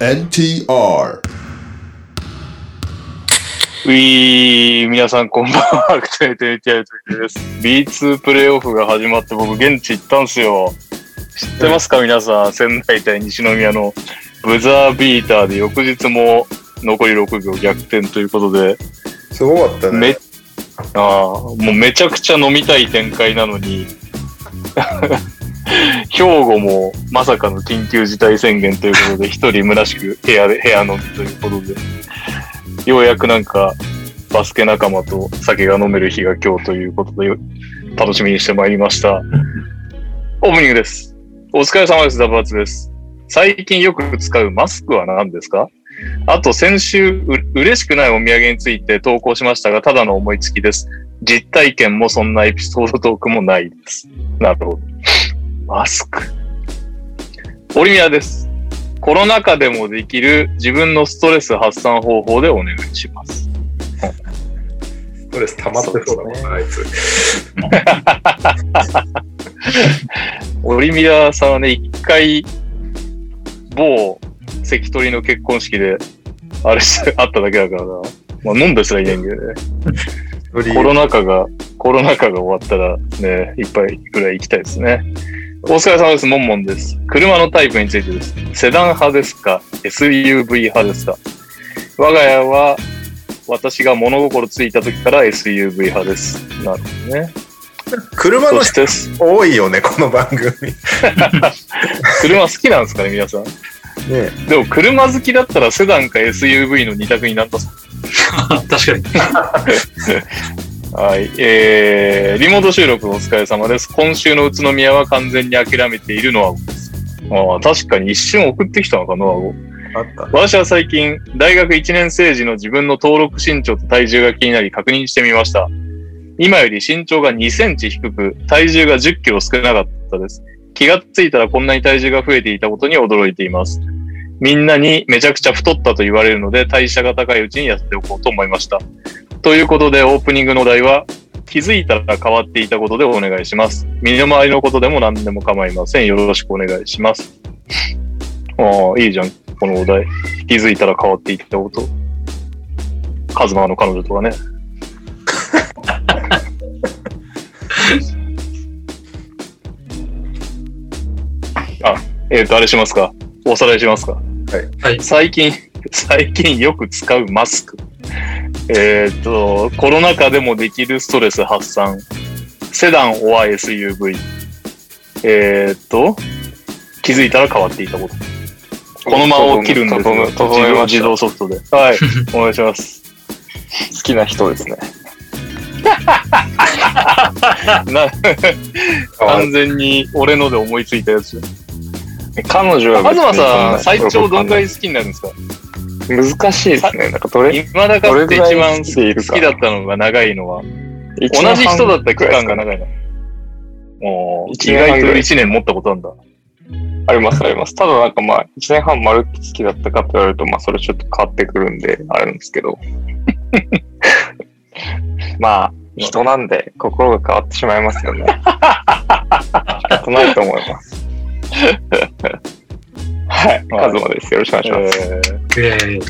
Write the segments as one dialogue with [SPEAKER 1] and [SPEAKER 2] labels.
[SPEAKER 1] NTR
[SPEAKER 2] ウィー、皆さんこんばんは、アクセルテイティアイトです。B2 プレイオフが始まって僕現地行ったんすよ。知ってますか皆さん、仙台対西宮のブザービーターで翌日も残り6秒逆転ということで、
[SPEAKER 3] すごかった
[SPEAKER 2] め
[SPEAKER 3] ね。、
[SPEAKER 2] ああ、もうめちゃくちゃ飲みたい展開なのに、 兵庫もまさかの緊急事態宣言ということで、一人むらしく部屋で、部屋飲みということで、ようやくなんか、バスケ仲間と酒が飲める日が今日ということで、楽しみにしてまいり ました。オープニングです。お疲れ様です。ダブアツです。最近よく使うマスクは何ですかあと先週う、嬉しくないお土産について投稿しましたが、ただの思いつきです。実体験もそんなエピソードトークもないです。なるほど。マスク。オリミアです。コロナ禍でもできる自分のストレス発散方法でお願いします。
[SPEAKER 3] ストレス溜まってそうだもんな、あいつ。
[SPEAKER 2] オリミアさんはね、一回、某関取の結婚式で、あれして、あっただけだからな。まあ飲んですらいないんだよね。
[SPEAKER 3] より
[SPEAKER 2] コロナ禍が、コロナ禍が終わったらね、いっぱいぐらい行きたいですね。お疲れ様です。モンモンです。車のタイプについてです。セダン派ですか ?SUV 派ですか我が家は、私が物心ついた時から SUV 派です。なるほどね。
[SPEAKER 3] 車の
[SPEAKER 2] そ
[SPEAKER 3] 人
[SPEAKER 2] して、
[SPEAKER 3] 多いよね、この番組。ね
[SPEAKER 2] 車好きなんですかね、皆さん。
[SPEAKER 3] え
[SPEAKER 2] でも、車好きだったらセダンか SUV の二択になったそう
[SPEAKER 4] 確かに。
[SPEAKER 2] はい。えー、リモート収録お疲れ様です。今週の宇都宮は完全に諦めているのはです。ああ、確かに一瞬送ってきたのかな、ノアゴ
[SPEAKER 3] あった。。
[SPEAKER 2] 私は最近、大学1年生時の自分の登録身長と体重が気になり確認してみました。今より身長が2センチ低く、体重が10キロ少なかったです。気がついたらこんなに体重が増えていたことに驚いています。みんなにめちゃくちゃ太ったと言われるので、代謝が高いうちにやっておこうと思いました。ということで、オープニングのお題は、気づいたら変わっていたことでお願いします。身の回りのことでも何でも構いません。よろしくお願いします。ああ、いいじゃん、このお題。気づいたら変わっていったこと。カズマの彼女とかね。あ、えっ、と、あれしますか。おさらいしますか。はい
[SPEAKER 4] はい
[SPEAKER 2] 最近、最近よく使うマスク。えっ、と、コロナ禍でもできるストレス発散。セダン or SUV。えっ、と、気づいたら変わっていたこと。この間を切るんですよ。
[SPEAKER 5] 整整えまし
[SPEAKER 2] 自
[SPEAKER 5] た
[SPEAKER 2] 動ソフトで。はい。お願いします。
[SPEAKER 5] 好きな人ですね。
[SPEAKER 2] な完全に俺ので思いついたやつ。
[SPEAKER 5] 彼女は別に
[SPEAKER 2] 東
[SPEAKER 5] そ
[SPEAKER 2] さ、
[SPEAKER 5] んなん
[SPEAKER 2] 最長どんぐらい好きになるんですか
[SPEAKER 5] 難しいですね。なんかどれ、
[SPEAKER 2] 今だかって一番好
[SPEAKER 5] どれぐらい好きでいる
[SPEAKER 2] き
[SPEAKER 5] か
[SPEAKER 2] 好きだったのが長いのは、
[SPEAKER 5] 同
[SPEAKER 2] 同じ人だった期間が長いの。おー
[SPEAKER 5] 一
[SPEAKER 2] 意
[SPEAKER 5] 年半
[SPEAKER 2] 外
[SPEAKER 5] ぐら
[SPEAKER 2] と
[SPEAKER 5] い
[SPEAKER 2] 1年持ったことあるんだ。
[SPEAKER 5] ありますあります。ただなんかまあ、1年半まるっと好きだったかって言われると、まあそれちょっと変わってくるんで、あるんですけど。 まあ、人なんで心が変わってしまいます よね。仕方ないと思います。はい、カズマです。よろしくお願いします。
[SPEAKER 2] え
[SPEAKER 4] え
[SPEAKER 2] ー、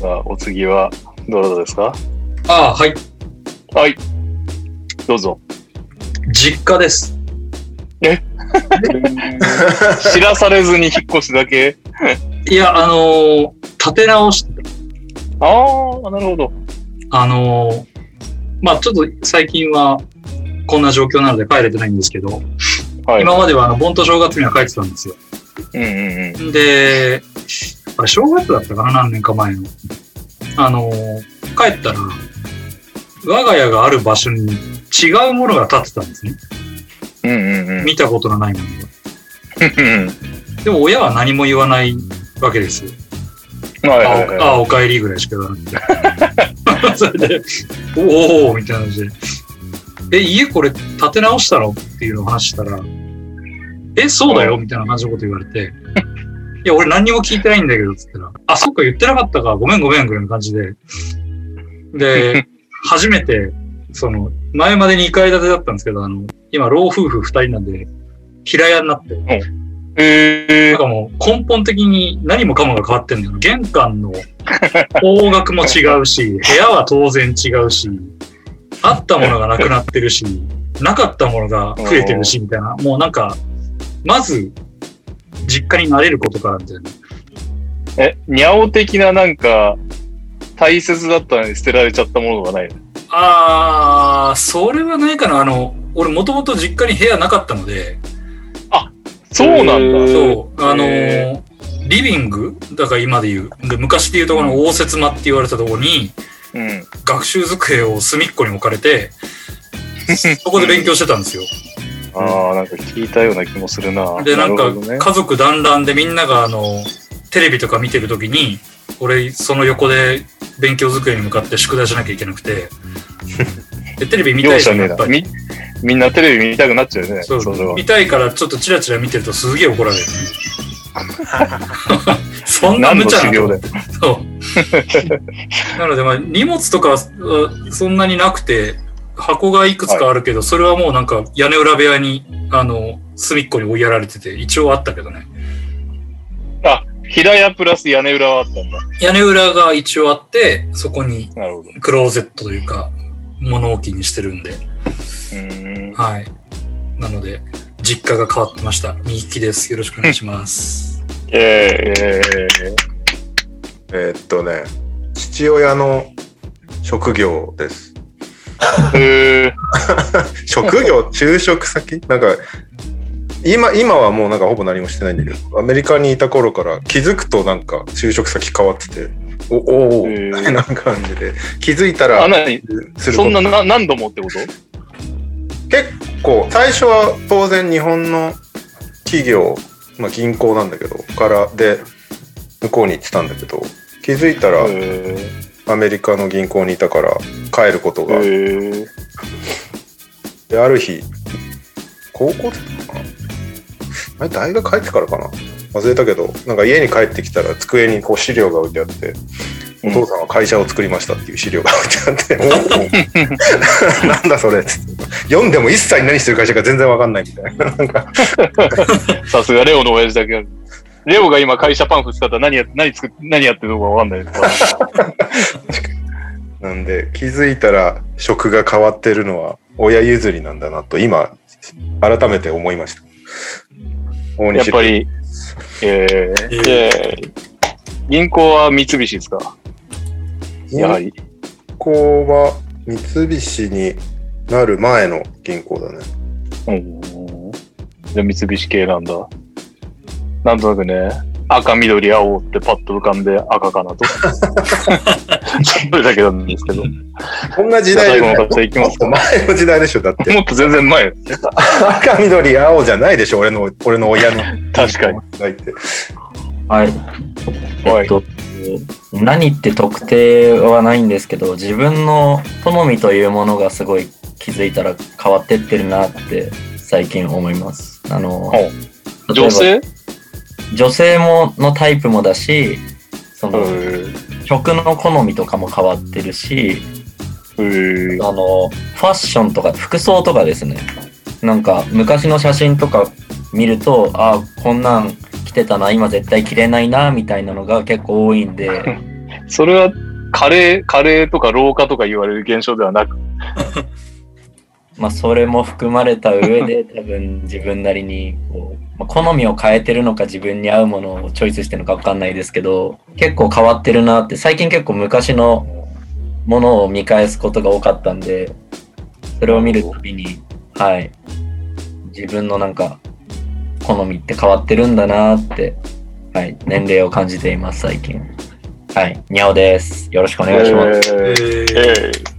[SPEAKER 2] さあ、お次は、どなたですか
[SPEAKER 4] ああ、はい。
[SPEAKER 2] はい。どうぞ。
[SPEAKER 4] 実家です。
[SPEAKER 2] 知らされずに引っ越しだけ。
[SPEAKER 4] いや、あのー立て直し、
[SPEAKER 2] ああ、なるほど。
[SPEAKER 4] あのーまあちょっと最近はこんな状況なので帰れてないんですけど、
[SPEAKER 2] はい。
[SPEAKER 4] 今まではあの、盆と正月には帰ってたんですよ。
[SPEAKER 2] うんうんうん。
[SPEAKER 4] で、あれ、正月だったかな、何年か前の。あのー帰ったら、我が家がある場所に違うものが建ってたんですね。
[SPEAKER 2] うんうんうん。
[SPEAKER 4] 見たことのないものが。
[SPEAKER 2] うん
[SPEAKER 4] でも親は何も言わないわけですよ。
[SPEAKER 2] うんはいはいはい
[SPEAKER 4] ああ、おかえりぐらいしか言わなく て。それで、おおみたいな感じで。え、家これ建て直したのっていうのを話したら、え、そうだよみたいな感じのこと言われて、いや、俺何にも聞いてないんだけど、つったら、あ、そっか、言ってなかったか、ごめんごめんぐらいの感じで。 で、初めて、その、前まで2階建てだったんですけど、あの、今、老夫婦2人なんで、平屋になって、
[SPEAKER 6] え
[SPEAKER 4] なんかもう根本的に何もかもが変わってんだよ。玄関の方角も違う し、部屋は当然違うし、あったものがなくなってるし、 なかったものが増えてるし、みたいな。もうなんか、まず、実家に慣れることからみたいな。
[SPEAKER 2] え、にゃお的ななんか、大切だったのに捨てられちゃったものがないの
[SPEAKER 4] あー、それはないかな。あの、俺もともと実家に部屋なかったので、
[SPEAKER 2] そうなんだ。
[SPEAKER 4] そう、あの
[SPEAKER 2] へ
[SPEAKER 4] ーリビングだから今で言う。で昔で言うとこの応接間って言われたところに、
[SPEAKER 2] うん。
[SPEAKER 4] 学習机を隅っこに置か れて、そこで勉強してたんですよ。
[SPEAKER 2] ああ、なんか聞いたような気もするな。
[SPEAKER 4] で、なん
[SPEAKER 2] る
[SPEAKER 4] か
[SPEAKER 2] ほどね、
[SPEAKER 4] 家族団らんでみんながあの、テレビとか見てるときに、俺、その横で勉強机に向かって宿題しなきゃいけなくて、でテレビ見た
[SPEAKER 2] 容
[SPEAKER 4] いじ
[SPEAKER 2] 赦
[SPEAKER 4] ゃん、
[SPEAKER 2] ねえ
[SPEAKER 4] やっぱ
[SPEAKER 2] な。
[SPEAKER 4] り。
[SPEAKER 2] み、みんなテレビ見たくなっちゃうよね。
[SPEAKER 4] そ
[SPEAKER 2] そうれは。
[SPEAKER 4] 見たいからちょっとチラチラ見てるとすげえ怒られる。 そんな
[SPEAKER 2] 何
[SPEAKER 4] 無
[SPEAKER 2] の
[SPEAKER 4] 茶
[SPEAKER 2] 修
[SPEAKER 4] な
[SPEAKER 2] 行だよ。
[SPEAKER 4] そう なので、まあ、荷物とかはそんなになくて、箱がいくつかあるけど、それはもうなんか屋根裏部屋に、あの、隅っこに追いやられてて、一応あったけどね。
[SPEAKER 2] 平屋プラス屋根裏はあったんだ。
[SPEAKER 4] 屋根裏が一応あって、そこに
[SPEAKER 2] なるほど。う
[SPEAKER 4] クローゼットというか、物置にしてるんで、
[SPEAKER 2] ーん。
[SPEAKER 4] はい。なので、実家が変わってました。みゆきです。よろしくお願いします。
[SPEAKER 2] ええ
[SPEAKER 7] えーっとね、父親の職業です。
[SPEAKER 2] ー。えー。
[SPEAKER 7] 職業、就職先なんか、今、今はもうなんかほぼ何もしてないんだけど、アメリカにいた頃から気づくとなんか就職先変わってて、おおお
[SPEAKER 2] へー
[SPEAKER 7] みたいな感じで、気づいたら
[SPEAKER 2] あ、、なに
[SPEAKER 7] する
[SPEAKER 2] そ
[SPEAKER 7] こと
[SPEAKER 2] んなな何度もってこと
[SPEAKER 7] 結構最初は当然日本の企業、まあ、銀行なんだけどからで向こうに行ってたんだけど気づいたら
[SPEAKER 2] え
[SPEAKER 7] アメリカの銀行にいたから帰るこ
[SPEAKER 2] ー。
[SPEAKER 7] とがあって
[SPEAKER 2] えー。
[SPEAKER 7] である日高校生かなあれ大学帰ってからかな忘れたけどなんか家に帰ってきたら机にこう資料が置いてあって、
[SPEAKER 2] うん
[SPEAKER 7] お父さんは会社を作りましたっていう資料が置いてあって 「おおなんだそれ」っつって読んでも一切何してる会社か全然わかんないみたいななんか
[SPEAKER 2] さすがレオの親父だけある。レオが今会社パンフ使ったら何や何作っ何やってるのかわかんないですから。
[SPEAKER 7] なんで気づいたら職が変わってるのは親譲りなんだなと今改めて思いました。大
[SPEAKER 2] やっ
[SPEAKER 7] 西
[SPEAKER 2] ぱり、えー、
[SPEAKER 4] えー
[SPEAKER 2] えー銀行は三菱ですかやはり。
[SPEAKER 7] 銀行は三菱になる前の銀行だね。
[SPEAKER 2] うん。じゃあ三菱系なんだ。なんとなくね、赤、緑、青ってパッと浮かんで赤かなと。それだけなんですけど。
[SPEAKER 7] こんな時
[SPEAKER 2] じゃあ最
[SPEAKER 7] 代
[SPEAKER 2] 後
[SPEAKER 7] で
[SPEAKER 2] の会社いき
[SPEAKER 7] も
[SPEAKER 2] ま
[SPEAKER 7] っ
[SPEAKER 2] す
[SPEAKER 7] と
[SPEAKER 2] か。
[SPEAKER 7] 前の時代でしょだって
[SPEAKER 2] もっと全然前。
[SPEAKER 7] 赤緑青じゃないでしょ俺の俺の親の
[SPEAKER 2] 確かに。
[SPEAKER 7] 時代って
[SPEAKER 8] はい。
[SPEAKER 2] は
[SPEAKER 8] え
[SPEAKER 2] い
[SPEAKER 8] っと、何って特定はないんですけど、自分の好みというものがすごい気づいたら変わってってるなって最近思います。あの、
[SPEAKER 2] ほう
[SPEAKER 8] 例えば
[SPEAKER 2] 女性
[SPEAKER 8] 女性ものタイプもだし、その、
[SPEAKER 2] う
[SPEAKER 8] 食の好みとかも変わってるし、
[SPEAKER 2] ー
[SPEAKER 8] あの、ファッションとか服装とかですね。なんか昔の写真とか見ると、あこんなん着てたな、今絶対着れないな、みたいなのが結構多いんで、
[SPEAKER 2] それは、カレー、カレーとか老化とか言われる現象ではなく、
[SPEAKER 8] まあ、それも含まれた上で多分自分なりにこう、まあ、好みを変えてるのか自分に合うものをチョイスしてるのか分かんないですけど結構変わってるなって最近結構昔のものを見返すことが多かったんでそれを見るたびにはい自分のなんか好みって変わってるんだなって、はい、年齢を感じています最近はいにゃおですよろしくお願いします、
[SPEAKER 2] えー
[SPEAKER 4] ー
[SPEAKER 2] ええ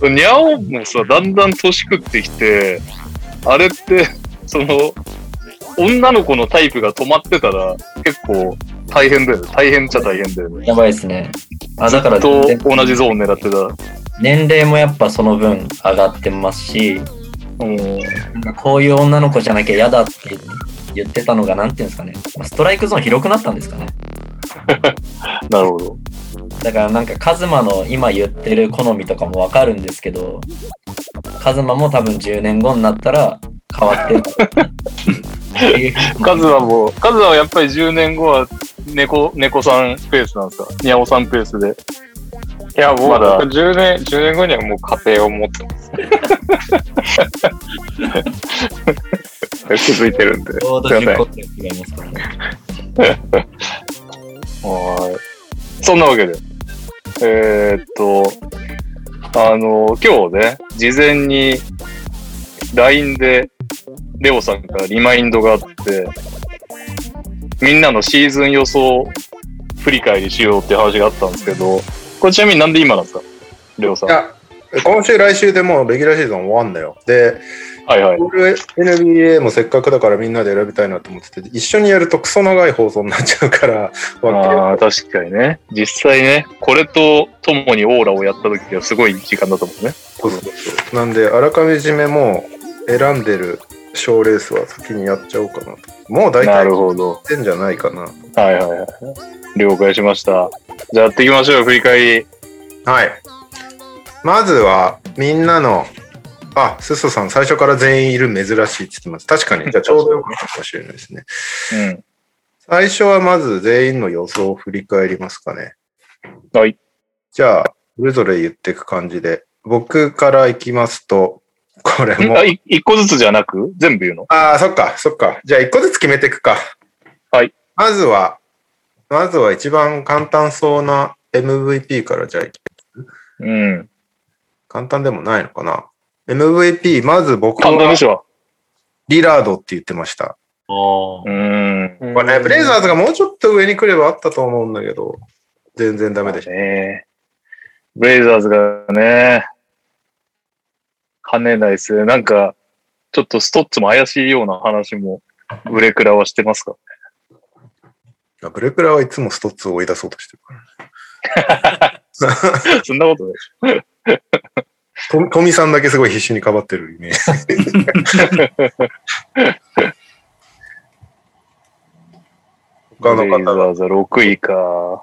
[SPEAKER 2] にゃおもさ、だんだん年食ってきて、あれって、その、女の子のタイプが止まってたら、結構大変だよね。大変っちゃ大変だよね。
[SPEAKER 8] やばいですねあだから
[SPEAKER 2] と
[SPEAKER 8] 全然
[SPEAKER 2] 同じゾーン狙ってた
[SPEAKER 8] 年齢もやっぱその分上がってますし、。
[SPEAKER 2] うん。
[SPEAKER 8] なんかこういう女の子じゃなきゃ嫌だって言ってたのが、なんていうんですかね、まあストライクゾーン広くなったんですかね。
[SPEAKER 2] なるほど。
[SPEAKER 8] だからなんかカズマの今言ってる好みとかもわかるんですけど、カズマも多分10年後になったら変わってる
[SPEAKER 2] カズはもう、カズはやっぱり10年後は猫、猫さんペースなんですかニャオさんペースで。
[SPEAKER 9] いや、もう
[SPEAKER 2] まだ
[SPEAKER 9] 僕10年、10年後にはもう家庭を持ってます。 気づいてるんで。
[SPEAKER 8] ちょうど
[SPEAKER 9] すいま
[SPEAKER 8] 10
[SPEAKER 9] せん
[SPEAKER 8] 個って違いますからね。
[SPEAKER 2] はーい。そんなわけで。えーっと、あの、今日ね、事前に LINE でレオさんからリマインドがあって、みんなのシーズン予想振り返りしようっていう話があったんですけど、これちなみになんで今なんですかレオさん。
[SPEAKER 7] いや、今週、来週でもうレギュラーシーズン終わんだよ。で、
[SPEAKER 2] はいはい。
[SPEAKER 7] オール NBA もせっかくだからみんなで選びたいなと思ってて、一緒にやるとクソ長い放送になっちゃうから、
[SPEAKER 2] ああ、確かにね。実際ね、これとともにオーラをやった時はすごい時間だと思うね。
[SPEAKER 7] そうそうそうなんで、あらかめ締めもう選んでる賞レースは先にやっちゃおうかなと。もう大
[SPEAKER 2] な
[SPEAKER 7] 体
[SPEAKER 2] る
[SPEAKER 7] や
[SPEAKER 2] ほど。
[SPEAKER 7] ってんじゃないかな。
[SPEAKER 2] はいはいはい。了解しました。じゃあやっていきましょう、振り返り。
[SPEAKER 7] はい。まずは、みんなの、あ、すそさん、最初から全員いる珍しいって言ってます。確かに、じゃあちょうどよかったかもしれないですね。最初はまず全員の予想を振り返りますかね。
[SPEAKER 2] うん。はい。
[SPEAKER 7] じゃあ、それぞれ言っていく感じで、僕からいきますと、これも
[SPEAKER 2] あ、、い一個ずつじゃなく全部言うの
[SPEAKER 7] ああ、そっか、そっか。じゃあ、一個ずつ決めていくか。
[SPEAKER 2] はい。
[SPEAKER 7] まずは、まずは一番簡単そうな MVP から、じゃあ、
[SPEAKER 2] うん。
[SPEAKER 7] 簡単でもないのかな。MVP、まず僕
[SPEAKER 2] 簡単
[SPEAKER 7] は
[SPEAKER 2] でしょ。
[SPEAKER 7] リラードって言ってました。
[SPEAKER 8] お
[SPEAKER 2] う
[SPEAKER 8] ー
[SPEAKER 2] ん。
[SPEAKER 7] これね、ブレイザーズがもうちょっと上に来ればあったと思うんだけど、全然ダメでした。
[SPEAKER 2] ねブレイザーズがね、跳ねないですね。なんか、ちょっとストッツも怪しいような話も、ブレクラはしてますか
[SPEAKER 7] ブレクラはいつもストッツを追い出そうとしてるから。
[SPEAKER 2] そんなことない。
[SPEAKER 7] とトミさんだけすごい必死にかばってるイメージ。 他の
[SPEAKER 2] ブレイザ
[SPEAKER 7] 方が
[SPEAKER 2] ーズは6位か。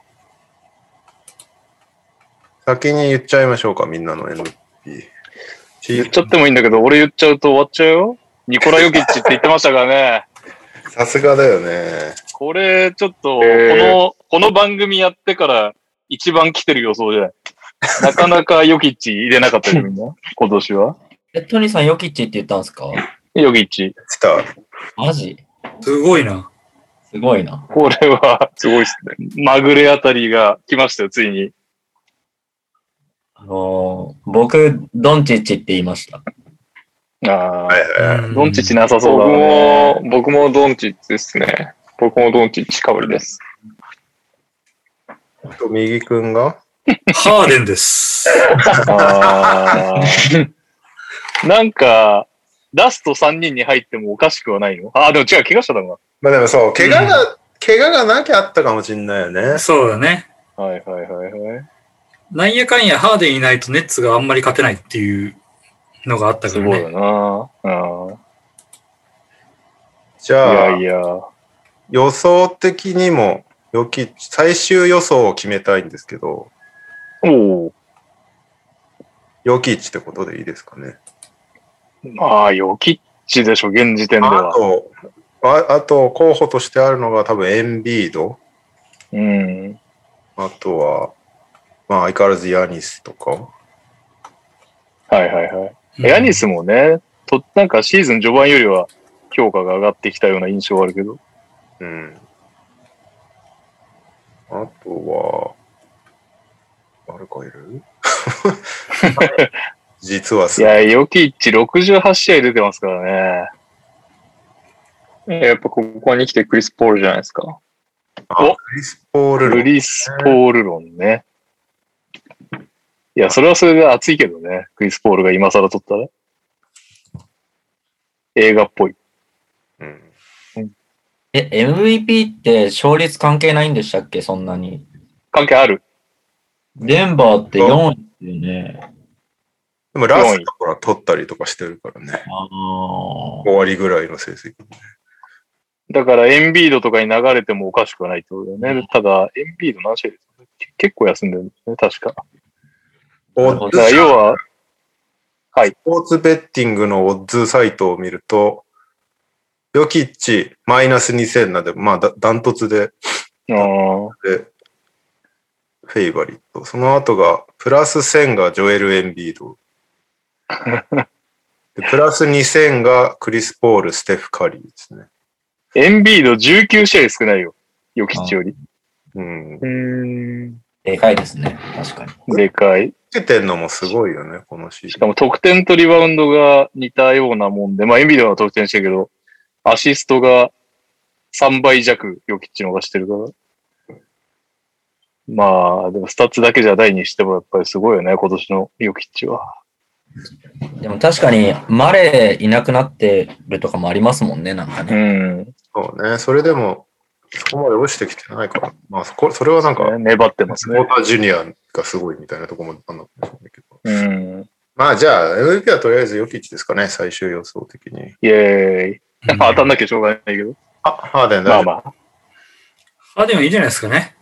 [SPEAKER 7] 先に言っちゃいましょうか、みんなの MVP。
[SPEAKER 2] 言っちゃってもいいんだけど、俺言っちゃうと終わっちゃうよ。ニコラ・ヨキッチって言ってましたからね。
[SPEAKER 7] さすがだよね。
[SPEAKER 2] これ、ちょっと、こ
[SPEAKER 9] えー
[SPEAKER 2] の、この番組やってから一番来てる予想じゃないなかなかヨキッチ入れなかったよ、みんな。今年は。
[SPEAKER 8] え、トニーさん、ヨキッチって言ったんですか
[SPEAKER 2] ヨキッチ。
[SPEAKER 7] 来た。
[SPEAKER 8] マジ
[SPEAKER 10] すごいな。
[SPEAKER 8] すごいな。
[SPEAKER 2] これは、すごいっすね。まぐれあたりが来ましたよ、ついに。
[SPEAKER 8] あのー僕、ドンチッチって言いました。
[SPEAKER 2] あ
[SPEAKER 7] はい
[SPEAKER 2] あ、
[SPEAKER 7] はいはい。
[SPEAKER 2] ドンチッチなさそうだ
[SPEAKER 9] 僕
[SPEAKER 2] ね
[SPEAKER 9] も、僕もドンチッチですね。僕もドンチッチかぶりです。
[SPEAKER 7] と、右くんが
[SPEAKER 10] ハーデンです。
[SPEAKER 2] あー。なんか、ラスト3人に入ってもおかしくはないのあー、でも違う、怪我しただもん
[SPEAKER 7] まあでもそう、怪我が、怪我がなきゃあったかもしんないよね。
[SPEAKER 10] そうだね。
[SPEAKER 2] な。はいはいはいはい。
[SPEAKER 10] なんやかんやハーデンいないとネッツがあんまり勝てないっていうのがあったか
[SPEAKER 2] す
[SPEAKER 10] ら
[SPEAKER 2] ごいよ
[SPEAKER 10] ね。
[SPEAKER 2] な。うん
[SPEAKER 7] じゃあ、
[SPEAKER 2] いやいや。
[SPEAKER 7] 予想的にも、よき、最終予想を決めたいんですけど、
[SPEAKER 2] お
[SPEAKER 7] ヨキッチってことでいいですかね。
[SPEAKER 2] お。ああ、ヨキッチでしょ、現時点で
[SPEAKER 7] あ
[SPEAKER 2] は。
[SPEAKER 7] と、ああと候補としてあるのが多分エンビード、
[SPEAKER 2] うん。
[SPEAKER 7] あとは、まあ相変わらずヤニスとか。
[SPEAKER 2] はいはいはい。
[SPEAKER 10] うん
[SPEAKER 2] ヤニスもね、と、なんかシーズン序盤よりは評価が上がってきたような印象はあるけど。
[SPEAKER 7] うん。あとは、誰かい る 実はいす
[SPEAKER 2] や、ヨキッチ68試合出てますからね。
[SPEAKER 9] やっぱここに来てクリス・ポールじゃないですか。
[SPEAKER 7] あクリス・ポール
[SPEAKER 2] ク
[SPEAKER 7] ロ
[SPEAKER 2] リス・ポール論ね。いや、それはそれで熱いけどね。クリス・ポールが今更撮ったら。映画っぽい。
[SPEAKER 7] うん
[SPEAKER 8] え、MVP って勝率関係ないんでしたっけそんなに。
[SPEAKER 2] 関係ある。
[SPEAKER 8] デンバーって4位ですよね。
[SPEAKER 7] でもラストから取ったりとかしてるからね。
[SPEAKER 8] あ
[SPEAKER 7] 5割ぐらいの成績。
[SPEAKER 2] だから、エンビードとかに流れてもおかしくはないってことだよね。ただ、エンビード何試合ですかけ結構休んでるんですね、確か。
[SPEAKER 7] オ
[SPEAKER 8] なる
[SPEAKER 7] ッ
[SPEAKER 8] ほ
[SPEAKER 7] ズ
[SPEAKER 2] だから要は、
[SPEAKER 7] スポーツベッティングのオッズサイトを見ると、ヨキッチマイナス2000なんで、まあ、だダントツで、
[SPEAKER 2] あ
[SPEAKER 7] で、フェイバリット。その後が、プラス1000がジョエル・エンビ ード。でプラス2000がクリス・ポール、ステフ・カリーですね。
[SPEAKER 2] ーエンビード19試合少ないよ。ヨキッチより。
[SPEAKER 7] うん。
[SPEAKER 2] うーん。
[SPEAKER 8] でかいですね。確かに。
[SPEAKER 2] でかい。
[SPEAKER 7] つけてんのもすごいよね、このシー
[SPEAKER 2] し
[SPEAKER 7] ズ
[SPEAKER 2] か
[SPEAKER 7] ン。
[SPEAKER 2] も得点とリバウンドが似たようなもんで、まあエンビードは得点してるけど、アシストが3倍弱、ヨキッチの方がしてるから。まあ、でもスタッツだけじゃないにしてもやっぱりすごいよね、今年のヨキッチは。
[SPEAKER 8] でも確かに、マレーいなくなってるとかもありますもんね、なんか
[SPEAKER 2] う
[SPEAKER 8] ね。
[SPEAKER 2] ん。
[SPEAKER 7] そうね。それでも、そこまで落ちてきてないから。まあ、そこ、それはなんか、
[SPEAKER 2] 粘ってます
[SPEAKER 7] ウォー
[SPEAKER 2] ね。
[SPEAKER 7] タージュニアがすごいみたいなとこもあんのかもしれないけど。
[SPEAKER 2] うん。
[SPEAKER 7] まあ、じゃあ、MVP はとりあえずヨキッチですかね、最終予想的に。
[SPEAKER 2] イェーイ。やっ ぱ当たんなきゃしょうがないけど。
[SPEAKER 7] あ、ハーデン
[SPEAKER 2] ま
[SPEAKER 7] だ
[SPEAKER 2] あ。まあ。
[SPEAKER 4] あ、でもいいじゃないですかね。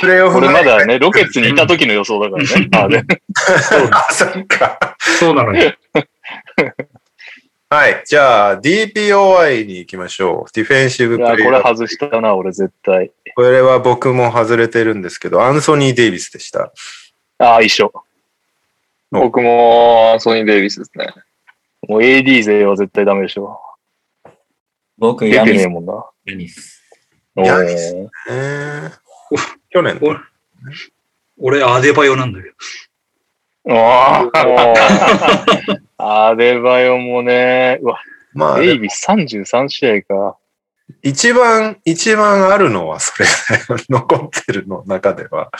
[SPEAKER 7] プレイオフ
[SPEAKER 2] 俺
[SPEAKER 7] の
[SPEAKER 2] まだね、ロケッツにいた時の予想だからね。あね。
[SPEAKER 7] あ、そっか。
[SPEAKER 10] そうなのよ。
[SPEAKER 7] はい。じゃあ、DPOI に行きましょう。ディフェンシブ
[SPEAKER 2] い
[SPEAKER 7] プレ
[SPEAKER 2] や、
[SPEAKER 7] イ
[SPEAKER 2] こ
[SPEAKER 7] ヤ
[SPEAKER 2] れ
[SPEAKER 7] ー。
[SPEAKER 2] 外したな、俺絶対。
[SPEAKER 7] これは僕も外れてるんですけど、アンソニー・デイビスでした。
[SPEAKER 2] ああ、一緒。
[SPEAKER 9] 僕もアンソニー・デイビスですね。
[SPEAKER 2] もう AD 勢は絶対ダメでしょ。
[SPEAKER 8] 僕、
[SPEAKER 2] 出
[SPEAKER 8] ヤ
[SPEAKER 2] て
[SPEAKER 8] ニ
[SPEAKER 2] ねえ
[SPEAKER 8] ス。
[SPEAKER 2] もんな。
[SPEAKER 8] ヤニス。
[SPEAKER 2] お
[SPEAKER 7] ヤニ
[SPEAKER 2] ー
[SPEAKER 7] えー、去年
[SPEAKER 10] お俺、アデバヨなんだけど。
[SPEAKER 2] あ あ。アデバヨもね、うわ、
[SPEAKER 7] まあ、
[SPEAKER 2] デイビス33試合か。
[SPEAKER 7] 一番、一番あるのはそれ、残ってるの中では。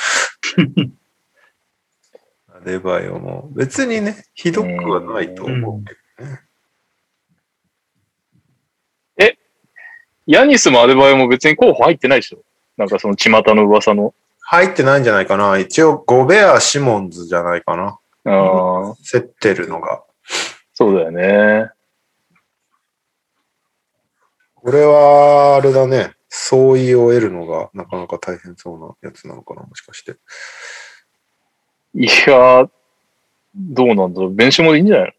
[SPEAKER 7] アデバイオも、別にね、ひどくはないと思うけ
[SPEAKER 2] ヤニスもアデバヨも別に候補入ってないでしょ。なんかその巷の噂の。
[SPEAKER 7] 入ってないんじゃないかな。一応、ゴベア・シモンズじゃないかな。
[SPEAKER 2] ああ、
[SPEAKER 7] 競ってるのが。
[SPEAKER 2] そうだよね。
[SPEAKER 7] これは、あれだね。相違を得るのがなかなか大変そうなやつなのかな、もしかして。
[SPEAKER 2] いやー、どうなんだろう。ベンシモでいいんじゃない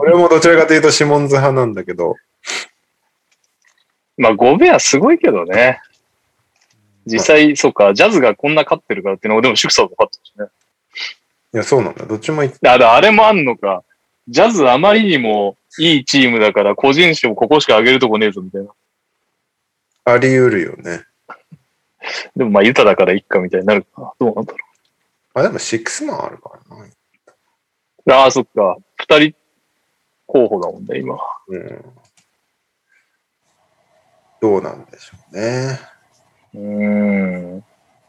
[SPEAKER 7] 俺もどちらかというとシモンズ派なんだけど、
[SPEAKER 2] のまあ、ゴベアすごいけどね。実際、そうか、ジャズがこんな勝ってるからっていうのは、でもシュクサーも勝ってるしね。
[SPEAKER 7] いや、そうなんだ。どっちもい
[SPEAKER 2] あだあれもあんのか。ジャズあまりにもいいチームだから、個人賞ここしか上げるとこねえぞ、みたいな。
[SPEAKER 7] あり得るよね。
[SPEAKER 2] でもまあ、ユタだからいっか、みたいになるかな。どうなんだろ
[SPEAKER 7] あ、でもシックスマンあるからな。
[SPEAKER 2] う。ああ、そっか。二人候補だもんね、今。
[SPEAKER 7] うん。どうなんでしょうね。
[SPEAKER 2] うーん。
[SPEAKER 7] こ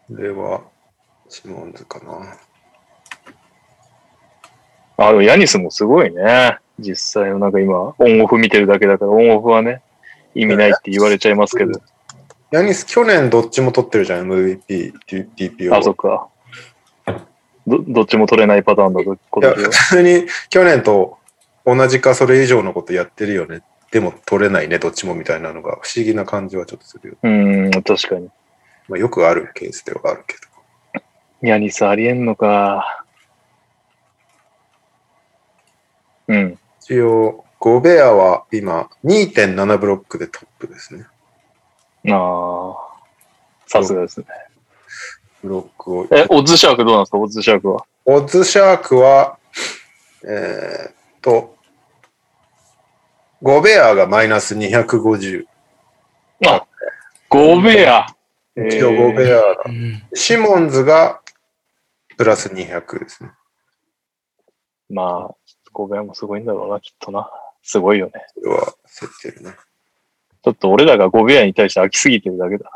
[SPEAKER 7] れは、シモンズかな。
[SPEAKER 2] あでもヤニスもすごいね。実際のなんか今、オンオフ見てるだけだから、オンオフはね、意味ないって言われちゃいますけど。
[SPEAKER 7] ヤニス、去年どっちも取ってるじゃん、MVP、DPO。
[SPEAKER 2] あ、そっか。ど、どっちも取れないパターンだと、今
[SPEAKER 7] いや、
[SPEAKER 2] 年は
[SPEAKER 7] 普。通に去年と同じかそれ以上のことやってるよね。でも取れないね、どっちもみたいなのが不思議な感じはちょっとするよ。
[SPEAKER 2] うーん、確かに。
[SPEAKER 7] まあ、よくあるケースではあるけど。
[SPEAKER 2] ヤニスありえんのか。うん。
[SPEAKER 7] 一応、ゴベアは今2.7ブロックでトップですね。
[SPEAKER 2] ああ。さすがですね。
[SPEAKER 7] ブロックを。
[SPEAKER 2] え、オッズシャークどうなんですかオッズシャークは。
[SPEAKER 7] オッズシャークは、えーっと、ゴベアがマイナス250。
[SPEAKER 2] あ、ゴベア。
[SPEAKER 7] 一応ゴベアが、
[SPEAKER 4] うん。
[SPEAKER 7] シモンズがプラス200ですね。
[SPEAKER 2] まあ、ゴベアもすごいんだろうな、きっとな。すごいよね。
[SPEAKER 7] これは競ってるね。
[SPEAKER 2] ちょっと俺らがゴベアに対して飽きすぎてるだけだ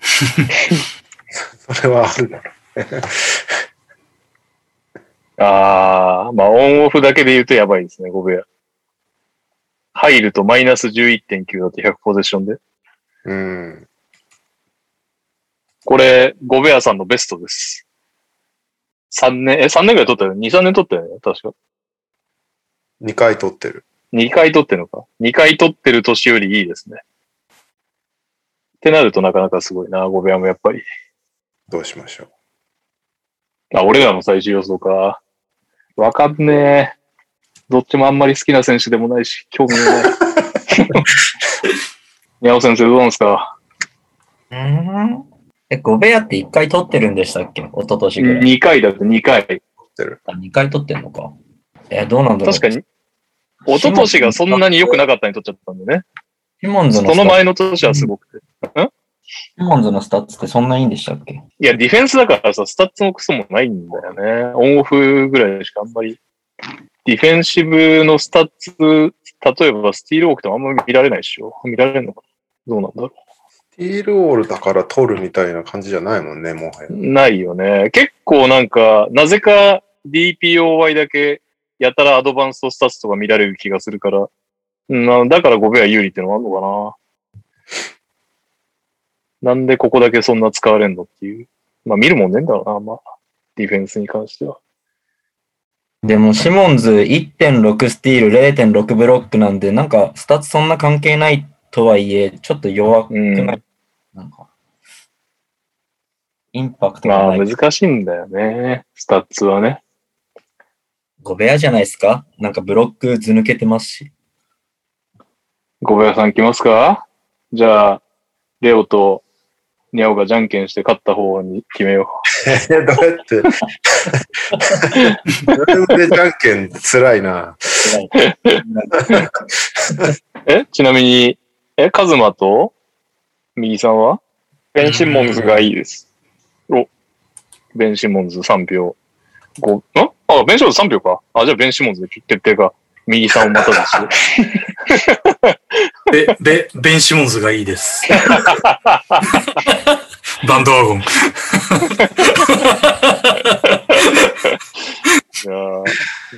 [SPEAKER 7] それはあるだろう
[SPEAKER 2] な。ああ、まあオンオフだけで言うとやばいですね、ゴベア。入るとマイナス11.9だって100ポゼッションで。
[SPEAKER 7] うん。
[SPEAKER 2] これ、ゴベアさんのベストです。3年、え、3年ぐらい取ったよね ?2、3年取ったよね確か。
[SPEAKER 7] 2回取ってる。
[SPEAKER 2] 2回取ってるのか。2回取ってる年よりいいですね。ってなるとなかなかすごいな、ゴベアもやっぱり。
[SPEAKER 7] どうしましょう。
[SPEAKER 2] あ、俺らの最終予想か。わかんねえ。どっちもあんまり好きな選手でもないし、興味も ない。宮尾先生、どうなんですか
[SPEAKER 8] うーん。え、ゴベアって1回取ってるんでしたっけ一昨年ぐらい。
[SPEAKER 2] ?2 回だって2回。
[SPEAKER 8] あ2回取ってんのか。えーどうなんだろう。
[SPEAKER 2] 確かに、一昨年がそんなに良くなかったにとっちゃったんでね。
[SPEAKER 8] シモンズ
[SPEAKER 2] そ
[SPEAKER 8] のスタ
[SPEAKER 2] の前の年はすごくて。
[SPEAKER 8] シモンズのスタッツってそんないいんでしたっけ
[SPEAKER 2] いや、ディフェンスだからさ、スタッツもクソもないんだよね。オンオフぐらいしかあんまり。ディフェンシブのスタッツ、例えばスティールウォークとかあんまり見られないでしょ。見られるのかなどうなんだろう。
[SPEAKER 7] ティールオールだから取るみたいな感じじゃないもんね、もはや。
[SPEAKER 2] ないよね。結構なんか、なぜか DPOY だけやたらアドバンストスタッツとか見られる気がするから、なだから5部屋有利ってのがあるのかな。なんでここだけそんな使われんのっていう。まあ見るもんねえんだろうな、まあ。ディフェンスに関しては。
[SPEAKER 8] でも、シモンズ1.6スティール、0.6ブロックなんで、なんか、スタッツそんな関係ないとはいえ、ちょっと弱く
[SPEAKER 2] うん
[SPEAKER 8] な。い。なんか、インパクト
[SPEAKER 2] ま
[SPEAKER 8] が
[SPEAKER 2] あ
[SPEAKER 8] ない。
[SPEAKER 2] 難しいんだよね。スタッツはね。
[SPEAKER 8] 5部屋じゃないですかなんかブロックず抜けてますし。
[SPEAKER 2] 5部屋さん来ますかじゃあ、レオとニャオがじゃんけんして勝った方に決めよう。
[SPEAKER 7] え、どうやって。 それでじゃんけん辛いな。
[SPEAKER 2] えちなみに、えカズマと右さんは
[SPEAKER 9] ベンシモンズがいいです。
[SPEAKER 2] ベン・シモンズ3票。ごんあ、ベン・シモンズ3票か。あ、じゃあベン・シモンズで決定か。右さんをまただ し。
[SPEAKER 4] べ、べ、ベンシモンズがいいです。バンドワゴン。
[SPEAKER 2] じゃあ、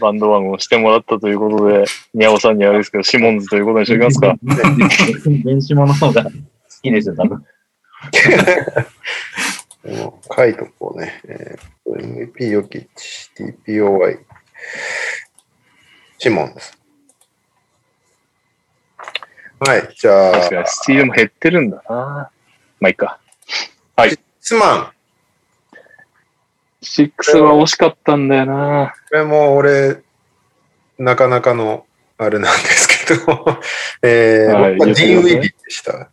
[SPEAKER 2] バンドワンをしてもらったということで、ニャオさんにあれですけど、シモンズということにしておきますか。
[SPEAKER 8] 電子物の方が好きですよ、多分。
[SPEAKER 7] もう書いとこうね。えー MVP ヨキッチ、TPOY、シモンです。はい、じゃあ
[SPEAKER 2] 確、かに、スティールも減ってるんだな。まあ、いいか。
[SPEAKER 7] スマン。
[SPEAKER 2] 6は惜しかったんだよな。
[SPEAKER 7] これも俺、なかなかの、あれなんですけど、 えー、
[SPEAKER 2] はい
[SPEAKER 7] 僕はジン・ウィ
[SPEAKER 2] 言ってください
[SPEAKER 7] リーでした。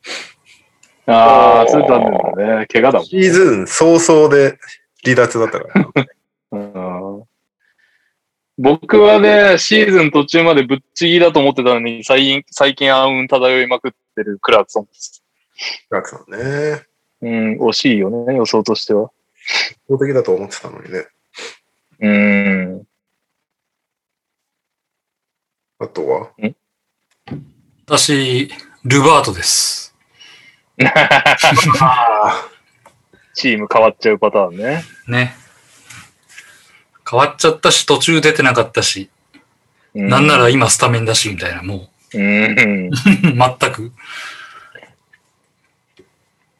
[SPEAKER 2] ああ、それ残念だね。怪我だもん。
[SPEAKER 7] シーズン早々で離脱だったから。
[SPEAKER 2] うん僕はね、シーズン途中までぶっちぎりだと思ってたのに、最近、最近暗雲漂いまくってるクラークソンです。
[SPEAKER 7] ラクさんね。
[SPEAKER 2] うん、惜しいよね、予想としては。
[SPEAKER 7] 法的だと思ってたのにね。
[SPEAKER 2] うん。
[SPEAKER 7] あとは、
[SPEAKER 4] 私、ルバートです。
[SPEAKER 2] チーム変わっちゃうパターンね。
[SPEAKER 4] ね。変わっちゃったし、途中出てなかったし、
[SPEAKER 2] う
[SPEAKER 4] なんなら今スタメンだし、みたいな、も
[SPEAKER 2] うん。
[SPEAKER 4] う、全く。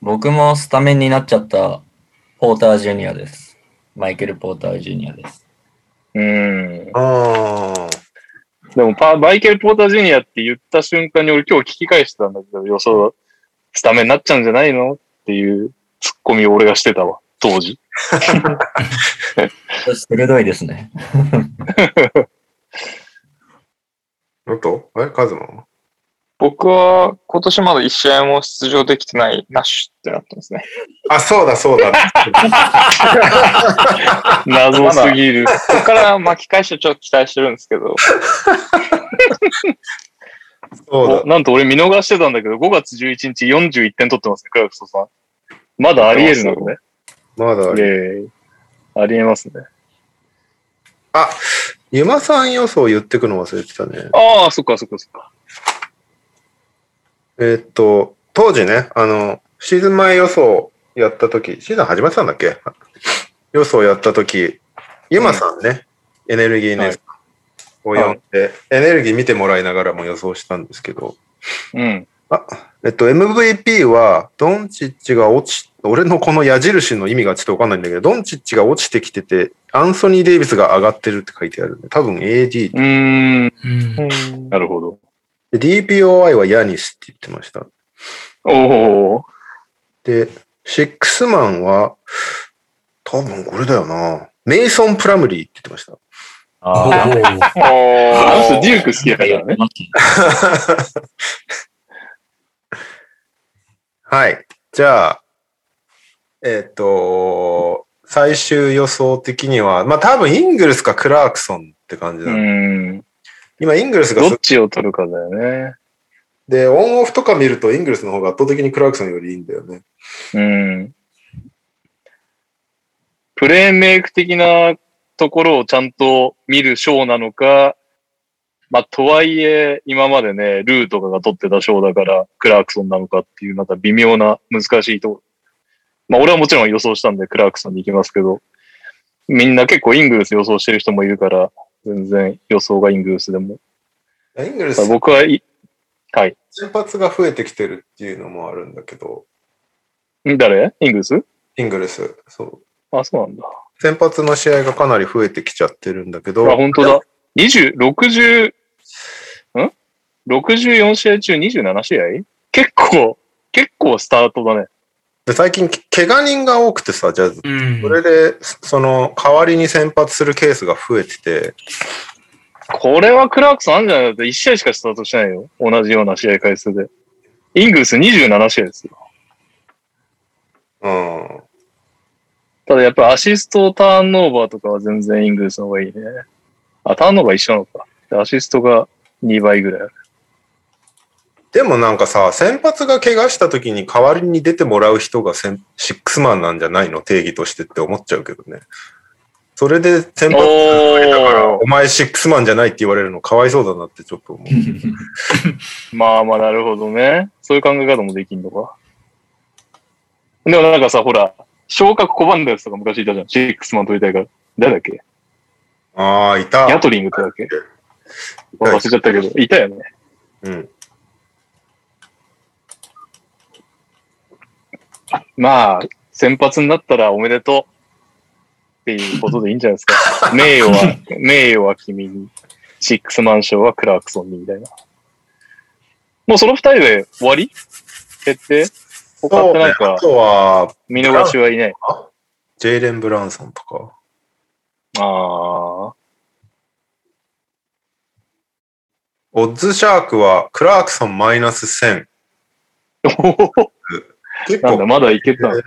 [SPEAKER 8] 僕もスタメンになっちゃったポータージュニアです。マイケル・ポータージュニアです。
[SPEAKER 2] うん。
[SPEAKER 7] あ
[SPEAKER 2] でもパ、マイケル・ポーター・ジュニアって言った瞬間に俺今日聞き返してたんだけど、予想、スタメンになっちゃうんじゃないのっていうツッコミを俺がしてたわ、当時。
[SPEAKER 8] 鋭いですね。
[SPEAKER 7] あ、あと、え、カズマは
[SPEAKER 9] 僕は今年まだ一試合も出場できてないナッシュってなってますね。
[SPEAKER 7] あ、そうだ、そうだ。
[SPEAKER 2] 謎すぎる。
[SPEAKER 9] ここから巻き返しをちょっと期待してるんですけど、
[SPEAKER 7] そうだ
[SPEAKER 2] お。なんと俺見逃してたんだけど、5月11日41点取ってますね、クラクソさん。まだあり得るのね。
[SPEAKER 7] まだあ
[SPEAKER 2] イ
[SPEAKER 7] る。
[SPEAKER 2] ェーイありえますね。
[SPEAKER 7] あ、ユマさん予想言ってくの忘れてたね。
[SPEAKER 2] ああ、そっかそっかそっか。
[SPEAKER 7] えーっと、当時ね、あの、シーズン前予想やった時、シーズン始まってたんだっけ予想やった時、ユマさんね、エネルギーね、を呼んで、エネルギー見てもらいながらも予想したんですけど、
[SPEAKER 2] うん。
[SPEAKER 7] えっと、MVP は、ドンチッチが落ち、俺のこの矢印の意味がちょっとわかんないんだけど、ドンチッチが落ちてきてて、アンソニー・デイビスが上がってるって書いてあるんで、多分 AD。
[SPEAKER 2] うーん。
[SPEAKER 4] うん。
[SPEAKER 2] なるほど。
[SPEAKER 7] で DPOI はヤニスって言ってました。
[SPEAKER 2] おお。
[SPEAKER 7] で、シックスマンは、多分これだよな。メイソン・プラムリーって言ってました。
[SPEAKER 10] お
[SPEAKER 8] あ
[SPEAKER 10] ー
[SPEAKER 9] あの人、デューク好きだか
[SPEAKER 8] あ、
[SPEAKER 9] らね。
[SPEAKER 7] はい。じゃあ、えっ、と、最終予想的には、まあ多分イングルスかクラークソンって感じ
[SPEAKER 2] う
[SPEAKER 7] だ、
[SPEAKER 2] ん。
[SPEAKER 7] 今イングルスが
[SPEAKER 2] ど
[SPEAKER 7] す
[SPEAKER 2] っちを取るかだよね。
[SPEAKER 7] で、オンオフとか見るとイングルスの方が圧倒的にクラークソンよりいいんだよね。
[SPEAKER 2] うん。プレーンメイク的なところをちゃんと見るショーなのか、まあ、とはいえ、今までね、ルーとかが取ってたショーだから、クラークソンなのかっていう、また微妙な難しいところ。まあ、俺はもちろん予想したんで、クラークソンに行きますけど、みんな結構イングルス予想してる人もいるから、全然予想がイングルスでも。
[SPEAKER 7] イングルス
[SPEAKER 2] まあ僕はい、はい。
[SPEAKER 7] 先発が増えてきてるっていうのもあるんだけど、
[SPEAKER 2] 誰イングルス
[SPEAKER 7] イングルス、そう。
[SPEAKER 2] あ、そうなんだ。
[SPEAKER 7] 先発の試合がかなり増えてきちゃってるんだけど、
[SPEAKER 2] あ、本当だ。20、60、ん ?64 試合中27試合結構、結構スタートだね。
[SPEAKER 7] で最近、け怪我人が多くてさ、ジャズ。
[SPEAKER 4] うん
[SPEAKER 7] それで、その、代わりに先発するケースが増えてて、
[SPEAKER 2] これはクラークさんあるんじゃないだって1試合しかスタートしないよ。同じような試合回数で。イングルス27試合ですよ。
[SPEAKER 7] うん。
[SPEAKER 2] ただやっぱアシスト、ターンオーバーとかは全然イングルスの方がいいね。あ、ターンオーバー一緒なのか。でアシストが2倍ぐらいある。
[SPEAKER 7] でもなんかさ、先発が怪我した時に代わりに出てもらう人が先シックスマンなんじゃないの定義としてって思っちゃうけどね。それで先発
[SPEAKER 2] お
[SPEAKER 7] お前シックスマンじゃないって言われるのかわいそうだなってちょっ と思う。
[SPEAKER 2] まあまあ、なるほどね。そういう考え方もできんのか。でもなんかさ、ほら、昇格拒んだやつとか昔いたじゃん。シックスマン取りたいから。誰だっけ
[SPEAKER 7] ああ、いた。
[SPEAKER 2] ヤトリングってだっけ忘れちゃったけど、いたよね。
[SPEAKER 7] うん。
[SPEAKER 2] まあ、先発になったらおめでとう。っていうことでいいんじゃないですか。名誉は、名誉は君に。シックスマン賞はクラークソンに、みたいな。もうその二人で終わり決定他ってなん
[SPEAKER 7] そうね
[SPEAKER 2] か
[SPEAKER 7] あ、とは、
[SPEAKER 2] 見逃しはいない。
[SPEAKER 7] ジェイレン・ブランソンとか。
[SPEAKER 2] ああ。
[SPEAKER 7] オッズシャークは、クラークソンマイナス1000。結
[SPEAKER 2] なんだ、
[SPEAKER 7] 構、
[SPEAKER 2] まだいけたの。は
[SPEAKER 7] え
[SPEAKER 2] い
[SPEAKER 7] ー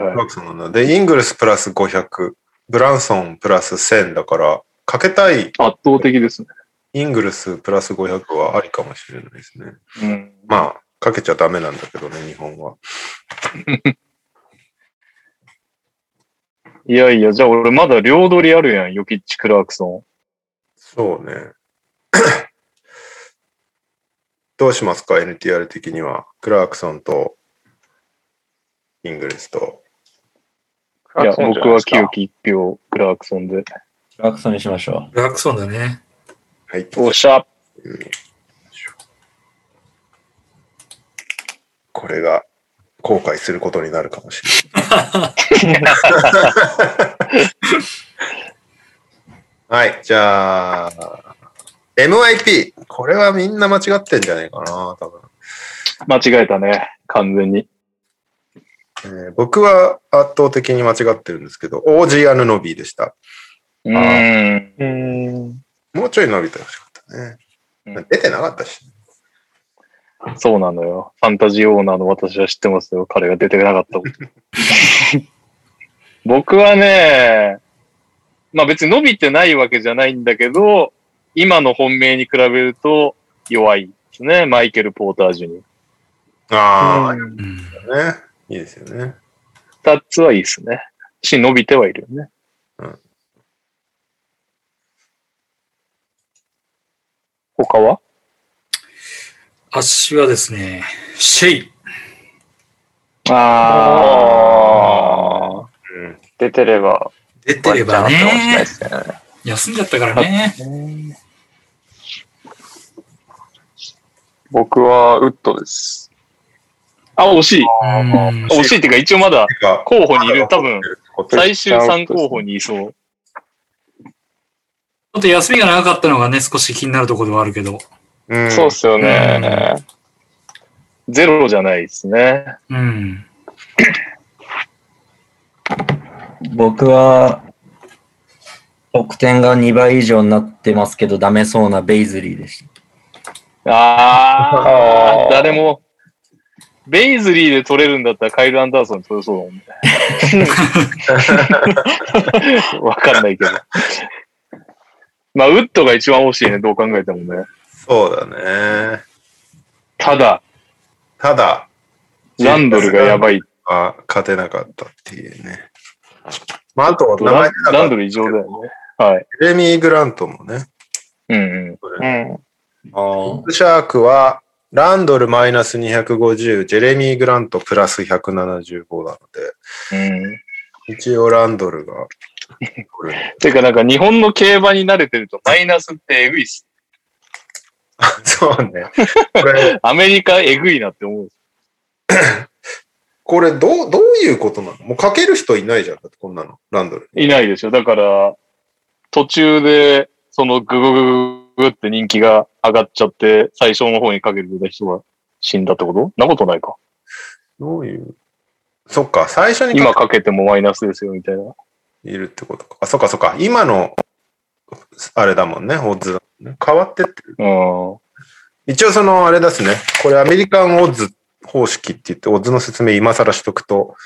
[SPEAKER 7] ク
[SPEAKER 2] は
[SPEAKER 7] ラークソンなんだ。で、イングルスプラス500、ブランソンプラス1000だから、かけたい
[SPEAKER 2] い。圧倒的ですね。
[SPEAKER 7] イングルスプラス500はありかもしれないですね。
[SPEAKER 2] うん。
[SPEAKER 7] まあ、かけちゃダメなんだけどね、日本は。
[SPEAKER 2] いやいや、じゃあ俺まだ両取りあるやん。ヨキッチ・クラークソ
[SPEAKER 7] そうね。 どうしますか ?NTR 的には。クラークソンとイングルスと。
[SPEAKER 2] ン。いや、僕は
[SPEAKER 9] キュ
[SPEAKER 2] 清
[SPEAKER 9] ー
[SPEAKER 2] き一票、クラークソンで。
[SPEAKER 8] クラークソンにしましょ
[SPEAKER 4] ブラックソンだね。
[SPEAKER 7] はい。
[SPEAKER 2] おっしゃ
[SPEAKER 7] これが後悔することになるかもしれない。 はい、じゃあ、MIP。これはみんな間違ってんじゃねえかな、多分。
[SPEAKER 2] 間違えたね。完全に。
[SPEAKER 7] えー僕は圧倒的に間違ってるんですけど、OG アヌノビーでした。
[SPEAKER 2] うーん。
[SPEAKER 7] もうちょい伸びてほしかったね。
[SPEAKER 2] うん
[SPEAKER 7] 出てなかったし。
[SPEAKER 2] そうなのよ。ファンタジーオーナーの私は知ってますよ。彼が出てなか ったこと。僕はね、まあ別に伸びてないわけじゃないんだけど、今の本命に比べると弱いですね。マイケル・ポーター・ジュニア。
[SPEAKER 7] ああ、いい
[SPEAKER 4] うん。
[SPEAKER 7] よね。いいですよね。
[SPEAKER 2] 二つはいいですね。し、伸びてはいるよね。
[SPEAKER 7] うん
[SPEAKER 2] 他は
[SPEAKER 4] 足はですね、シェイ。
[SPEAKER 9] あ
[SPEAKER 7] う
[SPEAKER 9] あ。
[SPEAKER 7] ん、
[SPEAKER 9] 出てれば、
[SPEAKER 4] 出てれば
[SPEAKER 9] ワンチャンあってもしれない
[SPEAKER 4] ね
[SPEAKER 9] で。すね。
[SPEAKER 4] 休んじゃったからね。
[SPEAKER 9] 僕は、ウッドです。
[SPEAKER 2] あ、惜しい。
[SPEAKER 4] うん
[SPEAKER 2] 惜しいっていうか、一応まだ
[SPEAKER 7] てか、
[SPEAKER 2] 候補にいる。多分、
[SPEAKER 7] こっち
[SPEAKER 2] 最終3候補にいそう。
[SPEAKER 4] ちょっと休みが長かったのがね、少し気になるところではあるけど。
[SPEAKER 7] うん、
[SPEAKER 9] そうっすよね。
[SPEAKER 2] ゼロじゃないですね。
[SPEAKER 4] うん。
[SPEAKER 8] う。僕は、得点が2倍以上になってますけど、ダメそうなベイズリーでした。
[SPEAKER 2] あ あ、誰も、ベイズリーで取れるんだったらカイル・アンダーソン取れそうだもんね。 わかんないけど。まあ、ウッドが一番欲しいね、どう考えてもね。
[SPEAKER 7] そうだね。
[SPEAKER 2] ただ、
[SPEAKER 7] ただ、
[SPEAKER 2] ランドルがやばい。
[SPEAKER 7] あ勝てなかったっていうね。まあ、あと、名
[SPEAKER 2] ラ
[SPEAKER 7] 前
[SPEAKER 2] ン
[SPEAKER 7] 出
[SPEAKER 2] ラ
[SPEAKER 7] なかっ
[SPEAKER 2] ン
[SPEAKER 7] た
[SPEAKER 2] ドル異常だよね。はい。
[SPEAKER 7] ジェレミー・グラントもね。
[SPEAKER 2] うんうん。
[SPEAKER 9] うん。
[SPEAKER 8] あ
[SPEAKER 7] シャークは、ランドルマイナス250、ジェレミー・グラントプラス175なので、
[SPEAKER 2] うん。
[SPEAKER 7] 一応ランドルが。
[SPEAKER 2] てか、なんか日本の競馬に慣れてるとマイナスってエグいっす。
[SPEAKER 7] そうね。これ、
[SPEAKER 2] アメリカエグいなって思う。
[SPEAKER 7] これどう、どういうことなのもうかける人いないじゃん。だってこんなの、ランドル。
[SPEAKER 2] いないでしょ。だから、途中で、そのグググググって人気が上がっちゃって、最初の方にかけてた人が死んだってことなことないか。
[SPEAKER 7] どういう。そっか、最初に
[SPEAKER 2] 今かけてもマイナスですよ、みたいな。
[SPEAKER 7] いるってことか。あ、そっかそっか。今の、あれだもんね、オッズだもんね。変わってってる。
[SPEAKER 2] うん。
[SPEAKER 7] 一応その、あれですね。これアメリカンオッズ方式って言って、オッズの説明今更しとくと、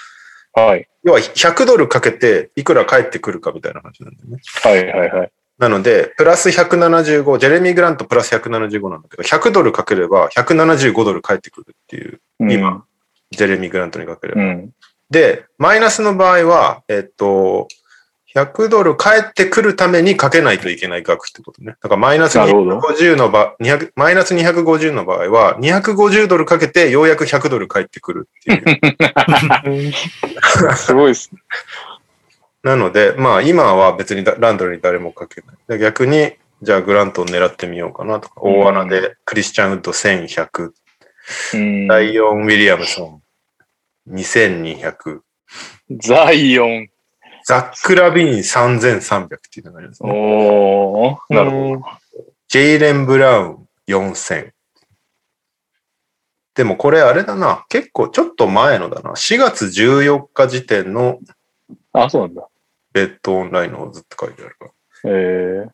[SPEAKER 2] はい。
[SPEAKER 7] 要は100ドルかけていくら返ってくるかみたいな話なんだよね。
[SPEAKER 2] はいはいはい。
[SPEAKER 7] なので、プラス175、ジェレミー・グラントプラス175なんだけど、100ドルかければ175ドル返ってくるっていう、
[SPEAKER 2] うん
[SPEAKER 7] 今。ジェレミー・グラントにかければ。
[SPEAKER 2] うん。
[SPEAKER 7] で、マイナスの場合は、えっと、100ドル返ってくるためにかけないといけない額ってことね。だからマイナス
[SPEAKER 2] なるほど
[SPEAKER 7] 250の場、200マイナス250の場合は、250ドルかけてようやく100ドル返ってくるっていう。
[SPEAKER 2] すごいっすね。
[SPEAKER 7] なので、まあ今は別にだランドルに誰もかけない。で逆に、じゃあグラントを狙ってみようかなとか、
[SPEAKER 2] うん
[SPEAKER 7] 大穴でクリスチャンウッド1100、
[SPEAKER 2] うん
[SPEAKER 7] ライオン・ウィリアムソン2200、
[SPEAKER 2] ザイオン。
[SPEAKER 7] ザック・ラビーン3300っていうのがありますね。
[SPEAKER 2] おー。なるほ
[SPEAKER 9] ほど。
[SPEAKER 7] ジェイレン・ブラウン4000。でもこれあれだな。結構ちょっと前のだな。4月14日時点の
[SPEAKER 2] ど。あ、そうなんだ。
[SPEAKER 7] ベッドオンラインのオズって書いてあるから。
[SPEAKER 2] えー。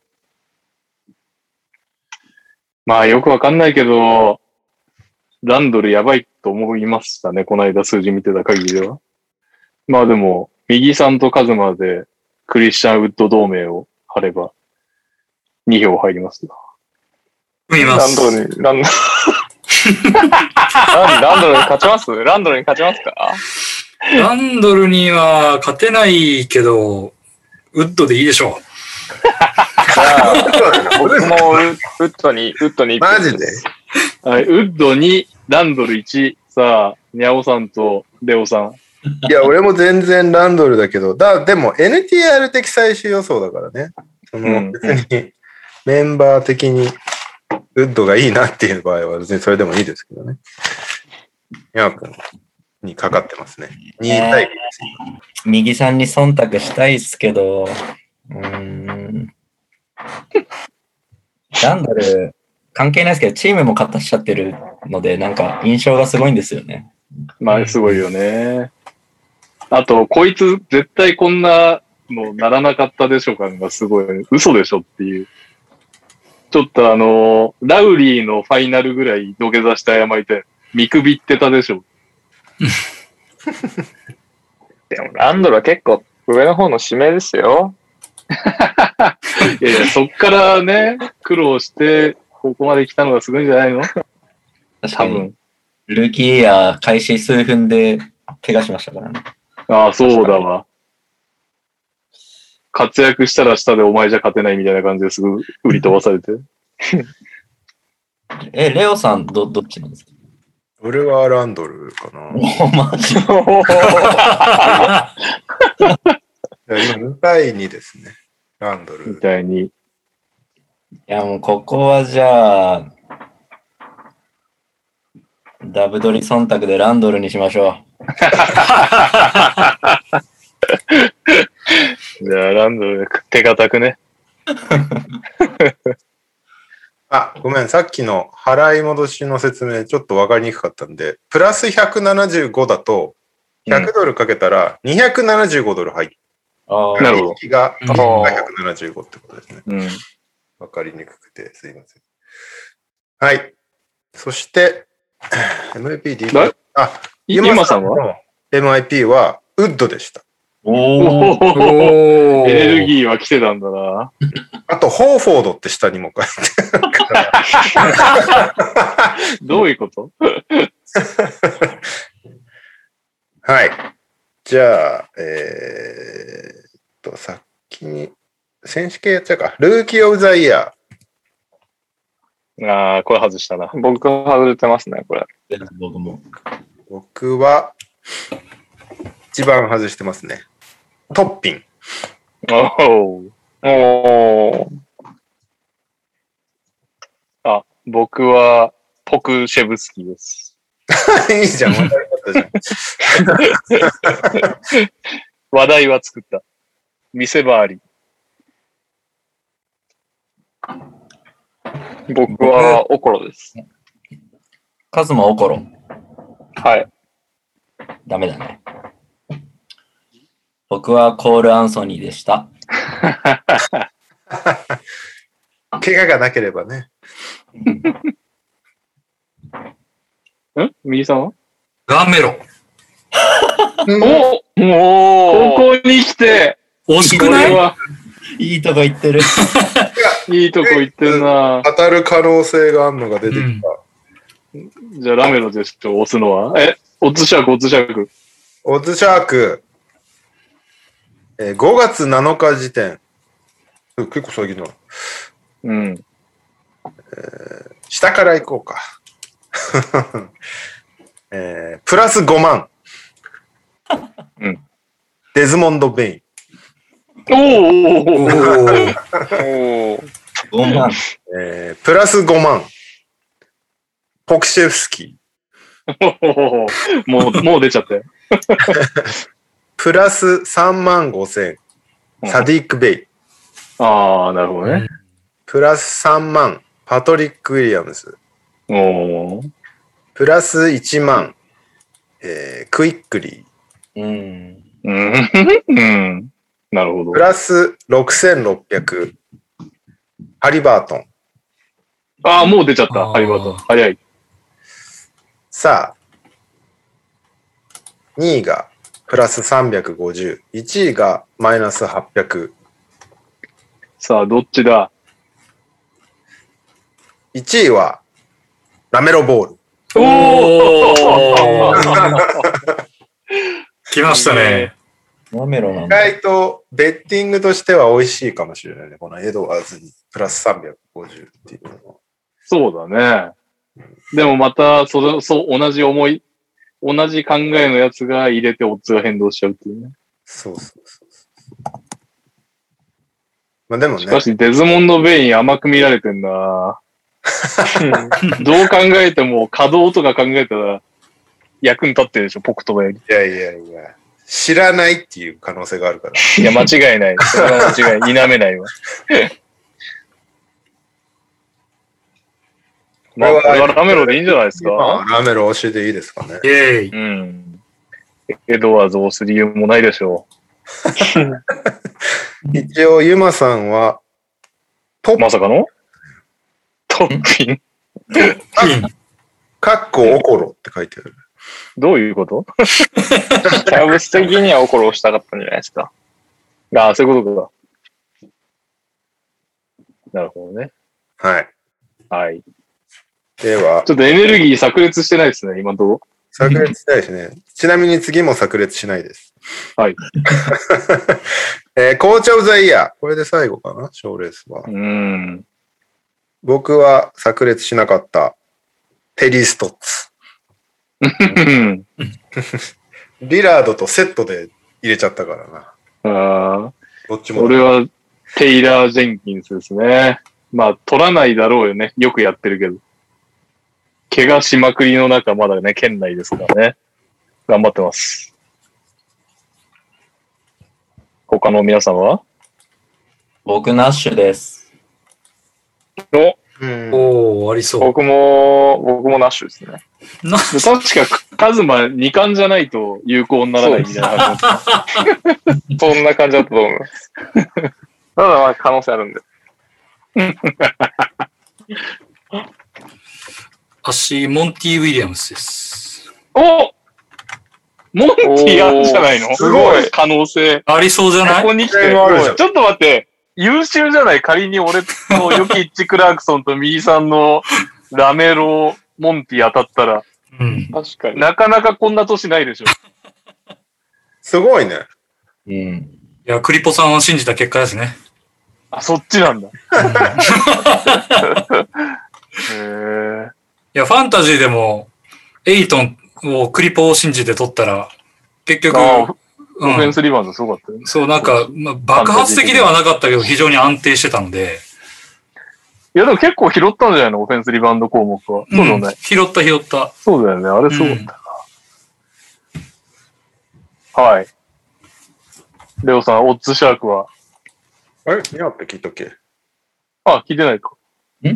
[SPEAKER 2] まあよくわかんないけど、ランドルやばいと思いましたね。この間数字見てた限りでは。まあでも、右さんとカズマでクリスチャンウッド同盟を張れば、2票入りますよ。
[SPEAKER 4] 見ま
[SPEAKER 9] ラ
[SPEAKER 4] す
[SPEAKER 9] ン。ドルに、 ランド
[SPEAKER 2] ランランドルに勝ちますランドルに勝ちますか
[SPEAKER 4] ランドルには勝てないけど、ウッドでいいでしょ
[SPEAKER 9] ル、もうウッドに、ウッドに行
[SPEAKER 7] マ
[SPEAKER 9] く。
[SPEAKER 7] ジで
[SPEAKER 2] はい、ウッド2、ランドル1、さあ、ニャオさんとレオさん。
[SPEAKER 7] いや、俺も全然ランドルだけど、だ、でも NTR 的最終予想だからね。そ
[SPEAKER 2] うんう
[SPEAKER 7] の、
[SPEAKER 2] ん
[SPEAKER 7] 別に、メンバー的に、ウッドがいいなっていう場合は、別にそれでもいいですけどね。ヤー君にかかってますね。2対5です。
[SPEAKER 8] 右さんに忖度したいっすけど、うーん。ランドル、関係ないですけど、チームも勝たしちゃってるので、なんか印象がすごいんですよね。
[SPEAKER 2] まあ、すごいよね。あと、こいつ、絶対こんなのならなかったでしょ感がすごい、嘘でしょっていう。ちょっとあの、ラウリーのファイナルぐらい土下座して謝りたい。見くびってたでしょ。
[SPEAKER 9] でもランドルは結構上の方の指名ですよ。
[SPEAKER 2] いやいや、そっからね、苦労して、ここまで来たのがすごいんじゃないの
[SPEAKER 8] 確か
[SPEAKER 2] 多
[SPEAKER 8] に、
[SPEAKER 2] 分。
[SPEAKER 8] ルーキーイヤー開始数分で怪我しましたからね。
[SPEAKER 2] ああ、そうだわ。活躍したら下でお前じゃ勝てないみたいな感じですぐ売り飛ばされて。
[SPEAKER 8] え、レオさん、ど、どっちなんですか
[SPEAKER 7] 俺はランドルかな。
[SPEAKER 8] おマジ
[SPEAKER 7] いや今2対2ですね。ランド
[SPEAKER 2] み
[SPEAKER 7] ル。
[SPEAKER 2] たいに。
[SPEAKER 8] いやもうここはじゃあ、ダブドリ忖度でランドルにしましょ
[SPEAKER 2] じゃあ、ランドル、手堅くね。
[SPEAKER 7] あ、ごめん。さっきの払い戻しの説明、ちょっとわかりにくかったんで、プラス175だと、100ドルかけたら275ドル入っ
[SPEAKER 2] ああ、なるほど。
[SPEAKER 7] 気が
[SPEAKER 10] あ
[SPEAKER 7] 175ってことですね。
[SPEAKER 2] うん。
[SPEAKER 7] わかりにくくてすいません。はい。そして、MIPD
[SPEAKER 2] だ。
[SPEAKER 7] あ、
[SPEAKER 2] い今さんは
[SPEAKER 7] は ?MIP はウッドでした。
[SPEAKER 8] おお。
[SPEAKER 4] お
[SPEAKER 2] エネル
[SPEAKER 4] ー。
[SPEAKER 2] ギーは来てたんだ な。
[SPEAKER 7] あと、ホーフォードって下にも書いて
[SPEAKER 2] どういうこと
[SPEAKER 7] はい。じゃあ、えー、っと、さっきに、選手系やっちゃうか。ルーキー・オブ・ザ・イヤ
[SPEAKER 2] ああ、これ外したな。
[SPEAKER 9] 僕外れてますね、これ。
[SPEAKER 8] 僕も。
[SPEAKER 7] ー。僕は、一番外してますね。トッピン。
[SPEAKER 2] おー
[SPEAKER 9] おー。
[SPEAKER 2] 僕は、ポクシェブスキーです。
[SPEAKER 7] いいじゃん、分かり方じゃん。
[SPEAKER 2] 話題は作った。見せ場あり。
[SPEAKER 9] 僕はオコロです。
[SPEAKER 8] カズマオコロ。
[SPEAKER 9] はい。
[SPEAKER 8] ダメだね。僕はコール・アンソニーでした。
[SPEAKER 7] 怪我がなければね。
[SPEAKER 9] ん右さんは
[SPEAKER 4] ガメロ。
[SPEAKER 2] お
[SPEAKER 9] お
[SPEAKER 2] ここ
[SPEAKER 9] ここに来て、
[SPEAKER 4] 惜し
[SPEAKER 9] こ
[SPEAKER 4] くな
[SPEAKER 9] れ
[SPEAKER 4] い
[SPEAKER 9] はい
[SPEAKER 8] いとこ行ってる。
[SPEAKER 9] いいとこ行ってるな
[SPEAKER 7] 当たる可能性があるのが出てきた。
[SPEAKER 4] うん
[SPEAKER 2] じゃあラメロですと押すのはえ、オッズシャーク、オッズシャーク。
[SPEAKER 7] オズシャーク、えー5月7日時点。うん結構最近だな。
[SPEAKER 2] うん。
[SPEAKER 7] 下から 行こうか。えープラス5万。
[SPEAKER 2] うん
[SPEAKER 7] デズモンド・ベイン。
[SPEAKER 2] おーおーおー
[SPEAKER 4] おー。
[SPEAKER 9] おお
[SPEAKER 8] 5万。
[SPEAKER 7] えープラス5万。ポクシェフスキー。
[SPEAKER 2] おーもう、もう出ちゃったよ。
[SPEAKER 7] プラス3万5千。サディック・ベイ。
[SPEAKER 2] ああ、なるほどね。
[SPEAKER 7] プラス3万。パトリック・ウィリアムズ。
[SPEAKER 2] おー
[SPEAKER 7] プラス1万。えークイックリー。
[SPEAKER 8] うん。
[SPEAKER 2] うん。うん。なるほど
[SPEAKER 7] プ。ラス6600。ハリバートン。
[SPEAKER 2] ああ、もう出ちゃった。
[SPEAKER 4] あー
[SPEAKER 2] ハリバートン。早い。
[SPEAKER 7] さあ、2位がプラス350。1位がマイナス800。
[SPEAKER 2] さあ、どっちだ
[SPEAKER 7] 1位はラメロボール。
[SPEAKER 4] おー。来ましたね。
[SPEAKER 8] ラメロな
[SPEAKER 7] 意
[SPEAKER 8] んだ。
[SPEAKER 7] 外とベッティングとしては美味しいかもしれないね。このエドワーズにプラス350っていうのは。
[SPEAKER 2] そうだね。でもまた、そ、そう、同じ思い、同じ考えのやつが入れてオッズが変動しちゃうっていうね。
[SPEAKER 7] そうそうそうそうまあでもね
[SPEAKER 2] し、かし、デズモンド・ベイン甘く見られてんなどう考えても、稼働とか考えたら、役に立ってるでしょ、ポクトバより。
[SPEAKER 7] いやいやいや、知らないっていう可能性があるから。
[SPEAKER 2] いや、間違いない。それは間違い、否め ないわ。まあ、これはラメロでいいんじゃないです
[SPEAKER 7] まあ
[SPEAKER 2] か
[SPEAKER 7] ラメロ推しでいいですかね。
[SPEAKER 4] イェイ。
[SPEAKER 2] うん。エドワーズを押す理由もないでしょ
[SPEAKER 7] 一応、ユマさんは、ト
[SPEAKER 2] う。ま
[SPEAKER 7] ッ
[SPEAKER 2] さかのトッピン
[SPEAKER 7] カッコオコロって書いてある。
[SPEAKER 2] どういうこと
[SPEAKER 9] キャブス的にはオコロをしたかったんじゃないですか。
[SPEAKER 2] ああ、そういうことか。なるほどね。
[SPEAKER 7] はい。
[SPEAKER 2] はい。
[SPEAKER 7] では、
[SPEAKER 2] ちょっとエネルギー炸裂してないですね、今のとこ
[SPEAKER 7] 炸裂したいですね。ちなみに次も炸裂しないです。
[SPEAKER 2] はい。
[SPEAKER 7] えー、紅茶オブザイヤー。これで最後かな、賞レースは。
[SPEAKER 2] ろ。うん。
[SPEAKER 7] 僕は炸裂しなかった。テリー・ストッツ。リラードとセットで入れちゃったからな。
[SPEAKER 2] ああ、
[SPEAKER 7] どっちも。
[SPEAKER 2] 俺はテイラー・ジェンキンスですね。まあ、取らないだろうよね。よくやってるけど。怪我しまくりの中、まだね、県内ですからね。頑張ってます。他の皆さんは
[SPEAKER 8] 僕、ナッシュです。
[SPEAKER 7] うん
[SPEAKER 4] おー、ありそう。
[SPEAKER 9] 僕も、僕もナッシュですね。
[SPEAKER 4] な
[SPEAKER 9] で確か、
[SPEAKER 5] カズマ2巻じゃないと有効にならないみたいな感じだっ
[SPEAKER 2] そんな感じだったと思います。ただまあ可能性あるんで。
[SPEAKER 4] 足、モンティ・ウィリアムスです。
[SPEAKER 5] た。おモンティあんじゃないの
[SPEAKER 2] おー
[SPEAKER 7] すご
[SPEAKER 2] い
[SPEAKER 5] 可能性。
[SPEAKER 4] ありそうじゃ
[SPEAKER 5] こ
[SPEAKER 4] ない
[SPEAKER 5] こに来
[SPEAKER 7] 可能
[SPEAKER 5] て、
[SPEAKER 7] 性もあるじゃん
[SPEAKER 5] ちょっと待って、優秀じゃない仮に俺とヨキッチ・クラークソンと右さんのラメロ、モンティ当たったら、
[SPEAKER 4] うん。
[SPEAKER 2] 確かに。
[SPEAKER 5] なかなかこんな年ないでしょ。
[SPEAKER 7] すごいね。
[SPEAKER 8] うん。
[SPEAKER 4] いや、クリポさんを信じた結果ですね。
[SPEAKER 5] あ、そっちなんだ。
[SPEAKER 2] へー
[SPEAKER 4] いや、ファンタジーでも、エイトンをクリポを信じて取ったら、結局、
[SPEAKER 5] あー
[SPEAKER 4] う
[SPEAKER 5] オフェン
[SPEAKER 4] ん、
[SPEAKER 5] スリバウンドすごかったよね。
[SPEAKER 4] そう、なんか、まあ、爆発的ではなかったけど、非常に安定してたので、
[SPEAKER 5] いや、でも結構拾ったんじゃないのオフェンスリバウンド項目は。そうだよね。
[SPEAKER 4] ん拾った拾った。
[SPEAKER 5] そうだよね。あれすごかったな。はい。レオさん、オッズシャークは。
[SPEAKER 7] あれニャーって聞いとけ。
[SPEAKER 5] あ、聞いてないか。
[SPEAKER 8] ん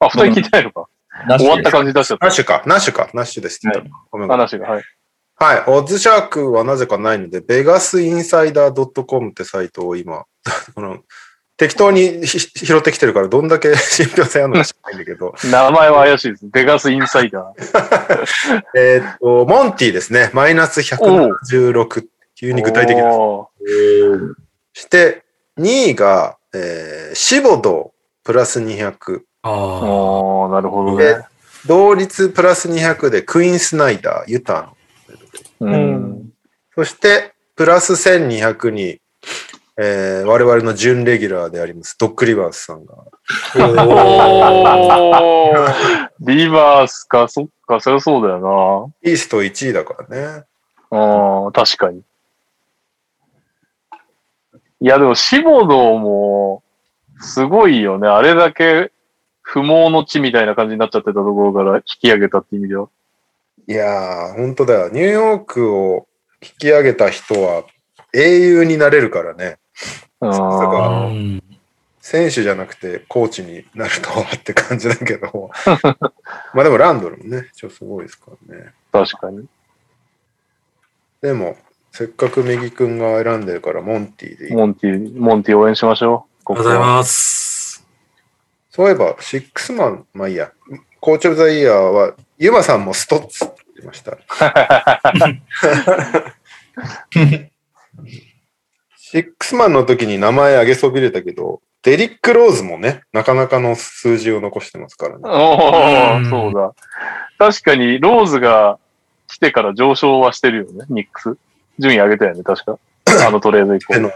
[SPEAKER 5] あ、二人聞いてないのか。
[SPEAKER 8] なし
[SPEAKER 5] 終わった感じ出しちゃっ
[SPEAKER 7] ナッシュか。ナッシュか。ナッシュですって言った。ごめん
[SPEAKER 5] た。
[SPEAKER 7] ごめん
[SPEAKER 5] 話が。はい。
[SPEAKER 7] はい。オッズシャークはなぜかないので、ベガスインサイダー .com ってサイトを今、 この、適当にひ拾ってきてるから、どんだけ 信憑性あるのか知らないんだけど、
[SPEAKER 5] 名前は怪しいです。ベガスインサイダー。
[SPEAKER 7] えーっと、モンティですね。マイナス176。急に具体的な。
[SPEAKER 5] お
[SPEAKER 7] して、2位が、えー、シボドプラス200。
[SPEAKER 5] ー
[SPEAKER 4] ああ、
[SPEAKER 5] おーなるほど
[SPEAKER 7] で
[SPEAKER 5] ね。、
[SPEAKER 7] 同率プラス200でクイーンスナイダー、ユタの。
[SPEAKER 5] うん。
[SPEAKER 7] そして、プラス1200に、えー我々の準レギュラーであります、ドック・リバースさんが。
[SPEAKER 2] おー
[SPEAKER 5] リバースか、そっか、そりゃそうだよ
[SPEAKER 7] イースト1位だからね。
[SPEAKER 5] な。あー確かに。いや、でも、シボドーも、すごいよね。あれだけ、不毛の地みたいな感じになっちゃってたところから引き上げたって意味では。
[SPEAKER 7] いやー、本当だよ。ニューヨークを引き上げた人は英雄になれるからね。
[SPEAKER 5] うん
[SPEAKER 7] そう
[SPEAKER 4] う
[SPEAKER 7] か
[SPEAKER 4] ん。
[SPEAKER 7] 選手じゃなくてコーチになるとはって感じだけど。まあでもランドルもね、一応すごいですからね。
[SPEAKER 5] 確かに。
[SPEAKER 7] でも、せっかく右くんが選んでるから、モンティでいい。
[SPEAKER 5] モンティ、モンティ応援しましょう。
[SPEAKER 4] あ
[SPEAKER 5] こ
[SPEAKER 4] りがとうございます。
[SPEAKER 7] そういえば、シックスマン、まあいいや。コーチオブザイヤーは、ユマさんもストッツって言ってました。シックスマンの時に名前挙げそびれたけど、デリック・ローズもね、なかなかの数字を残してますからね。
[SPEAKER 5] お
[SPEAKER 4] うん
[SPEAKER 5] お、そうだ。確かに、ローズが来てから上昇はしてるよね、ニックス。順位上げたよね、確か。あのトレード以
[SPEAKER 7] 手
[SPEAKER 5] 降。
[SPEAKER 7] の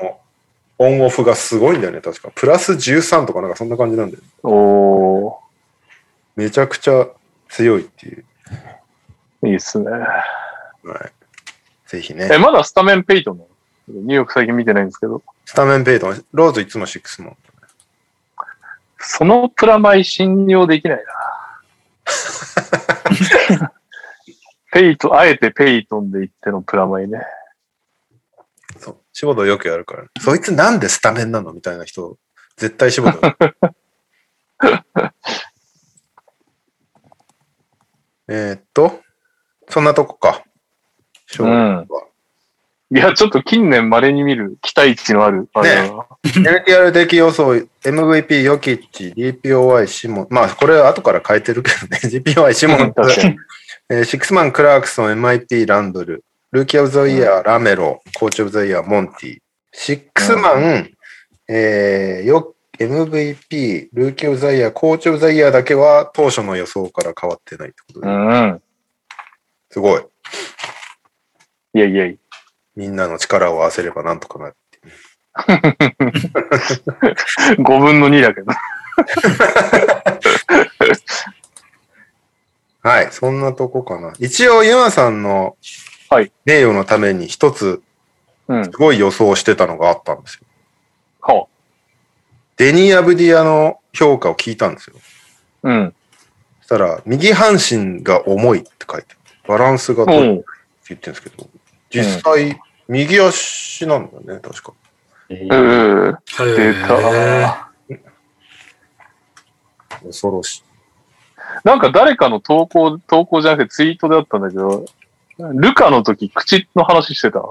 [SPEAKER 7] オンオフがすごいんだよね、確か。プラス13とかなんかそんな感じなんだよね。
[SPEAKER 5] お
[SPEAKER 7] めちゃくちゃ強いっていう。
[SPEAKER 5] ーいいっすね。
[SPEAKER 7] はい。ぜひ
[SPEAKER 5] え、
[SPEAKER 7] ね。
[SPEAKER 5] まだスタメンペイトンなのニューヨーク最近見てないんですけど。
[SPEAKER 7] スタメンペイトン、ローズいつもシックスマン。
[SPEAKER 5] そのプラマイ信用できないな。ペイトン、あえてペイトンで言ってのプラマイね。
[SPEAKER 7] そう。仕事よくやるから、ね。そいつなんでスタメンなのみたいな人、絶対仕事。 えーっと、そんなとこか。勝
[SPEAKER 5] う
[SPEAKER 7] 利
[SPEAKER 5] ん。いや、ちょっと近年稀に見る期待値のある、あれだな
[SPEAKER 7] NTR 的予想、MVP、ヨキッチ、DPOI、シモン。まあ、これは後から変えてるけどね。DPOI、シ モン
[SPEAKER 5] 確、かに。
[SPEAKER 7] えーシックスマン、クラークソン、MIP、ランドル、ルーキー・オブ・ザ・イヤー、ラメロ、コーチ・オブ・ザ・イヤー、モンティ。シックスマン、えーよ MVP、ルーキー・オブ・ザ・イヤー、コーチ・オブ・ザ・イヤーだけは当初の予想から変わってないってこ
[SPEAKER 5] う
[SPEAKER 7] とで、
[SPEAKER 5] ん。
[SPEAKER 7] すごい。
[SPEAKER 5] いやいやいや
[SPEAKER 7] みんなの力を合わせればなんとかなる。
[SPEAKER 5] 5分の2だけど。
[SPEAKER 7] はい、そんなとこかな。一応、ユマさんの
[SPEAKER 5] はい
[SPEAKER 7] 名誉のために一つ、
[SPEAKER 5] うん。は
[SPEAKER 7] すごい予想してたのがあったんですよ。
[SPEAKER 5] あ
[SPEAKER 7] デニー・アブディアの評価を聞いたんですよ。
[SPEAKER 5] うん。
[SPEAKER 7] そしたら、右半身が重いって書いてあるバランスが
[SPEAKER 5] う
[SPEAKER 7] 取れ
[SPEAKER 5] ん。
[SPEAKER 7] って言ってるんですけど、実際、右足なんだよね、確か。
[SPEAKER 8] え
[SPEAKER 2] う
[SPEAKER 8] ー
[SPEAKER 2] ん。
[SPEAKER 4] はい。
[SPEAKER 5] 出た。
[SPEAKER 7] 恐ろしい。
[SPEAKER 5] なんか誰かの投稿、投稿じゃなくてツイートであったんだけど、ルカの時、口の話してたあ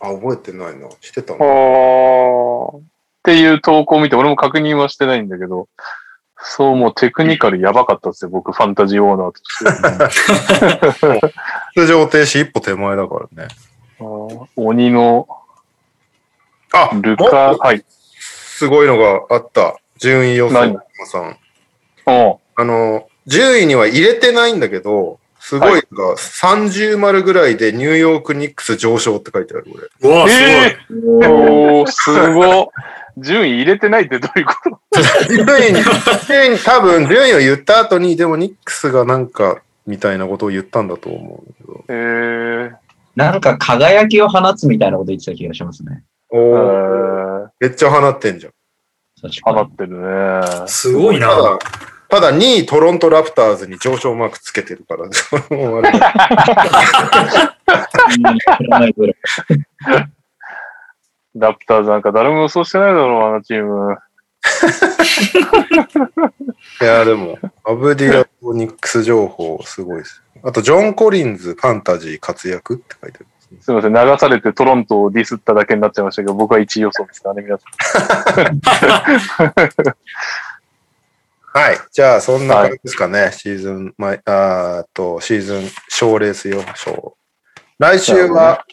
[SPEAKER 7] あ、覚えてないな。してた
[SPEAKER 5] あ
[SPEAKER 7] の
[SPEAKER 5] ー。っていう投稿を見て、俺も確認はしてないんだけど、そう、もうテクニカルやばかったですよ、僕、ファンタジーオーナーとして。
[SPEAKER 7] 通常停止一歩手前だからね。
[SPEAKER 5] あー鬼の
[SPEAKER 7] あ、
[SPEAKER 5] ル
[SPEAKER 7] もう
[SPEAKER 5] カ、はい。
[SPEAKER 7] すごいのがあった。順位予想
[SPEAKER 5] 何
[SPEAKER 7] のさん。
[SPEAKER 5] うん。
[SPEAKER 7] あの、10位には入れてないんだけど、すごいのが30丸ぐらいでニューヨークニックス上昇って書いてある、俺。
[SPEAKER 4] うわあ、すごい。
[SPEAKER 5] ええー、おー、すごい。順位入れてないってどういうこと
[SPEAKER 7] 順 位に、順位に多分順位を言った後に、でもニックスがなんか、みたいなことを言ったんだと思うんだけど。
[SPEAKER 5] えー、
[SPEAKER 8] なんか輝きを放つみたいなこと言ってた気がしますね。
[SPEAKER 5] え
[SPEAKER 7] おー
[SPEAKER 5] ー、
[SPEAKER 7] めっちゃ放ってんじゃん。
[SPEAKER 8] 確か
[SPEAKER 5] 放
[SPEAKER 8] に
[SPEAKER 5] ってるね。
[SPEAKER 4] すごい
[SPEAKER 7] た
[SPEAKER 4] な。
[SPEAKER 7] だ、ただ2位トロントラプターズに上昇マークつけてるから、 それもあれだ
[SPEAKER 8] 知らないぐらい
[SPEAKER 5] ラプターズなんか誰も予想してないだろう、あのチーム。
[SPEAKER 7] いや、でも、アブディラとニックス情報、すごいです。あと、ジョン・コリンズ、ファンタジー活躍って書いてある。
[SPEAKER 5] すいません、流されてトロントをディスっただけになっちゃいましたけど、僕は1位予想ですからね、皆さ
[SPEAKER 7] はい。じゃあ、そんな感じですかね。シーズン、まあーっと、シーズン、賞レース予想。来週は、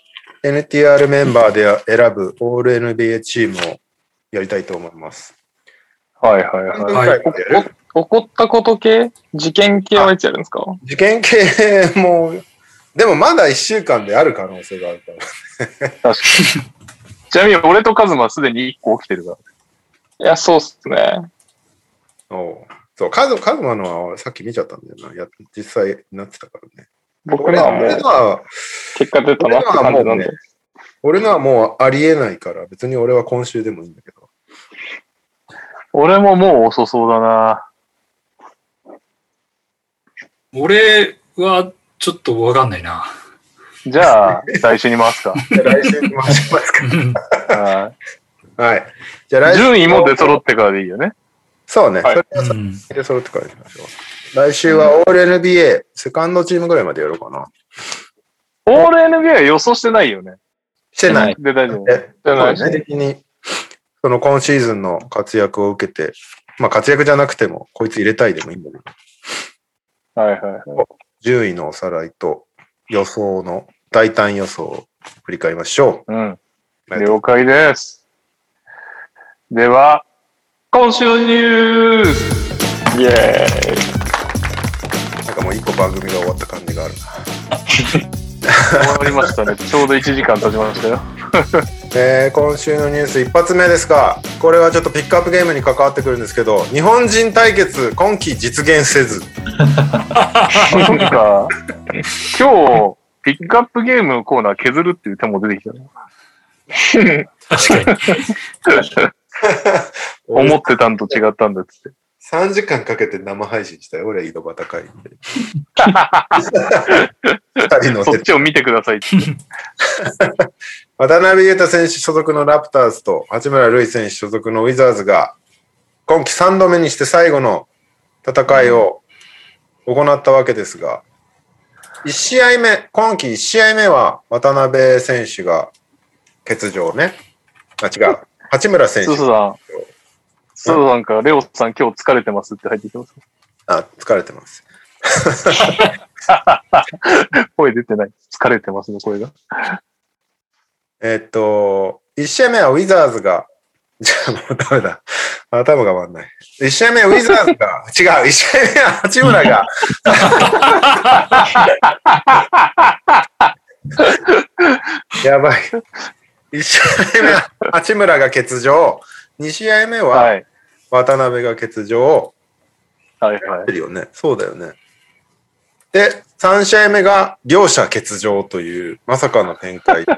[SPEAKER 7] NTR メンバーで選ぶオール NBA チームをやりたいと思います。
[SPEAKER 5] ん。はいはいはい。
[SPEAKER 7] 半分くらいまでやる
[SPEAKER 2] お起こったこと系事件系はいつやるんですか
[SPEAKER 7] 受験系も、でもまだ1週間である可能性があるから。
[SPEAKER 5] ちなみに俺とカズマはすでに1個起きてるから。
[SPEAKER 2] いや、そうっすね。
[SPEAKER 7] おうそう、カズカズマのはさっき見ちゃったんだよな。や実際なってたからね。
[SPEAKER 2] 僕
[SPEAKER 7] 俺
[SPEAKER 2] らはも
[SPEAKER 7] 俺
[SPEAKER 2] う
[SPEAKER 7] のは、
[SPEAKER 2] 結果出たなって感じなんで。
[SPEAKER 7] 俺のはもうありえないから、別に俺は今週でもいいんだけど。
[SPEAKER 5] 俺ももう遅そうだな。
[SPEAKER 4] 俺はちょっとわかんないな。
[SPEAKER 5] じゃあ、来週に回すか。
[SPEAKER 7] じゃあ来週に回しますか。
[SPEAKER 5] は
[SPEAKER 7] はい。じゃあ
[SPEAKER 5] い
[SPEAKER 7] 来週。
[SPEAKER 5] 順位も出揃ってからでいいよね。
[SPEAKER 7] そうね。
[SPEAKER 2] はい
[SPEAKER 7] それは
[SPEAKER 4] うん
[SPEAKER 7] 先で揃ってからにしましょう。来週はオール NBA、セカンドチームぐらいまでやろうかな。
[SPEAKER 5] オール NBA は予想してないよね。
[SPEAKER 7] してない。
[SPEAKER 5] で、大丈夫。
[SPEAKER 7] で、
[SPEAKER 2] じゃない
[SPEAKER 7] そうね的に、その今シーズンの活躍を受けて、まあ活躍じゃなくても、こいつ入れたいでもいいんだけど、
[SPEAKER 5] はいはいはい。
[SPEAKER 7] 10位のおさらいと予想の、大胆予想を振り返りましょ
[SPEAKER 5] うん。
[SPEAKER 7] はい
[SPEAKER 5] 了解です。では、今週のニュース
[SPEAKER 2] イエーイ。
[SPEAKER 7] う。なんかもう一個番組が終わった感じがある
[SPEAKER 5] 終わりましたね。ちょうど1時間経ちましたよ。
[SPEAKER 7] な。えー今週のニュース一発目ですが、これはちょっとピックアップゲームに関わってくるんですけど、日本人対決、今季実現せず。
[SPEAKER 5] なんか、今日、ピックアップゲームのコーナー削るっていう手も出てきたね。
[SPEAKER 4] 確かに。
[SPEAKER 5] 思ってたんと違ったんだっつって。
[SPEAKER 7] 3時間かけて生配信したよ、俺、井戸端会議で。二人の
[SPEAKER 5] そっちを見てくださいって。
[SPEAKER 7] 渡辺裕太選手所属のラプターズと八村塁選手所属のウィザーズが今季3度目にして最後の戦いを行ったわけですが、1試合目、今季1試合目は渡辺選手が欠場ね。あ、違う。八村選
[SPEAKER 5] すず
[SPEAKER 7] 手。
[SPEAKER 5] さん。すずさんから、レオさん今日疲れてますって入ってきてます。
[SPEAKER 7] あ、疲れてます。
[SPEAKER 5] 声出てない。疲れてますの声が。
[SPEAKER 7] えっと、1試合目はウィザーズが、 じゃあもうダメだ。頭が回んない。1試合目はウィザーズが、違う、1試合目は八村が。やばい。1試合目は八村が欠場。2試合目は
[SPEAKER 5] はい。
[SPEAKER 7] 渡辺が欠場。
[SPEAKER 5] はいはい
[SPEAKER 7] 出。るよね。そうだよね。で、3試合目が両者欠場という、まさかの展開で。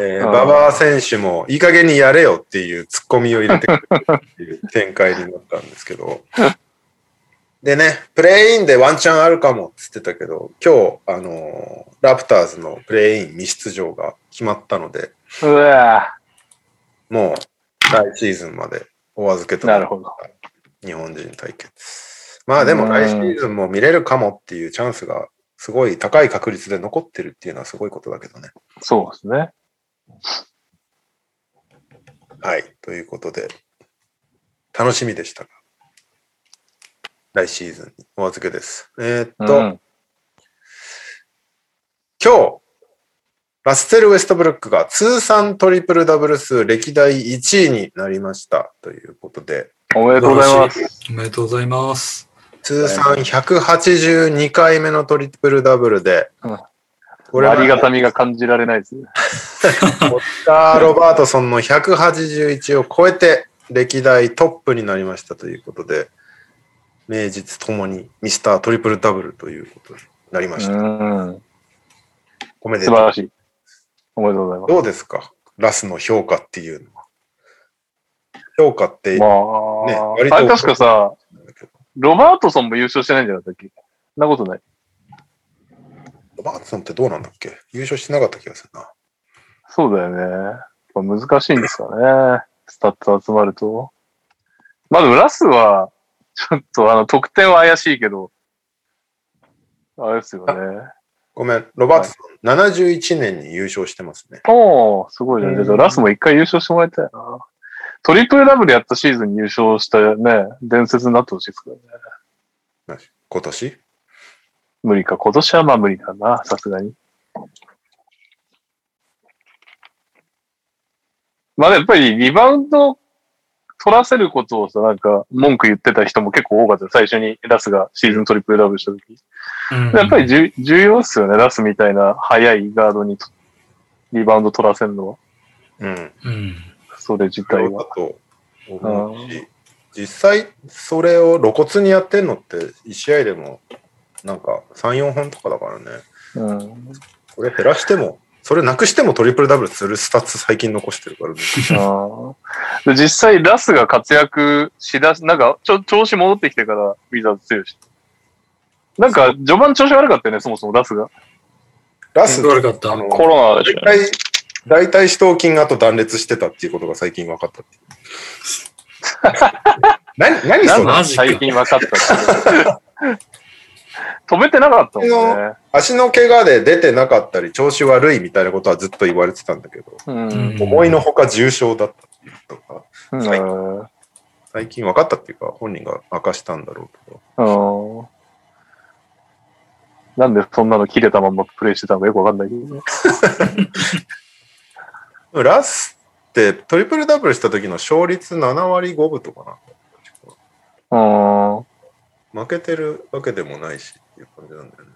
[SPEAKER 7] えー、
[SPEAKER 5] うん
[SPEAKER 7] 馬場選手もいい加減にやれよっていうツッコミを入れてくるっていう展開になったんですけど。でね、プレイインでワンチャンあるかもって言ってたけど、今日、あのーラプターズのプレイイン未出場が決まったので、
[SPEAKER 5] うわ
[SPEAKER 7] もう来シーズンまでお預け
[SPEAKER 5] ぁ
[SPEAKER 7] と
[SPEAKER 5] な
[SPEAKER 7] な
[SPEAKER 5] る
[SPEAKER 7] る
[SPEAKER 5] ほど。
[SPEAKER 7] 日本人対決。まあでも来シーズンも見れるかもっていうチャンスがすごい高い確率で残ってるっていうのはすごいことだけどね。
[SPEAKER 2] そうですね。
[SPEAKER 7] はい。ということで、楽しみでしたが、来シーズンにお預けです。えーっと、
[SPEAKER 2] うん
[SPEAKER 7] 今日、ラッセル・ウェストブルックが通算トリプルダブルス歴代1位になりました。ということで、
[SPEAKER 2] おめでとうございます。
[SPEAKER 4] おめでとうございます。
[SPEAKER 7] 通算182回目のトリプルダブルで
[SPEAKER 2] うん、
[SPEAKER 7] これは
[SPEAKER 2] ありがたみが感じられないですね。
[SPEAKER 7] オスカー・ロバートソンの181を超えて歴代トップになりましたということで、名実ともにミスタートリプルダブルということになりました。
[SPEAKER 2] うん。
[SPEAKER 7] おめで
[SPEAKER 2] 素
[SPEAKER 7] と
[SPEAKER 2] 晴
[SPEAKER 7] う。
[SPEAKER 2] らしい。おめでとうございます。
[SPEAKER 7] どうですかラスの評価っていうのは。評価って、
[SPEAKER 2] ま
[SPEAKER 7] ね
[SPEAKER 2] あ、
[SPEAKER 7] 割と
[SPEAKER 2] あれ確かさ、ロバートソンも優勝してないんじゃなかったっけそんなことない。
[SPEAKER 7] ロバートソンってどうなんだっけ優勝してなかった気がするな。
[SPEAKER 2] そうだよね。やっぱ難しいんですかね。スタッツ集まると。まあでもラスは、ちょっとあの、得点は怪しいけど、あれですよね。
[SPEAKER 7] ごめん、ロバートソン、71年に優勝してますね。
[SPEAKER 2] おー、すごいね。じゃあラスも一回優勝してもらいたいな。トリプルダブルやったシーズンに優勝したね、伝説になってほしいですからね。
[SPEAKER 7] 今年
[SPEAKER 2] 無理か。今年はまあ無理かな、さすがに。まあやっぱりリバウンド取らせることをさ、なんか文句言ってた人も結構多かったよ。最初にラスがシーズントリプルダブルした時。
[SPEAKER 4] うん
[SPEAKER 2] やっぱりじゅ重要っすよね、ラスみたいな速いガードにとリバウンド取らせるのは。
[SPEAKER 7] うん。
[SPEAKER 4] うん。
[SPEAKER 2] それ自
[SPEAKER 7] だ
[SPEAKER 2] 体は。
[SPEAKER 7] と思うし、実際それを露骨にやってんのって1試合でもなんか3、4本とかだからね、
[SPEAKER 2] うん。
[SPEAKER 7] これ減らしても、それなくしてもトリプルダブルするスタッツ最近残してる からね。
[SPEAKER 2] あーで実際、ラスが活躍しだす、なんか、ちょ、調子戻ってきてから、ウィザーズ強いし。なんか、序盤調子悪かったよね、そもそもラスが。
[SPEAKER 7] ラス、
[SPEAKER 4] 悪かった
[SPEAKER 7] あ。の、
[SPEAKER 2] コロナでし
[SPEAKER 7] 大
[SPEAKER 2] ょ、ね。
[SPEAKER 7] 体、大体四頭筋あと断裂してたっていうことが最近分かったっていう。 何、何
[SPEAKER 2] な
[SPEAKER 7] そ
[SPEAKER 2] ん
[SPEAKER 7] の
[SPEAKER 2] だ
[SPEAKER 4] マジか
[SPEAKER 2] 最近分かったっていう止めてなかったもんね。
[SPEAKER 7] 足の怪我で出てなかったり、調子悪いみたいなことはずっと言われてたんだけど、
[SPEAKER 2] うん。
[SPEAKER 7] 思いのほか重症だったっていうことが
[SPEAKER 2] う
[SPEAKER 7] 最
[SPEAKER 2] ん。うん
[SPEAKER 7] 最近分かったっていうか、本人が明かしたんだろうけど。
[SPEAKER 2] なんでそんなの切れたまんまプレイしてたのかよくわかんないけどね。
[SPEAKER 7] ラスってトリプルダブルした時の勝率7割5分とか
[SPEAKER 2] うん。
[SPEAKER 7] な。負けてるわけでもないしっていう感じなんだよね。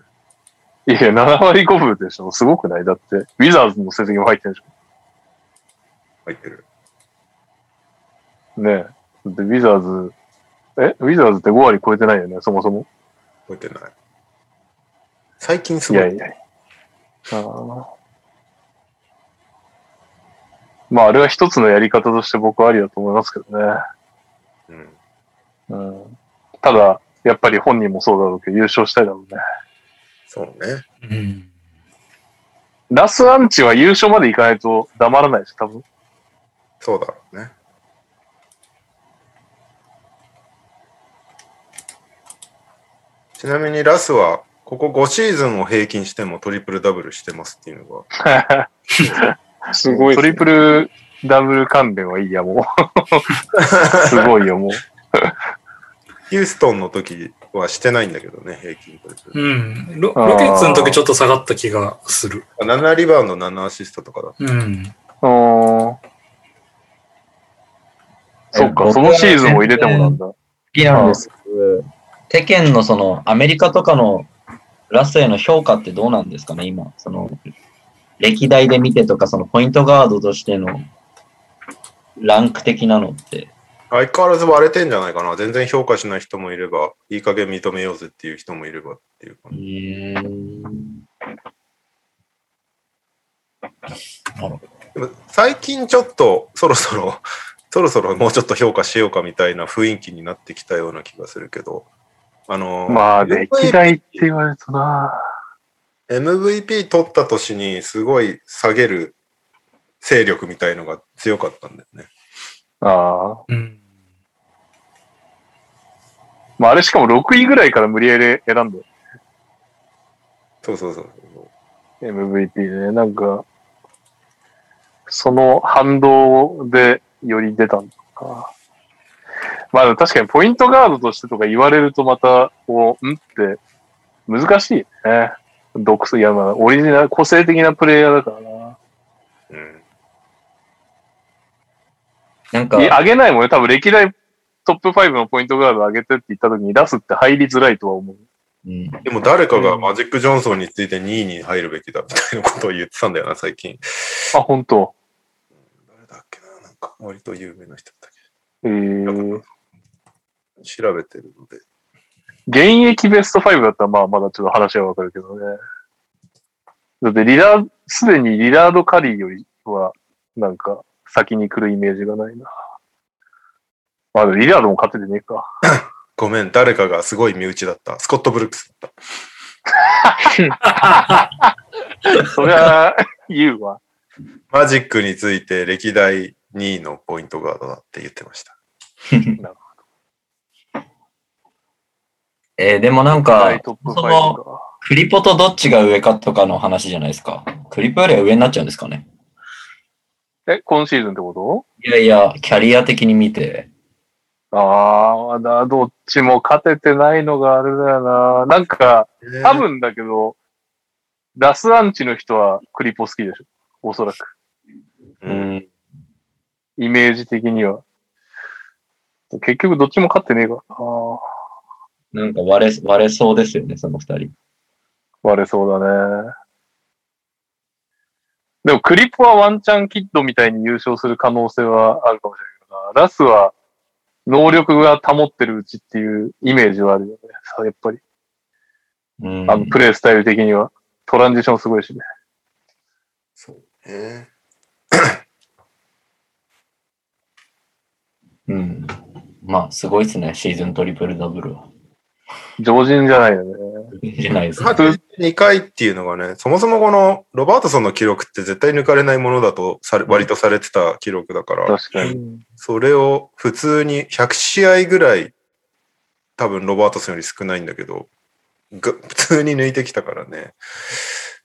[SPEAKER 2] いや、7割5分でしょ。すごくないだって、ウィザーズの成績も入ってるでし
[SPEAKER 7] 入ってる。
[SPEAKER 2] ょ。ねえ。で、ウィザーズ、えウィザーズって5割超えてないよね、そもそも。
[SPEAKER 7] 入ってない。最近す
[SPEAKER 2] い
[SPEAKER 7] ごい。
[SPEAKER 2] やいや。あーまあ、あれは一つのやり方として僕はありだと思いますけどね。
[SPEAKER 7] うん、
[SPEAKER 2] うん。ただ、やっぱり本人もそうだろうけど、優勝したいだろうね。
[SPEAKER 7] そうね。
[SPEAKER 4] うん。
[SPEAKER 2] ラスアンチは優勝までいかないと黙らないでしょ、多分。
[SPEAKER 7] そうだろうね。ちなみにラスは、ここ5シーズンを平均してもトリプルダブルしてますっていうのが、
[SPEAKER 9] すごいっ
[SPEAKER 2] ト
[SPEAKER 9] すね、
[SPEAKER 2] リプルダブル関連はいいや、もう。すごいよ、もう。
[SPEAKER 7] ヒューストンの時はしてないんだけどね、平均トリプル。
[SPEAKER 4] うん。ロロケッツの時ちょっと下がった気がする。
[SPEAKER 7] 7リバウンド7アシストとかだ
[SPEAKER 4] うん。
[SPEAKER 2] ああ。そっか、そのシーズンも入れてもなんだ。
[SPEAKER 8] 好きなんですけど、世間のそのアメリカとかのラスへの評価ってどうなんですかね、今。その歴代で見てとか、そのポイントガードとしてのランク的なのって。
[SPEAKER 7] 相変わらず割れてんじゃないかな。全然評価しない人もいれば、いい加減認めようぜっていう人もいればっていう感
[SPEAKER 8] う
[SPEAKER 7] じ。
[SPEAKER 8] ーん。
[SPEAKER 7] でも最近ちょっと、そろそろ、 そろそろもうちょっと評価しようかみたいな雰囲気になってきたような気がするけど、あの、
[SPEAKER 2] まあ、
[SPEAKER 7] MVP
[SPEAKER 2] 歴代って言われるとな。
[SPEAKER 7] MVP 取った年にすごい下げる勢力みたいのが強かったんだよね。
[SPEAKER 2] ああ。
[SPEAKER 4] うん。
[SPEAKER 5] まあ、あれしかも6位ぐらいから無理やり選んだよ
[SPEAKER 7] そうそうそう。
[SPEAKER 5] MVP ね。なんか、その反動でより出たのか。まあでも確かにポイントガードとしてとか言われるとまた、こう、んって難しいね。独創、いやまあオリジナル、個性的なプレイヤーだからな。
[SPEAKER 7] うん。
[SPEAKER 8] なんか
[SPEAKER 5] い、や上げないもんね。多分歴代トップ5のポイントガード上げてって言った時に出すって入りづらいとは思う。
[SPEAKER 8] うん、
[SPEAKER 7] でも誰かがマジック・ジョンソンについて2位に入るべきだみたいなことを言ってたんだよな、最近。
[SPEAKER 5] あ、本当。
[SPEAKER 7] 誰だっけな、なんか割と有名な人だったっ
[SPEAKER 5] えー、
[SPEAKER 7] け調べてるので。
[SPEAKER 5] 現役ベスト5だったら、まあ、まだちょっと話はわかるけどね。だって、リラー、すでにリラード・カリーよりは、なんか、先に来るイメージがないな。まあ、でもリラードも勝ててねえか。
[SPEAKER 7] ごめん、誰かがすごい身内だった。スコット・ブルックスだっ
[SPEAKER 5] そりゃ、言うわ。
[SPEAKER 7] た。マジックについて歴代2位のポイントガードだって言ってました。
[SPEAKER 8] えーでもなん
[SPEAKER 5] はい
[SPEAKER 8] か、
[SPEAKER 5] トップ
[SPEAKER 8] その
[SPEAKER 5] 5か。
[SPEAKER 8] クリポとどっちが上かとかの話じゃないですか。クリポよりは上になっちゃうんですかね。
[SPEAKER 5] え、今シーズンってこ
[SPEAKER 8] いやいや、キャリア的に見て、
[SPEAKER 5] とああ、まだどっちも勝ててないのがあれだよな。なんか、多分だけど、ラスアンチの人はクリポ好きでしょ。おそらく。
[SPEAKER 7] う、
[SPEAKER 8] うんん、
[SPEAKER 5] イメージ的には。結局どっちも勝ってねえからな。
[SPEAKER 8] なんか割れ、割れそうですよね、その二人。
[SPEAKER 5] 割れそうだね。でもクリップはワンチャンキッドみたいに優勝する可能性はあるかもしれないけどな。ラスは能力が保ってるうちっていうイメージはあるよね。さやっぱり。
[SPEAKER 8] うん、
[SPEAKER 5] あの、プレイスタイル的には。トランジションすごいしね。
[SPEAKER 7] そうね。
[SPEAKER 8] うん。まあ、すごいですね、シーズントリプルダブルは。
[SPEAKER 5] 常人じゃないよね。
[SPEAKER 8] じゃないです
[SPEAKER 7] ま
[SPEAKER 8] か。
[SPEAKER 7] あ、2回っていうのがね、そもそもこのロバートソンの記録って絶対抜かれないものだとされ割とされてた記録だから、
[SPEAKER 5] 確かに。
[SPEAKER 7] それを普通に100試合ぐらい、多分ロバートソンより少ないんだけど、が普通に抜いてきたからね、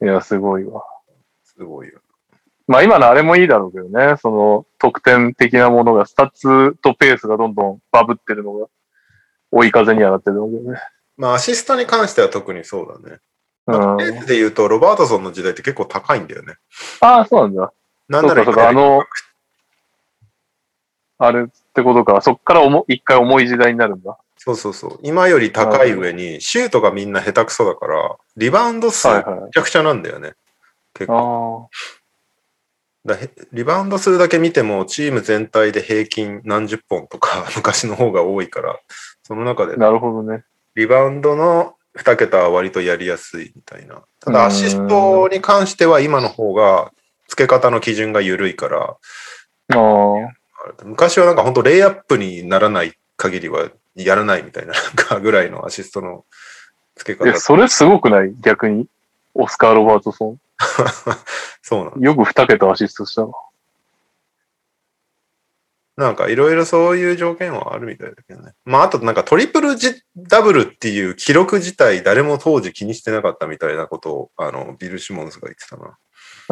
[SPEAKER 5] いや、すごいわ。
[SPEAKER 7] すごいよ。
[SPEAKER 5] まあ今のあれもいいだろうけどね、その得点的なものが、スタッツとペースがどんどんバブってるのが、追い風に上がってるんだけどね。
[SPEAKER 7] まあ、アシストに関しては特にそうだね。まあペ
[SPEAKER 5] うん、
[SPEAKER 7] ースで言うと、ロバートソンの時代って結構高いんだよね。
[SPEAKER 5] ああ、そうなんだ。
[SPEAKER 7] なん
[SPEAKER 5] そ
[SPEAKER 7] な
[SPEAKER 5] うかそうか、あ
[SPEAKER 7] ら、
[SPEAKER 5] の、あれってことか、そっから重一回重い時代になるんだ。
[SPEAKER 7] そうそうそう。今より高い上に、シュートがみんな下手くそだから、リバウンド数
[SPEAKER 5] はい
[SPEAKER 7] め
[SPEAKER 5] はい。
[SPEAKER 7] ちゃくちゃなんだよね。結構。
[SPEAKER 5] あ
[SPEAKER 7] だへリバウンド数だけ見ても、チーム全体で平均何十本とか、昔の方が多いから、その中で
[SPEAKER 5] あ、なるほどね。
[SPEAKER 7] リバウンドの2桁は割とやりやすいみたいな。ただアシストに関しては今の方が付け方の基準が緩いから、
[SPEAKER 5] ああ、
[SPEAKER 7] 昔はなんか本当レイアップにならない限りはやらないみたいな なんかぐらいのアシストの付け
[SPEAKER 5] いや、
[SPEAKER 7] 方。
[SPEAKER 5] それすごくない逆に。オスカー・ロバートソ
[SPEAKER 7] そうなん
[SPEAKER 5] ン。よく二桁アシストしたな。
[SPEAKER 7] なんかいろいろそういう条件はあるみたいだけどね。まああとなんかトリプルジダブルっていう記録自体誰も当時気にしてなかったみたいなことをあのビル・シモンズが言ってたな。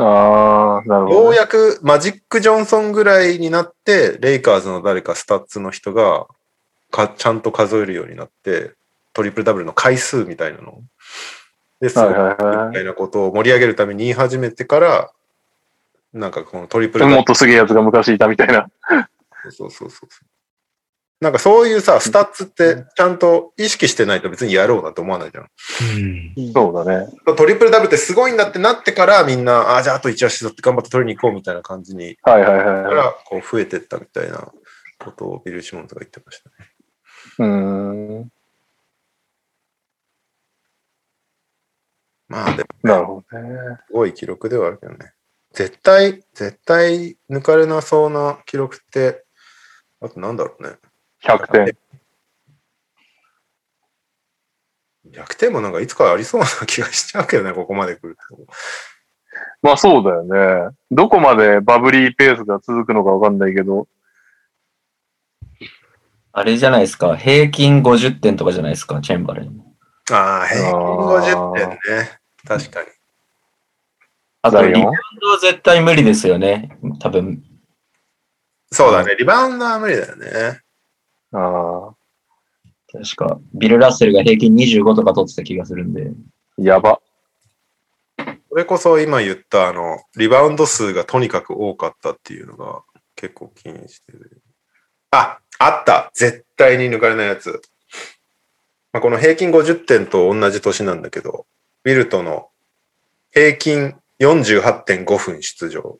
[SPEAKER 5] ああ、なるほ
[SPEAKER 7] よ
[SPEAKER 5] ど、
[SPEAKER 7] う
[SPEAKER 5] ね。
[SPEAKER 7] やくマジック・ジョンソンぐらいになって、レイカーズの誰かスタッツの人がかちゃんと数えるようになって、トリプルダブルの回数みたいなの。で、す
[SPEAKER 5] は
[SPEAKER 7] ご
[SPEAKER 5] い
[SPEAKER 7] い
[SPEAKER 5] はい
[SPEAKER 7] み
[SPEAKER 5] は
[SPEAKER 7] たいなことを盛り上げるために言い始めてから、なんかこのトリプル
[SPEAKER 5] い。
[SPEAKER 7] ダブ
[SPEAKER 5] もっ
[SPEAKER 7] ル
[SPEAKER 5] とすげえやつが昔いたみたいな。
[SPEAKER 7] そうそうそうそう。なんかそういうさ、スタッツってちゃんと意識してないと別にやろうなって思わないじゃん。
[SPEAKER 4] うん。
[SPEAKER 5] そうだね。
[SPEAKER 7] トリプルダブルってすごいんだってなってからみんな、ああ、じゃああと1足しだって頑張って取りに行こうみたいな感じに
[SPEAKER 5] はいはいはい
[SPEAKER 7] か
[SPEAKER 5] はい。
[SPEAKER 7] らこう増えてったみたいなことをビル・シモンズが言ってましたね。
[SPEAKER 5] うーん。
[SPEAKER 7] まあでも
[SPEAKER 5] なるほどね。
[SPEAKER 7] すごい記録ではあるけどね。絶対、絶対抜かれなそうな記録って、あとなんだろうね。
[SPEAKER 5] 100点。
[SPEAKER 7] 100点もなんかいつかありそうな気がしちゃうけどね、ここまで来ると。
[SPEAKER 5] まあそうだよね。どこまでバブリーペースが続くのかわかんないけど、
[SPEAKER 8] あれじゃないですか。平均50点とかじゃないですか、チェンバレン。
[SPEAKER 7] ああ、平均50点ね。確かに。
[SPEAKER 8] あと、
[SPEAKER 5] だよ
[SPEAKER 8] リバウンドは絶対無理ですよね。多分。
[SPEAKER 7] そうだね。リバウンドは無理だよね。
[SPEAKER 5] ああ、
[SPEAKER 8] 確か、ビル・ラッセルが平均25とか取ってた気がするんで。
[SPEAKER 5] やば。
[SPEAKER 7] それこそ今言った、あの、リバウンド数がとにかく多かったっていうのが結構気にしてる。あ、あった絶対に抜かれないやつ。まあ、この平均50点と同じ年なんだけど、ウィルトの平均48.5分出場。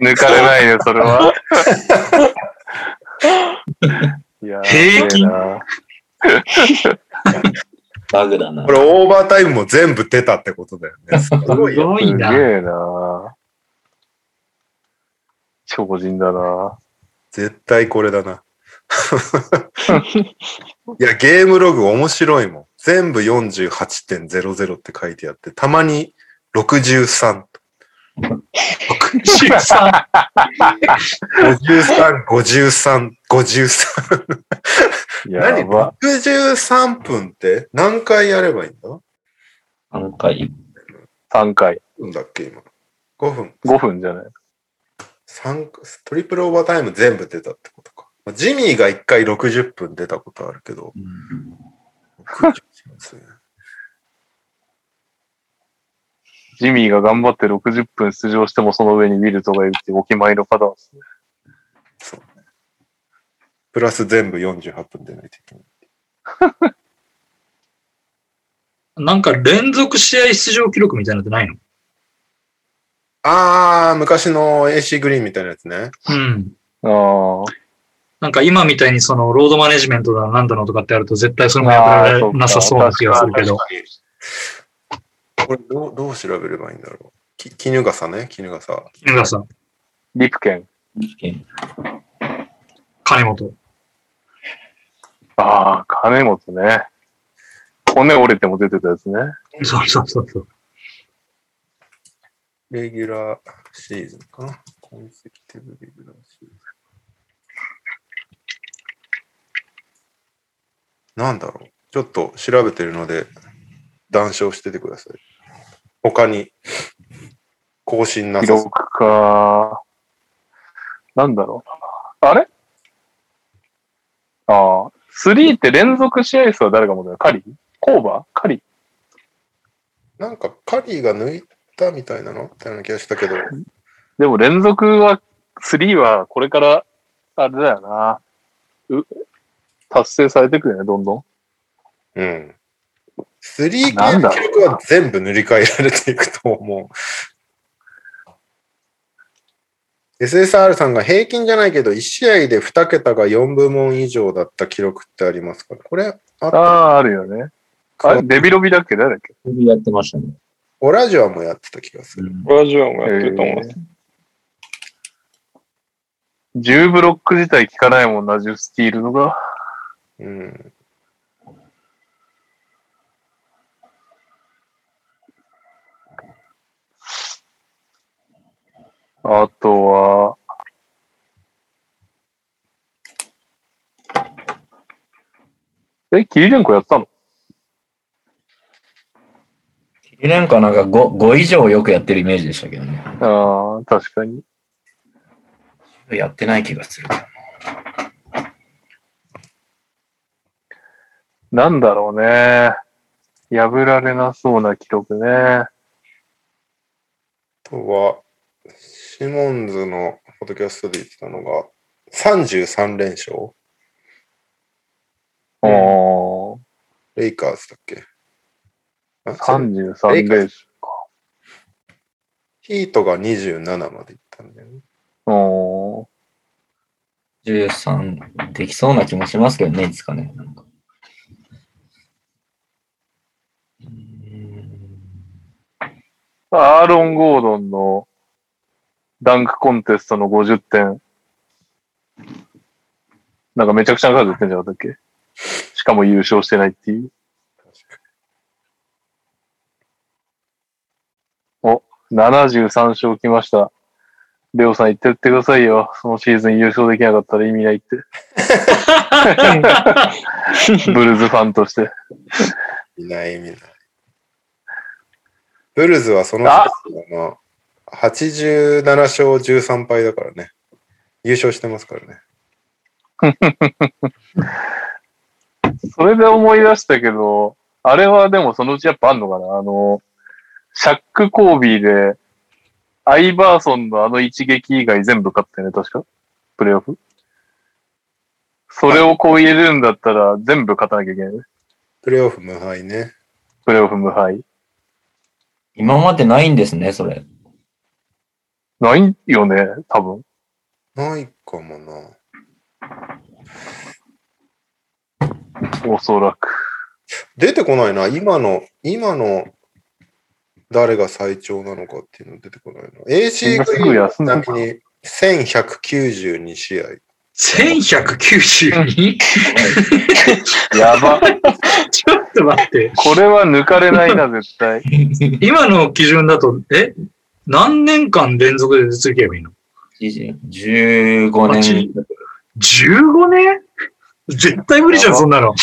[SPEAKER 5] 抜かれないね、それは。いやー
[SPEAKER 4] 平均
[SPEAKER 5] すげえな
[SPEAKER 8] バグだな
[SPEAKER 7] こ。れオーバータイムも全部出たってことだよね。すごい
[SPEAKER 4] す
[SPEAKER 7] よ。
[SPEAKER 4] ごい
[SPEAKER 5] す
[SPEAKER 4] な。
[SPEAKER 5] げえな超人だな
[SPEAKER 7] 絶対これだな。いや、ゲームログ面白いもん。全部48.00って書いてあって、たまに63、
[SPEAKER 4] 63
[SPEAKER 7] 53、53、53。
[SPEAKER 5] や
[SPEAKER 7] 何
[SPEAKER 5] ば。
[SPEAKER 7] ?63 分って何回やればいいんだ
[SPEAKER 8] なんか、い
[SPEAKER 5] 3回。
[SPEAKER 7] うんだっけ、今。5分。
[SPEAKER 5] 5分じゃない。
[SPEAKER 7] 三トリプルオーバータイム全部出たってことか。まあジミーが1回60分出たことある けど。60ですね
[SPEAKER 5] ジミーが頑張って60分出場してもその上にウィルトがいるってお決まりのパターンですね。
[SPEAKER 7] プラス全部48分出ないといけない。
[SPEAKER 4] なんか連続試合出場記録みたいなのってないの
[SPEAKER 7] あー、昔の AC グリーンみたいなやつね。
[SPEAKER 4] うん。
[SPEAKER 5] あ
[SPEAKER 4] なんか今みたいにそのロードマネジメントだなんだのとかってあると絶対それもや
[SPEAKER 5] あ
[SPEAKER 4] られ
[SPEAKER 5] ー
[SPEAKER 4] なさそうな気がするけど。
[SPEAKER 7] これどう、どう調べればいいんだろう。き絹笠ね、絹笠。
[SPEAKER 4] 犬田さん、
[SPEAKER 5] ーリプケン。
[SPEAKER 4] 金本。
[SPEAKER 5] ああ、金本ね。骨折れても出てたやつね。
[SPEAKER 4] そうそうそうそう。
[SPEAKER 7] レギュラーシーズンかな。コンセプティブレギュラーシーズン。なんだろう。ちょっと調べてるので、談笑しててください。他に、更新な
[SPEAKER 5] 記
[SPEAKER 7] さそう
[SPEAKER 5] 録か。なんだろうな。あれああ、3って連続試合数は誰が持ってるカリーコーバーカリー
[SPEAKER 7] なんか、カリーが抜いたみたいなのみたいな気がしたけど。
[SPEAKER 5] でも連続は、3はこれから、あれだよな。う達成されてくるよね、どんどん。
[SPEAKER 7] うん。スリー系
[SPEAKER 5] なん
[SPEAKER 7] の
[SPEAKER 5] だ
[SPEAKER 7] 記録は全部塗り替えられていくと思う。SSR さんが平均じゃないけど、1試合で2桁が4部門以上だった記録ってありますから、これ、
[SPEAKER 5] あ
[SPEAKER 7] あ
[SPEAKER 5] あ、あるよね。あれ、デビロビだっけ誰だっけ
[SPEAKER 8] やってましたね。
[SPEAKER 7] オラジュアもやってた気がする。
[SPEAKER 5] ラジオも
[SPEAKER 2] やってると思う
[SPEAKER 5] 10ブロック自体効かないもんな、10スティールのが。
[SPEAKER 7] うん。
[SPEAKER 5] あとは、え、キリレンコやったの
[SPEAKER 8] キリレンコはなんか 5, 5以上よくやってるイメージでしたけどね。
[SPEAKER 5] ああ、確かに。
[SPEAKER 8] やってない気がする。
[SPEAKER 5] なんだろうね。破られなそうな記録ね。
[SPEAKER 7] あとは、シモンズのポッドキャストで言ってたのが、33連勝
[SPEAKER 5] あー
[SPEAKER 7] レイカーズだっけあそれ
[SPEAKER 5] 33レース。
[SPEAKER 7] ヒートが27までいったんだよね。
[SPEAKER 5] あー
[SPEAKER 8] 13できそうな気もしますけどね、いつかね。なんかうーん
[SPEAKER 5] アーロン・ゴードンのダンクコンテストの50点。なんかめちゃくちゃな数打ってんじゃなかったっけしかも優勝してないっていう。お、73勝きました。レオさん言ってやってくださいよ。そのシーズン優勝できなかったら意味ないって。 ブルーズファンとして。
[SPEAKER 7] いない、見ない。ブルーズはその年の87勝13敗だからね。優勝してますからね。
[SPEAKER 5] それで思い出したけど、あれはでもそのうちやっぱあんのかなあの、シャック・コービーで、アイバーソンのあの一撃以外全部勝ったよね、確かプレイオフそれをこう入れるんだったら全部勝たなきゃいけないね。
[SPEAKER 7] プレーオフ無敗ね。
[SPEAKER 5] プレイオフ無敗。
[SPEAKER 8] 今までないんですね、それ。
[SPEAKER 5] ないよね、多分。
[SPEAKER 7] ないかもな。
[SPEAKER 5] おそらく。
[SPEAKER 7] 出てこないな。今の、今の誰が最長なのかっていうの出てこないな。
[SPEAKER 5] みん
[SPEAKER 7] AC
[SPEAKER 5] な
[SPEAKER 7] グ
[SPEAKER 5] す
[SPEAKER 7] リ
[SPEAKER 5] ぐ
[SPEAKER 7] ーンは
[SPEAKER 5] 休
[SPEAKER 7] ち
[SPEAKER 5] んだの
[SPEAKER 7] なみ
[SPEAKER 5] か
[SPEAKER 7] に1192試合。
[SPEAKER 4] 1192?
[SPEAKER 5] やば。
[SPEAKER 4] ちょっと待って。
[SPEAKER 5] これは抜かれないな、絶対。
[SPEAKER 4] 今の基準だと、え何年間連続で出続ければいいの
[SPEAKER 8] 15年。
[SPEAKER 4] ?15 年絶対無理じゃん、そんなの。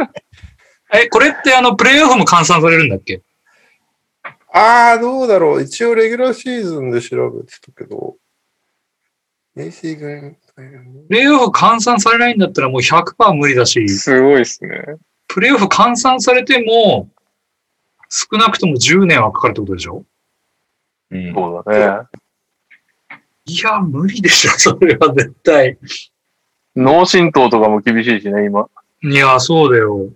[SPEAKER 4] え、これってあの、プレイオフも換算されるんだっけ
[SPEAKER 7] ああ、どうだろう。一応レギュラーシーズンで調べてたけど。AC グリーン。
[SPEAKER 4] プレイオフ換算されないんだったらもう100%無理だし、
[SPEAKER 11] すごいですね。
[SPEAKER 4] プレイオフ換算されても、少なくとも10年はかかるってことでしょ
[SPEAKER 8] うん
[SPEAKER 5] そうだね。
[SPEAKER 4] いや、無理でしょ、それは絶対。
[SPEAKER 5] 脳震盪とかも厳しいしね、今。
[SPEAKER 4] いや、そうだよ。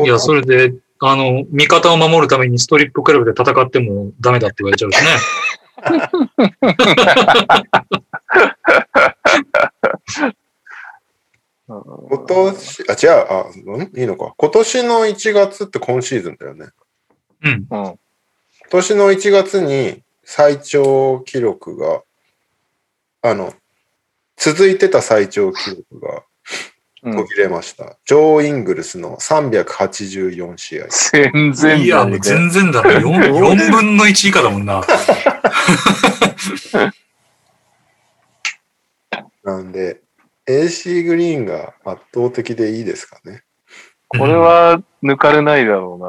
[SPEAKER 4] いや、それで、あの、味方を守るためにストリップクラブで戦ってもダメだって言われちゃうしね。
[SPEAKER 7] 今年、あ、違う、あ、うんいいのか。今年の1月って今シーズンだよね。
[SPEAKER 4] うん。
[SPEAKER 5] うん。
[SPEAKER 7] 今年の1月に最長記録が、あの、続いてた最長記録が
[SPEAKER 5] うん
[SPEAKER 7] 途切れました。ジョー・イングルスの384試合。
[SPEAKER 5] 全然
[SPEAKER 12] いや、もう全然だろ。4, 4分の1以下だもんな。
[SPEAKER 7] なんで、AC グリーンが圧倒的でいいですかね。
[SPEAKER 5] これは抜かれないだろう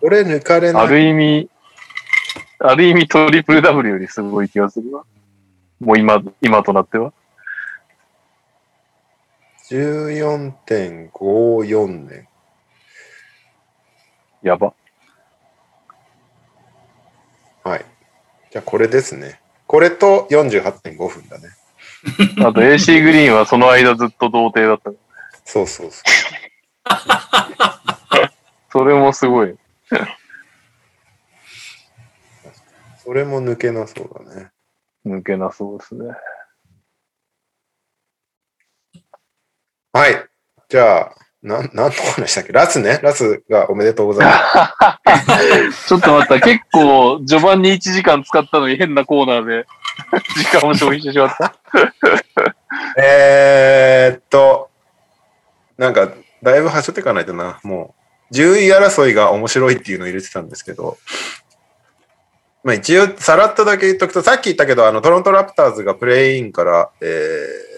[SPEAKER 7] これ抜かれ
[SPEAKER 5] な。あ
[SPEAKER 7] ない。
[SPEAKER 5] る意味、ある意味トリプル W よりすごい気がするな。もう今、今となっては。
[SPEAKER 7] 14.54年。
[SPEAKER 5] やば。
[SPEAKER 7] はい。じゃあこれですね。これと48.5分だね。
[SPEAKER 5] あと AC グリーンはその間ずっと童貞だった。
[SPEAKER 7] そうそうそう。
[SPEAKER 5] それもすごい。
[SPEAKER 7] それも抜けなそうだね。
[SPEAKER 5] 抜けなそうですね。
[SPEAKER 7] はい。じゃあ、なん、なんの話だっけラスね。ラスがおめでとうございます。
[SPEAKER 5] ちょっと待 った。結構、序盤に1時間使ったのに変なコーナーで時間を消費してしまった。
[SPEAKER 7] えーっと、なんか、だいぶ端折っていかないとな。もう、10位争いが面白いっていうのを入れてたんですけど、まあ一応、さらっとだけ言っとくと、さっき言ったけど、あの、トロントラプターズがプレイインから、えー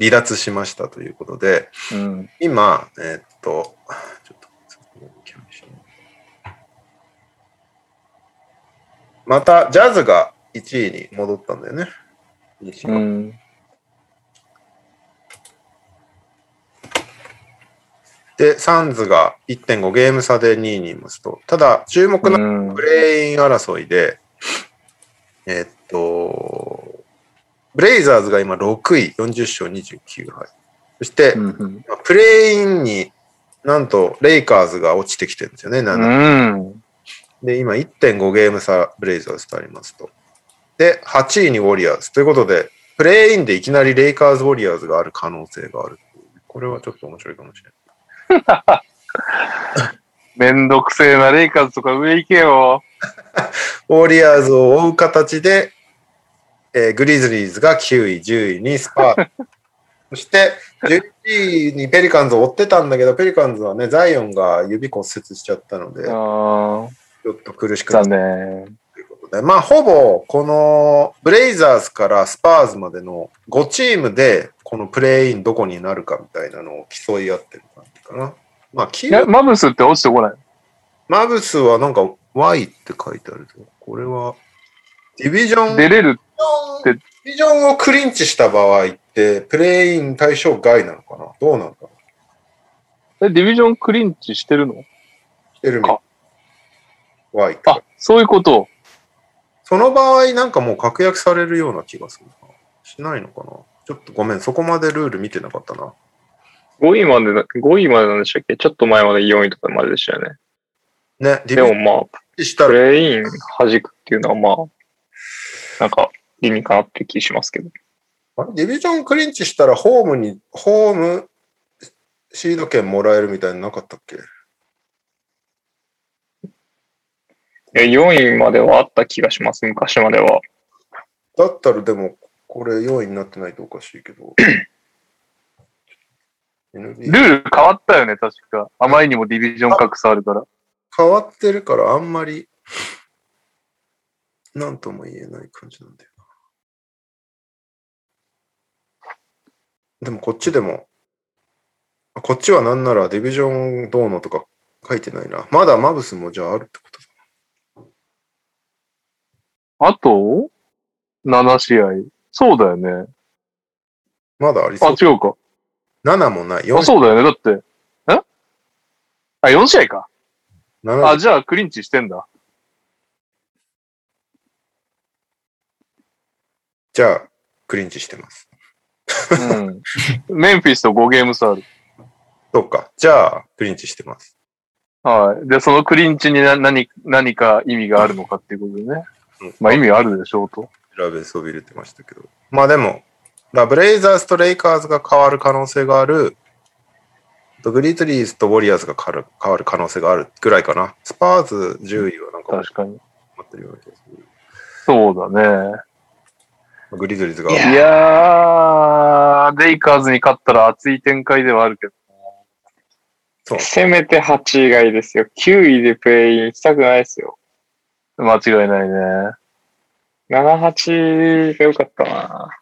[SPEAKER 7] 離脱しましたということで、
[SPEAKER 5] うん。
[SPEAKER 7] 今、えーっと、ちょっと、また、ジャズが1位に戻ったんだよね。
[SPEAKER 5] うん。
[SPEAKER 7] で、サンズが1.5ゲーム差で2位にいますと。ただ、注目な
[SPEAKER 5] うん
[SPEAKER 7] ブレイン争いで、えーっと、ブレイザーズが今6位、40勝29敗。そして、
[SPEAKER 5] うん。
[SPEAKER 7] プレインになんとレイカーズが落ちてきてるんですよね、7
[SPEAKER 5] うん。
[SPEAKER 7] で、今1.5ゲーム差、ブレイザーズとありますと。で、8位にウォリアーズ。ということで、プレイインでいきなりレイカーズ・ウォリアーズがある可能性がある。これはちょっと面白いかもしれない。
[SPEAKER 5] めんどくせえな、レイカーズとか上行けよ。
[SPEAKER 7] ウォリアーズを追う形で、えーグリズリーズが9位、10位にスパー。そして、11位にペリカンズを追ってたんだけど、ペリカンズはね、ザイオンが指骨折しちゃったので、ち
[SPEAKER 5] あー
[SPEAKER 7] ょっと苦しくなっ
[SPEAKER 5] 残念。
[SPEAKER 7] ということねまあ、ほぼ、この、ブレイザーズからスパーズまでの5チームで、このプレイインどこになるかみたいなのを競い合ってる感じかな。まあ、キ
[SPEAKER 5] いや、マブスって落ちてこない。
[SPEAKER 7] マブスはなんか Y って書いてあるけど、これは、ディビジョン、デ
[SPEAKER 5] 出れる。
[SPEAKER 7] ィビジョンをクリンチした場合って、プレイイン対象外なのかなどうなんだろ
[SPEAKER 5] え、ディビジョンクリンチしてるの
[SPEAKER 7] うしてるみたい
[SPEAKER 5] か。
[SPEAKER 7] Y って
[SPEAKER 5] あ、そういうこと。
[SPEAKER 7] その場合、なんかもう確約されるような気がするな。しないのかなちょっとごめん、そこまでルール見てなかったな。
[SPEAKER 13] 5位までだ、5位までなんでしたっけちょっと前まで4位とかまででしたよね。
[SPEAKER 7] ね、ディ
[SPEAKER 13] で
[SPEAKER 7] ビジ
[SPEAKER 13] も
[SPEAKER 7] ョン
[SPEAKER 13] まあ、
[SPEAKER 7] した
[SPEAKER 13] プ
[SPEAKER 7] ら、
[SPEAKER 13] レイン弾くっていうのはまあ、なんか理にかなって気しますけど。
[SPEAKER 7] あれディビジョンクリンチしたらホームに、ホームシード権もらえるみたいなのなかったっけ
[SPEAKER 13] え4位まではあった気がします、昔までは。
[SPEAKER 7] だったらでも、これ4位になってないとおかしいけど。
[SPEAKER 5] ル
[SPEAKER 7] NBA
[SPEAKER 5] ール変わったよね、確か。あまりにもディビジョン格差あるから。
[SPEAKER 7] 変わってるからあんまり、なんとも言えない感じなんだよな。でもこっちでも、あこっちはなんならディビジョンどうのとか書いてないな。まだマブスもじゃああるってことだ。
[SPEAKER 5] あと、7試合。そうだよね。
[SPEAKER 7] まだありそ
[SPEAKER 5] あ
[SPEAKER 7] う、。
[SPEAKER 5] 違うか。
[SPEAKER 7] 7もない。
[SPEAKER 5] あ、
[SPEAKER 7] 4、
[SPEAKER 5] そうだよね。だって、んあ、4試合か。
[SPEAKER 7] 7
[SPEAKER 5] あ、じゃあクリンチしてんだ。
[SPEAKER 7] じゃあ、クリンチしてます。
[SPEAKER 5] うん。メンフィスと5ゲーム差ある。
[SPEAKER 7] そうか。じゃあ、クリンチしてます。
[SPEAKER 5] はい。で、そのクリンチにな何何か意味があるのかっていうことでね。まあ意味はあるでしょうと。
[SPEAKER 7] ラベそびれてましたけど。まあでも、ラブレイザーズとレイカーズが変わる可能性がある、とグリートリーズとウォリアーズが変わる変わる可能性があるぐらいかな。スパーズ10位はなんか
[SPEAKER 5] 確かに。
[SPEAKER 7] 待ってるような気がする。
[SPEAKER 5] そうだね。
[SPEAKER 7] まあグリートリーズが
[SPEAKER 5] い、やー、レイカーズに勝ったら熱い展開ではあるけど。
[SPEAKER 13] せめて8位がいいですよ。9位でプレインしたくないですよ。
[SPEAKER 5] 間違いないね。
[SPEAKER 13] 7、8が良かったな。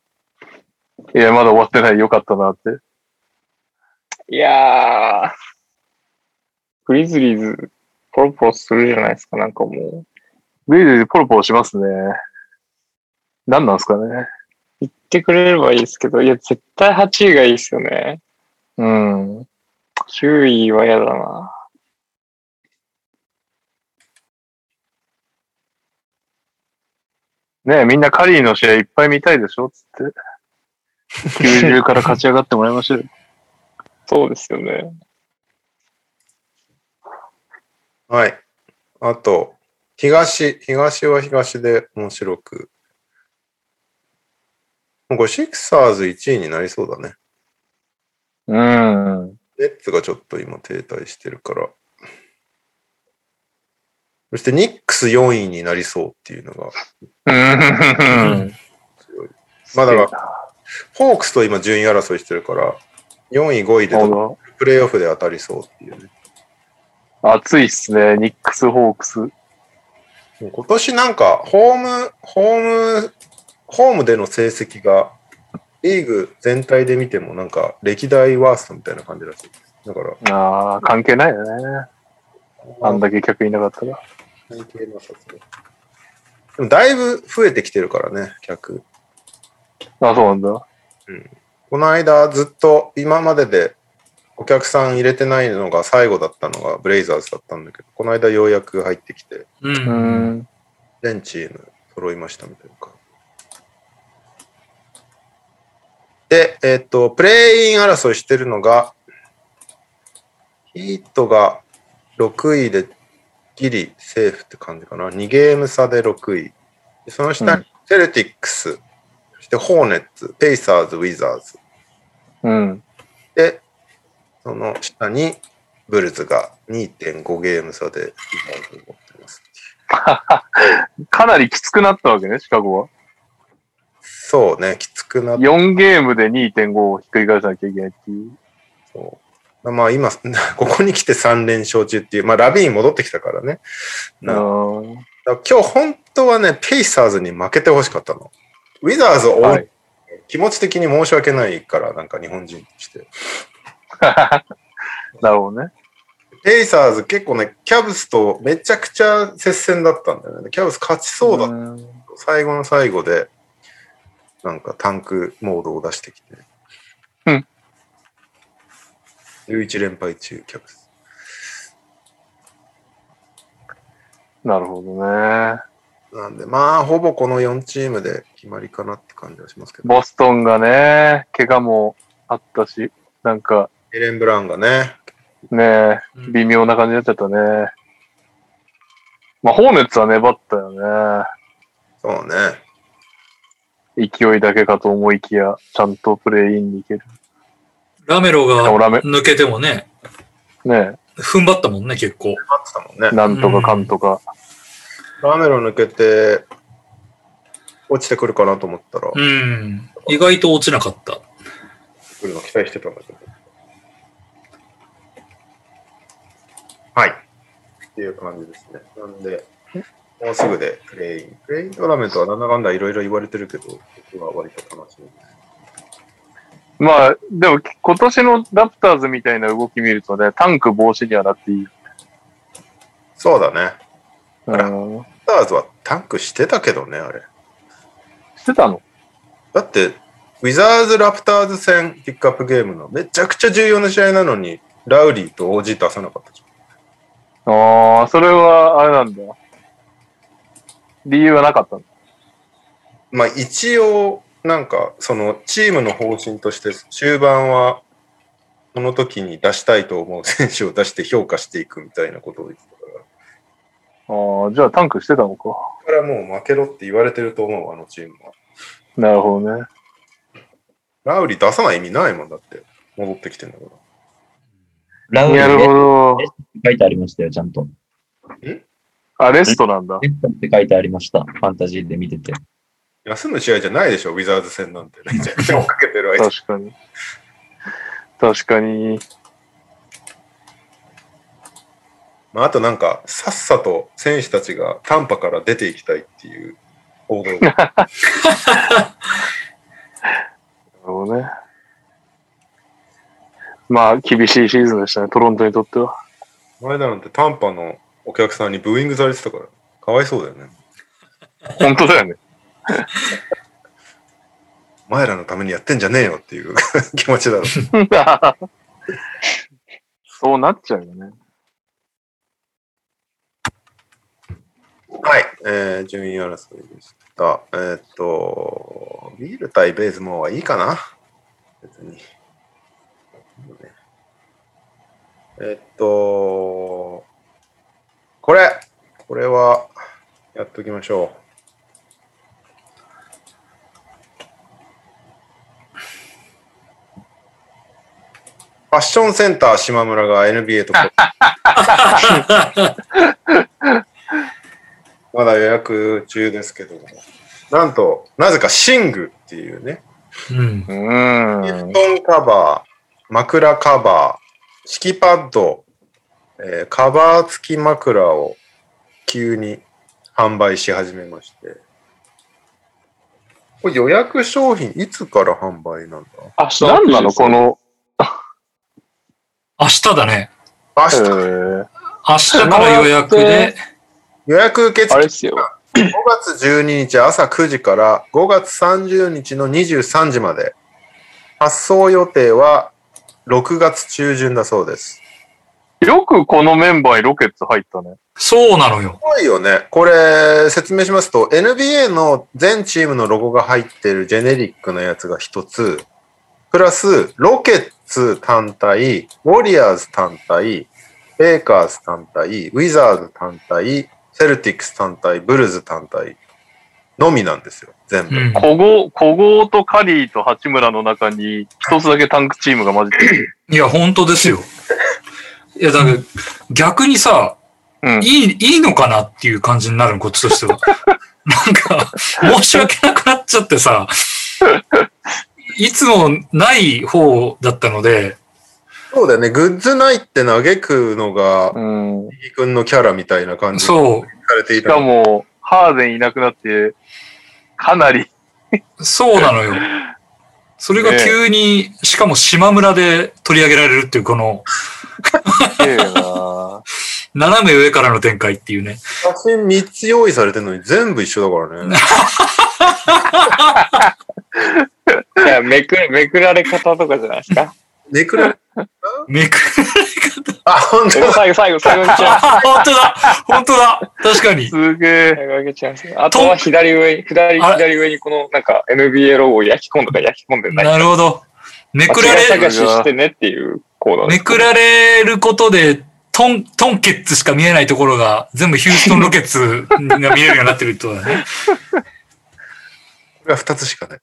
[SPEAKER 5] いや、まだ終わってない。よかったなって。
[SPEAKER 13] いやー、グリズリーズ、ポロポロするじゃないですか、なんかも
[SPEAKER 5] グリズリーポロポロしますね。何なんですかね。
[SPEAKER 13] う。言ってくれればいいですけど、いや、絶対8位がいいですよね。
[SPEAKER 5] うん。
[SPEAKER 13] 9位は嫌だな。
[SPEAKER 5] ねえみんなカリーの試合いっぱい見たいでしょつって。90から勝ち上がってもらいましょうよ。
[SPEAKER 13] そうですよね。
[SPEAKER 7] はい。あと、東、東は東で面白く。もうこれシクサーズ1位になりそうだね。
[SPEAKER 5] うん。
[SPEAKER 7] ネッツがちょっと今停滞してるから。そしてニックス4位になりそうっていうのが
[SPEAKER 5] うん。
[SPEAKER 7] まあだから、ホークスと今順位争いしてるから、4位、5位で
[SPEAKER 5] なるほ
[SPEAKER 7] プレーオフで当たりそうっていうね。
[SPEAKER 5] ど。熱いっすね。ニックス、ホークス。
[SPEAKER 7] もう今年なんか、ホーム、ホーム、ホームでの成績が、リーグ全体で見てもなんか、歴代ワーストみたいな感じらしいです。だから、
[SPEAKER 5] ああ、関係ないよね。あんだけ客いなかったら。
[SPEAKER 7] 関係なさそう。でもだいぶ増えてきてるからね、客。
[SPEAKER 5] あそうなんだ。
[SPEAKER 7] この間ずっと今まででお客さん入れてないのが最後だったのがブレイザーズだったんだけど、この間ようやく入ってきて、
[SPEAKER 4] う。
[SPEAKER 5] うんん。
[SPEAKER 7] 全チーム揃いましたみたいな。で、えっ、と、プレイイン争いしてるのが、ヒートが6位でギリセーフって感じかな。2ゲーム差で6位。でその下
[SPEAKER 5] う
[SPEAKER 7] にセルティックス、そしてホーネッツ、ペイサーズ、ウィザーズ。
[SPEAKER 5] うん。
[SPEAKER 7] で、その下にブルズが2.5ゲーム差で今持ってます。
[SPEAKER 5] かなりきつくなったわけね、シカゴは。
[SPEAKER 7] そうね、きつくなっ
[SPEAKER 5] 4ゲームで2.5をひっくり返さなきゃいけないっていう。
[SPEAKER 7] そうまあ今、ここに来て3連勝中っていう、まあラビーン戻ってきたからね。
[SPEAKER 5] う
[SPEAKER 7] なだから今日本当はね、ペイサーズに負けてほしかったの。ウィザーズを、
[SPEAKER 5] はい
[SPEAKER 7] 気持ち的に申し訳ないから、なんか日本人として。
[SPEAKER 5] なるほどね。
[SPEAKER 7] ペイサーズ結構ね、キャブスとめちゃくちゃ接戦だったんだよね。キャブス勝ちそうだ、
[SPEAKER 5] だ。
[SPEAKER 7] 最後の最後で、なんかタンクモードを出してきて。
[SPEAKER 5] うん。
[SPEAKER 7] 11連敗中、キャブス。
[SPEAKER 5] なるほどね。
[SPEAKER 7] なんで、まあ、ほぼこの4チームで決まりかなって感じはしますけど。
[SPEAKER 5] ボストンがね、怪我もあったし、なんか
[SPEAKER 7] エレン・ブラウンがね、
[SPEAKER 5] ね、
[SPEAKER 14] うん
[SPEAKER 5] 微妙な感じになっちゃったね。まあ、ホーネッツは粘ったよ
[SPEAKER 7] そうね。
[SPEAKER 5] ね。勢いだけかと思いきや、ちゃんとプレイインに行ける。
[SPEAKER 4] ラメロ
[SPEAKER 5] でも
[SPEAKER 4] が
[SPEAKER 5] ラメ、
[SPEAKER 4] 抜けてもね、
[SPEAKER 5] ね、
[SPEAKER 4] 踏ん張ったもんね、結構。
[SPEAKER 7] 勝ってたもんね。
[SPEAKER 5] なんとかかんとか。
[SPEAKER 7] ラメロ抜けて、落ちてくるかなと思ったら、
[SPEAKER 4] うん。意外と落ちなかった。
[SPEAKER 7] 来るの期待してたんだけど。はい。っていう感じですね。なんで、もうすぐでプレイン。プレイントーナメントはなんだかんだいろいろ言われてるけど、僕は割と楽しみです。
[SPEAKER 5] まあ、でも今年のラプターズみたいな動き見るとね、タンク防止にはなっていい。
[SPEAKER 7] そうだね。あら
[SPEAKER 5] うん。
[SPEAKER 7] スターズはタンクしてたけどね、あれ。
[SPEAKER 5] してたの
[SPEAKER 7] だって、ウィザーズ・ラプターズ戦ピックアップゲームのめちゃくちゃ重要な試合なのに、ラウリーと OG 出さなかったじゃん。
[SPEAKER 5] ああ、それは、あれなんだ。理由はなかったの。
[SPEAKER 7] まあ一応、なんか、そのチームの方針として、終盤は、この時に出したいと思う選手を出して評価していくみたいなことを言ってたから、
[SPEAKER 5] ああ、じゃあタンクしてたのか。
[SPEAKER 7] これからもう負けろって言われてると思う、あのチームは。
[SPEAKER 5] なるほどね。
[SPEAKER 7] ラウリー出さない意味ないもんだって、戻ってきてんだから。
[SPEAKER 8] ラウリ
[SPEAKER 5] なる
[SPEAKER 8] ー
[SPEAKER 5] ほ
[SPEAKER 8] レ
[SPEAKER 5] ど。
[SPEAKER 8] 書いてありましたよ、ちゃんと。
[SPEAKER 5] あ、レストなんだ。
[SPEAKER 8] レッドって書いてありました。ファンタジーで見てて。
[SPEAKER 7] 休む試合じゃないでしょ、ウィザーズ戦なんて。めちゃくちゃ追っかけてる間。
[SPEAKER 5] 確かに。確かに。
[SPEAKER 7] まあ、あとなんか、さっさと選手たちが短波から出ていきたいっていう報道が。
[SPEAKER 5] なるほどね。まあ、厳しいシーズンでしたね、トロントにとっては。
[SPEAKER 7] 前だなんて短波のお客さんにブーイングされてたから、かわいそうだよね。
[SPEAKER 5] 本当だよね。
[SPEAKER 7] お前らのためにやってんじゃねえよっていう 気持ちだろう。
[SPEAKER 5] そうなっちゃうよね。
[SPEAKER 7] はい。えー、順位争いでした。えーっと、ビール対ベースもはいいかな別に。えーっと、これこれは、やっときましょう。ファッションセンター島村が NBA と交まだ予約中ですけども、なんと、なぜか寝具っていうね、
[SPEAKER 4] うん。
[SPEAKER 5] う
[SPEAKER 7] 布
[SPEAKER 5] ーん。
[SPEAKER 7] 団カバー、枕カバー、敷きパッド、えーカバー付き枕を急に販売し始めまして、これ予約商品いつから販売なんだ
[SPEAKER 5] あ、なんなのこの、
[SPEAKER 4] 明日だね。
[SPEAKER 7] 明
[SPEAKER 5] え
[SPEAKER 7] 日、
[SPEAKER 5] ー、
[SPEAKER 4] 明日から予約で、
[SPEAKER 7] 予約受付
[SPEAKER 5] あれ
[SPEAKER 7] 5
[SPEAKER 5] ですよ。
[SPEAKER 7] 月12日朝9時から5月30日の23時まで、発送予定は6月中旬だそうです。
[SPEAKER 5] よくこのメンバーにロケッツ入ったね。
[SPEAKER 4] そうなのよ
[SPEAKER 7] す。ごいよね。これ、説明しますと、NBA の全チームのロゴが入ってるジェネリックのやつが一つ、プラス、ロケッツ単体、ウォリアーズ単体、ベイカーズ単体、ウィザーズ単体、セルティックス単体、ブルズ単体のみなんですよ、全
[SPEAKER 4] う
[SPEAKER 7] 部。
[SPEAKER 4] ん。
[SPEAKER 5] 古豪、古豪とカリーと八村の中に一つだけタンクチームが混じってる。
[SPEAKER 4] いや、本当ですよ。いや、だから逆にさ、
[SPEAKER 5] うん。
[SPEAKER 4] いい、いいのかなっていう感じになるの、こっちとしては。 なんか、申し訳なくなっちゃっ てさ、いつもない方だったので、
[SPEAKER 7] そうだよね。グッズないって嘆くのが、
[SPEAKER 5] うん。
[SPEAKER 7] 右君のキャラみたいな感じに
[SPEAKER 4] そ
[SPEAKER 7] されてい
[SPEAKER 5] しか
[SPEAKER 7] た。
[SPEAKER 5] も、ハーデンいなくなって、かなり、
[SPEAKER 4] う、そうなのよ。それが急に、しかも島村で取り上げられるっていう、この、
[SPEAKER 5] 綺麗な。
[SPEAKER 4] 斜め上からの展開っていうね。
[SPEAKER 7] 写真3つ用意されてるのに全部一緒だからね。
[SPEAKER 2] いや、めく、 めくられ方とかじゃないですか。
[SPEAKER 7] ネクラ、
[SPEAKER 4] めく、
[SPEAKER 7] あ、本当
[SPEAKER 2] 最後、
[SPEAKER 7] だ。
[SPEAKER 2] 最後、最後、最後にちゃう。
[SPEAKER 4] あ、本当だ本当だ確かに。
[SPEAKER 5] すげえ。
[SPEAKER 2] 最後上げちゃうんですよあとは左上、左、
[SPEAKER 4] あれ
[SPEAKER 2] 左上にこの、なんか NBA ロゴを焼き込んだか焼き込んでない。
[SPEAKER 4] なるほど。めくら
[SPEAKER 2] 間違い探
[SPEAKER 4] れ、
[SPEAKER 2] ししてねっていうコーナーで
[SPEAKER 4] め
[SPEAKER 2] す。
[SPEAKER 4] くられることで、トン、トンケッツしか見えないところが、全部ヒューストンロケッツが見えるようになってるってことだね。
[SPEAKER 7] これは2つしかない。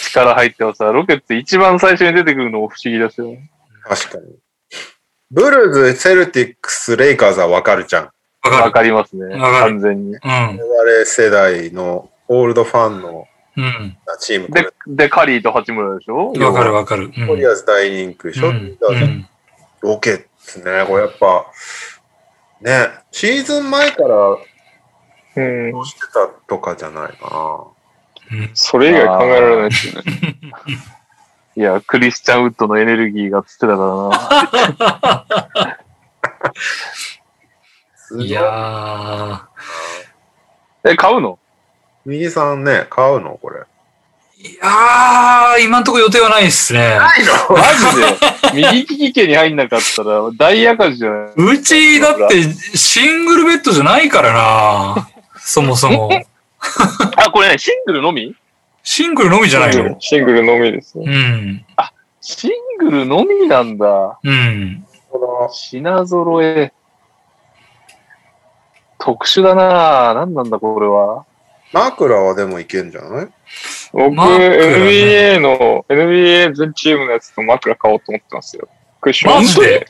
[SPEAKER 5] 力入ってもさ、ロケット一番最初に出てくるのも不思議だしよ。
[SPEAKER 7] 確かに。ブルーズ、セルティックス、レイカーズはわかるじゃん。
[SPEAKER 4] わか
[SPEAKER 5] わ
[SPEAKER 4] る。
[SPEAKER 5] かりますね。
[SPEAKER 4] わかる
[SPEAKER 5] 完全に。
[SPEAKER 4] うん。
[SPEAKER 7] 我々世代のオールドファンの
[SPEAKER 4] うん。
[SPEAKER 7] チーム、こ
[SPEAKER 5] で
[SPEAKER 7] れ、
[SPEAKER 5] で、カリーと八村でしょ
[SPEAKER 4] わかるわかる。うん
[SPEAKER 7] ウォリアーズ大人気でしょ、
[SPEAKER 4] うんうん
[SPEAKER 7] ロケッツね、これやっぱ、ね、シーズン前から
[SPEAKER 2] うん。
[SPEAKER 7] どうしてたとかじゃないかな。
[SPEAKER 4] うん
[SPEAKER 2] それ以外考えられないですよね。
[SPEAKER 5] いや、クリスチャンウッドのエネルギーがつってたからな。
[SPEAKER 7] すごい
[SPEAKER 4] いやー
[SPEAKER 5] え、買うの
[SPEAKER 7] 右さんね、買うのこれ。
[SPEAKER 4] いやー、今んとこ予定はないっすね。
[SPEAKER 5] マジ で右利き家に入んなかったら大赤字じゃないう
[SPEAKER 4] ち、だって、シングルベッドじゃないからなそもそも。
[SPEAKER 5] あ、これね、シングルのみ
[SPEAKER 4] シングルのみじゃないの
[SPEAKER 2] シングルのみですね。
[SPEAKER 4] うん。
[SPEAKER 5] シングルのみなんだ。
[SPEAKER 4] うん。
[SPEAKER 5] 品揃え。特殊だなぁ。何なんだこれは。
[SPEAKER 7] 枕はでもいけんじゃない
[SPEAKER 2] 僕、
[SPEAKER 4] マックだね
[SPEAKER 2] NBA の、NBA 全チームのやつと枕買おうと思ってますよ。クッション。
[SPEAKER 4] マジで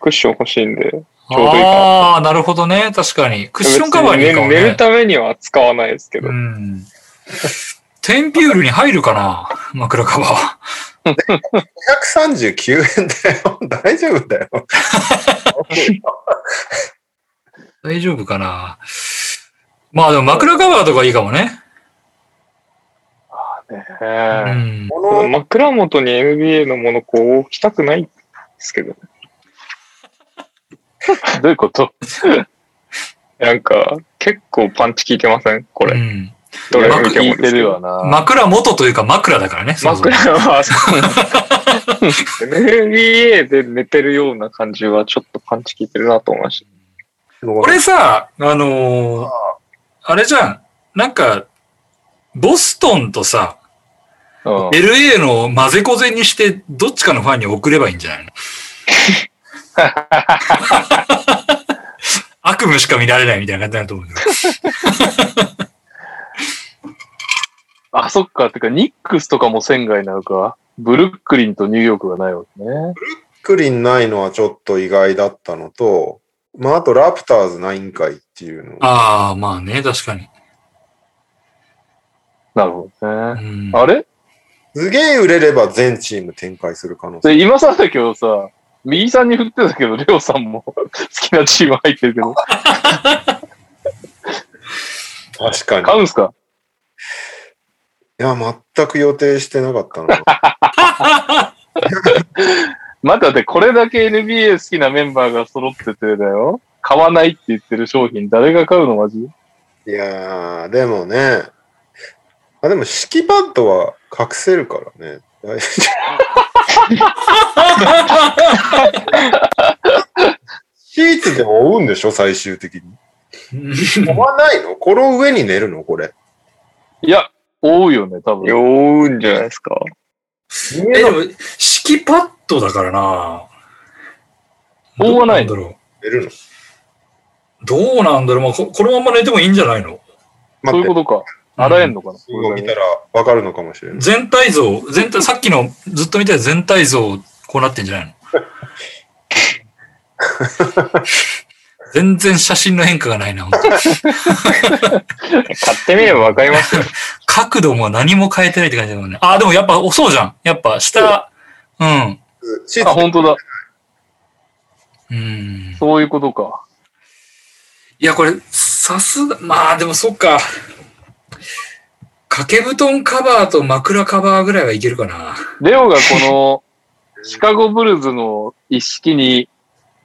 [SPEAKER 2] クッション欲しいんで。ちょうどいいかな
[SPEAKER 4] あー、なるほどね。確かに。クッションカバーにいいかも
[SPEAKER 2] 別寝る
[SPEAKER 4] ね。
[SPEAKER 2] ためには使わないですけど
[SPEAKER 4] う。ん。テンピュールに入るかな枕カバーは。
[SPEAKER 7] ?139 円だよ。 大丈夫だよ。
[SPEAKER 4] 大丈夫かなまあでも枕カバーとかいいかもね。う
[SPEAKER 5] え
[SPEAKER 4] ん。
[SPEAKER 7] こ
[SPEAKER 2] まあ
[SPEAKER 7] の
[SPEAKER 2] 枕元に NBA のものこう置きたくないですけどね。
[SPEAKER 5] どういうこと
[SPEAKER 2] なんか、結構パンチ効いてませんこ
[SPEAKER 4] う
[SPEAKER 2] れ。
[SPEAKER 4] ん
[SPEAKER 2] どれ
[SPEAKER 4] まあ
[SPEAKER 2] 見て
[SPEAKER 5] 聞
[SPEAKER 2] もで
[SPEAKER 5] いて
[SPEAKER 2] すけ
[SPEAKER 5] る
[SPEAKER 2] ど
[SPEAKER 5] わな。
[SPEAKER 4] 枕元というか枕だからね。そもそも
[SPEAKER 2] 枕は、そう NBA で寝てるような感じはちょっとパンチ効いてるなと思いました。
[SPEAKER 4] これさ、あのーあれじゃん。なんか、ボストンとさ、
[SPEAKER 5] うん、
[SPEAKER 4] LA の混ぜこぜにして、どっちかのファンに送ればいいんじゃな いの悪夢しか見られないみたいな感じになると思うけど。
[SPEAKER 5] あ、そっか。てか、ニックスとかも仙外なのか。ブルックリンとニューヨークがないわけね。
[SPEAKER 7] クリンないのはちょっと意外だったのと、まあ、あとラプターズないんかいっていうの。
[SPEAKER 4] ああ、まあね、確かに。
[SPEAKER 5] なるほど
[SPEAKER 4] う
[SPEAKER 5] ね。
[SPEAKER 4] ん、
[SPEAKER 5] あれ
[SPEAKER 7] すげえ売れれば全チーム展開する可能性。
[SPEAKER 5] で今さだけどさ、右さんに振ってたけど、レオさんも 好きなチーム入ってるけど、
[SPEAKER 7] 確かに。
[SPEAKER 5] 買うんすか
[SPEAKER 7] いや、全く予定してなかったな。
[SPEAKER 5] 待って待って、これだけ NBA 好きなメンバーが揃っててだよ。買わないって言ってる商品、誰が買うのマジ
[SPEAKER 7] いやー、でもね。あ、でも、敷きパッドは隠せるからね。大丈夫シーツでも覆うんでしょ最終的に。覆わないのこの上に寝るのこれ。
[SPEAKER 5] いや、多いよね、多分。
[SPEAKER 2] 酔うんじゃないですか。
[SPEAKER 4] え、でも、敷きパッドだからな。
[SPEAKER 5] 覆わない
[SPEAKER 4] どうなんだろ
[SPEAKER 7] 寝るの
[SPEAKER 4] う。どうなんだろう。まあ、ここのまま寝てもいいんじゃないの
[SPEAKER 5] そう
[SPEAKER 7] 待
[SPEAKER 5] いう
[SPEAKER 7] って、
[SPEAKER 5] ことか。洗えんのかな、
[SPEAKER 7] シーンを見たらわかるのかもしれない。
[SPEAKER 4] 全体像、全体、さっきのずっと見た全体像、こうなってんじゃないの全然写真の変化がないな、本当
[SPEAKER 2] 買ってみればわかりますよ。
[SPEAKER 4] 角度も何も変えてないって感じだもんね。あ、でもやっぱ、そうじゃん。やっぱ、下、うん。
[SPEAKER 7] シー
[SPEAKER 2] あ、
[SPEAKER 7] ツ
[SPEAKER 2] 本当だ。
[SPEAKER 4] うん。
[SPEAKER 2] そういうことか。
[SPEAKER 4] いや、これ、さすが、まあでもそっか。掛け布団カバーと枕カバーぐらいはいけるかな。
[SPEAKER 2] レオが この、シカゴブルズの一式に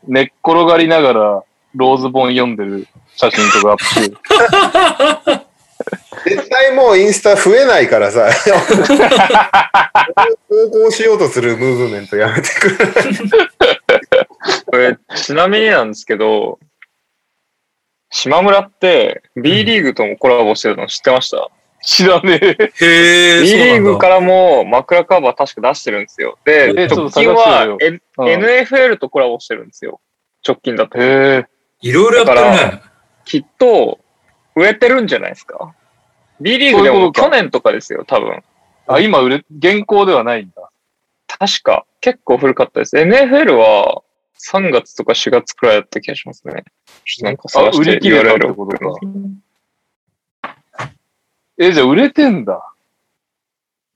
[SPEAKER 2] 寝っ転がりながら、ローズ本読んでる写真とかアップしてる。
[SPEAKER 7] 絶対もうインスタ増えないからさ、投稿しようとするムーブメントやめてくれ。
[SPEAKER 5] これ、ちなみになんですけど、島村って、B リーグともコラボしてるの知ってました、
[SPEAKER 2] 知らねえ。
[SPEAKER 4] へ
[SPEAKER 5] ?B リーグか
[SPEAKER 4] か。
[SPEAKER 5] らも枕カバー確か出してるんですよ。で、
[SPEAKER 2] えちょ
[SPEAKER 5] 直
[SPEAKER 2] っと探してみ
[SPEAKER 5] 近
[SPEAKER 2] よう
[SPEAKER 5] は、N
[SPEAKER 2] うん
[SPEAKER 5] NFL とコラボしてるんですよ。直近だと。
[SPEAKER 2] へえ。
[SPEAKER 4] いろいろやってるね。
[SPEAKER 5] きっと、植えてるんじゃないですか ?B リーグで
[SPEAKER 2] そういう
[SPEAKER 5] も
[SPEAKER 2] こと
[SPEAKER 5] 去
[SPEAKER 2] か
[SPEAKER 5] 年とかですよ、多分。
[SPEAKER 2] あ、今売れ、現行ではないんだ。
[SPEAKER 5] 確か、結構古かったです。NFL は3月とか4月くらいだった気がしますね。ちょっとなんか探
[SPEAKER 2] あ、
[SPEAKER 5] し
[SPEAKER 2] 売
[SPEAKER 5] て
[SPEAKER 2] り切れたってことか。え、じゃあ売れてんだ。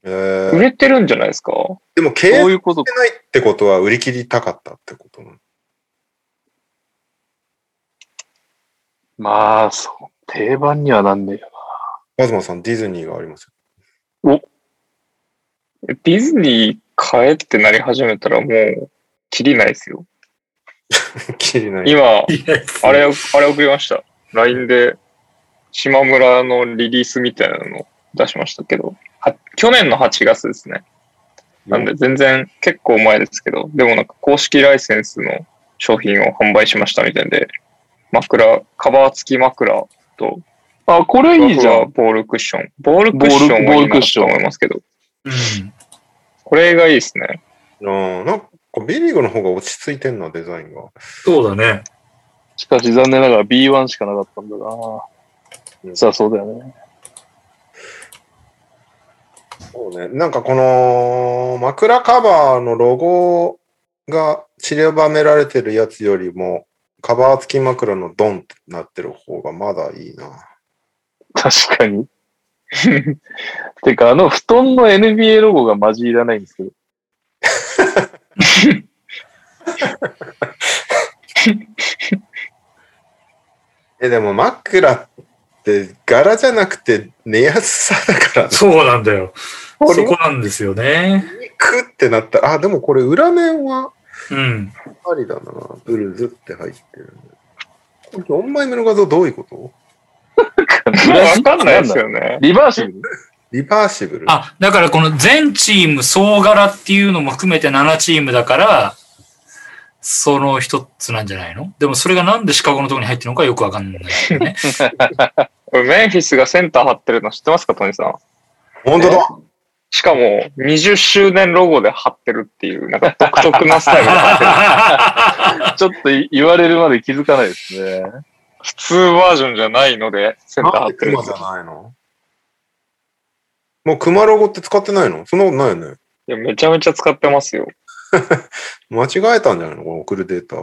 [SPEAKER 7] え
[SPEAKER 5] 売
[SPEAKER 7] ー
[SPEAKER 5] れてるんじゃないですか
[SPEAKER 7] でも、経営
[SPEAKER 2] そう
[SPEAKER 7] し
[SPEAKER 2] いうことか。
[SPEAKER 7] てないってことは売り切りたかったってことなの
[SPEAKER 2] まあ、そう。定番にはなんねえよ
[SPEAKER 7] 東さん、ディズニーがありますよ。
[SPEAKER 5] ディズニー変えってなり始めたらもう、切りないですよ。
[SPEAKER 7] 切りない。
[SPEAKER 5] 今、
[SPEAKER 4] いや
[SPEAKER 5] あれ、あれ送りました。LINE で、島村のリリースみたいなの出しましたけど、は去年の8月ですね。なんで全然結構前ですけど、でもなんか公式ライセンスの商品を販売しましたみたいんで、枕、カバー付き枕と、
[SPEAKER 2] な。あ、これいいじゃん。
[SPEAKER 5] ボールクッション。ボールクッションもいいなと思いますけど、
[SPEAKER 4] うん。
[SPEAKER 5] これがいいですね。
[SPEAKER 7] あーなんか、ビリーグの方が落ち着いてんな、デザインが。
[SPEAKER 4] そうだね。
[SPEAKER 2] しかし残念ながら B1 しかなかったんだな。
[SPEAKER 7] うん
[SPEAKER 2] さあ、そうだよね。
[SPEAKER 7] そうね。なんかこの枕カバーのロゴが散りばめられてるやつよりも、カバー付き枕のドンってなってる方がまだいいな。
[SPEAKER 2] 確かに。てか、あの布団の NBA ロゴがマジいらないんですけど。
[SPEAKER 7] え、でも枕って柄じゃなくて寝やすさだから、ね、
[SPEAKER 4] そうなんだよ。
[SPEAKER 7] こ
[SPEAKER 4] そ
[SPEAKER 7] れ
[SPEAKER 4] こなんですよね。
[SPEAKER 7] クってなったら、あ、でもこれ裏面は
[SPEAKER 4] うん。
[SPEAKER 7] ありだな。ブルズって入ってるんで。これ4枚目の画像どういうこと
[SPEAKER 5] わかんないですよね。
[SPEAKER 2] リバーシブル
[SPEAKER 7] リバーシブル。
[SPEAKER 4] あ、だからこの全チーム総柄っていうのも含めて7チームだから、その一つなんじゃないのでもそれがなんでシカゴのとこに入ってるのかよくわかんないよね。
[SPEAKER 5] これメンフィスがセンター張ってるの知ってますか、トニ ーさん。
[SPEAKER 7] 本当だ
[SPEAKER 5] しかも、20周年ロゴで貼ってるっていう、なんか独特なスタイルで貼ってる。
[SPEAKER 2] ちょっとい言われるまで気づかないですね。
[SPEAKER 5] 普通バージョンじゃないので、センター
[SPEAKER 7] な
[SPEAKER 5] 貼
[SPEAKER 7] ん
[SPEAKER 5] っ
[SPEAKER 7] で
[SPEAKER 5] てるん
[SPEAKER 7] 熊
[SPEAKER 5] で
[SPEAKER 7] じ
[SPEAKER 5] す
[SPEAKER 7] ゃ
[SPEAKER 5] よ。
[SPEAKER 7] ないのもう熊ロゴって使ってないのそんなことないよね。
[SPEAKER 5] いや、めちゃめちゃ使ってますよ。
[SPEAKER 7] 間違えたんじゃないのこの送るデータ。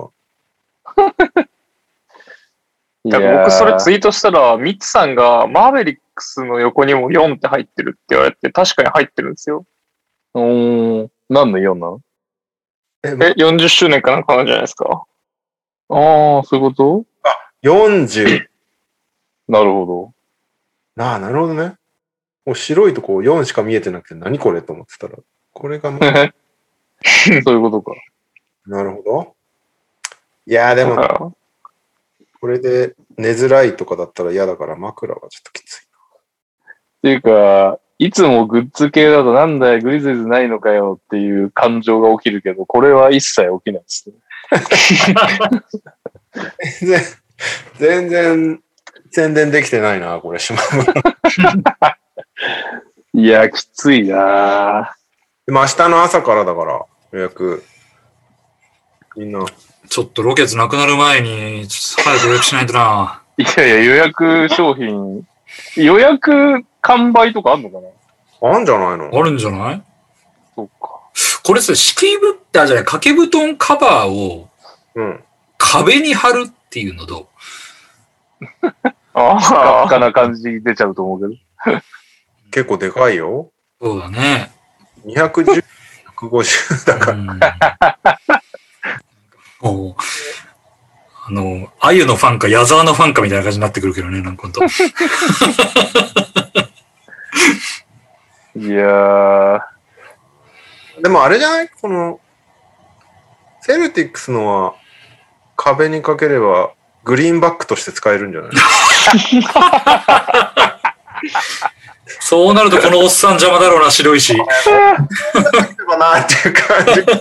[SPEAKER 5] だから僕それツ
[SPEAKER 2] イ
[SPEAKER 5] イートしたら、ミッツさんがマーベリックスの横にも4って入ってるって言われて、確かに入ってるんですよ。
[SPEAKER 2] うーん。何の4なの
[SPEAKER 5] え、40周年かなんかなんじゃないですか。
[SPEAKER 2] ああ、そういうこと
[SPEAKER 7] 40。
[SPEAKER 2] なるほ
[SPEAKER 7] ああ、なるほどね。もう白いとこ4しか見えてなくて、何これと思ってたら、これがもう、
[SPEAKER 2] ど。 そういうことか。
[SPEAKER 7] なるほど。いやーで
[SPEAKER 5] だか
[SPEAKER 7] も、
[SPEAKER 5] ら
[SPEAKER 7] これで寝づらいとかだったら嫌だから枕はちょっときつい。
[SPEAKER 2] っていうか、いつもグッズ系だとなんだよ、グリズリーズないのかよっていう感情が起きるけど、これは一切起きないですね。
[SPEAKER 7] 全然、 全然宣伝できてないな、これ、島村。
[SPEAKER 2] いや、きついな
[SPEAKER 7] でも明日の朝からだから、予約。みんな、
[SPEAKER 4] ちょっとロケツなくなる前に、ちょっと早く予約しないとな。
[SPEAKER 2] いやいや、予約商品、予約完売とかあんのかな
[SPEAKER 7] あんじゃない
[SPEAKER 4] あ
[SPEAKER 7] の
[SPEAKER 4] るんじゃない
[SPEAKER 2] そうか。
[SPEAKER 4] これさ、敷布、あ、じゃない、掛け布団カバーを
[SPEAKER 7] うん。
[SPEAKER 4] 壁に貼るっていうのど
[SPEAKER 2] か
[SPEAKER 5] あ
[SPEAKER 2] っかな感じ出ちゃうと思うけど。
[SPEAKER 7] 結構でかいよ。
[SPEAKER 4] うそうだね。
[SPEAKER 7] 210 150だから、
[SPEAKER 4] うんもうあの、あゆのファンか、矢沢のファンかみたいな感じになってくるけどね、なんかほんと。
[SPEAKER 2] いやー、
[SPEAKER 7] でもあれじゃないこの、セルティックスのは壁にかければグリーンバックとして使えるんじゃない
[SPEAKER 4] そうなるとこのおっさん邪魔だろうな、白いし。
[SPEAKER 7] でもなっていう感じ。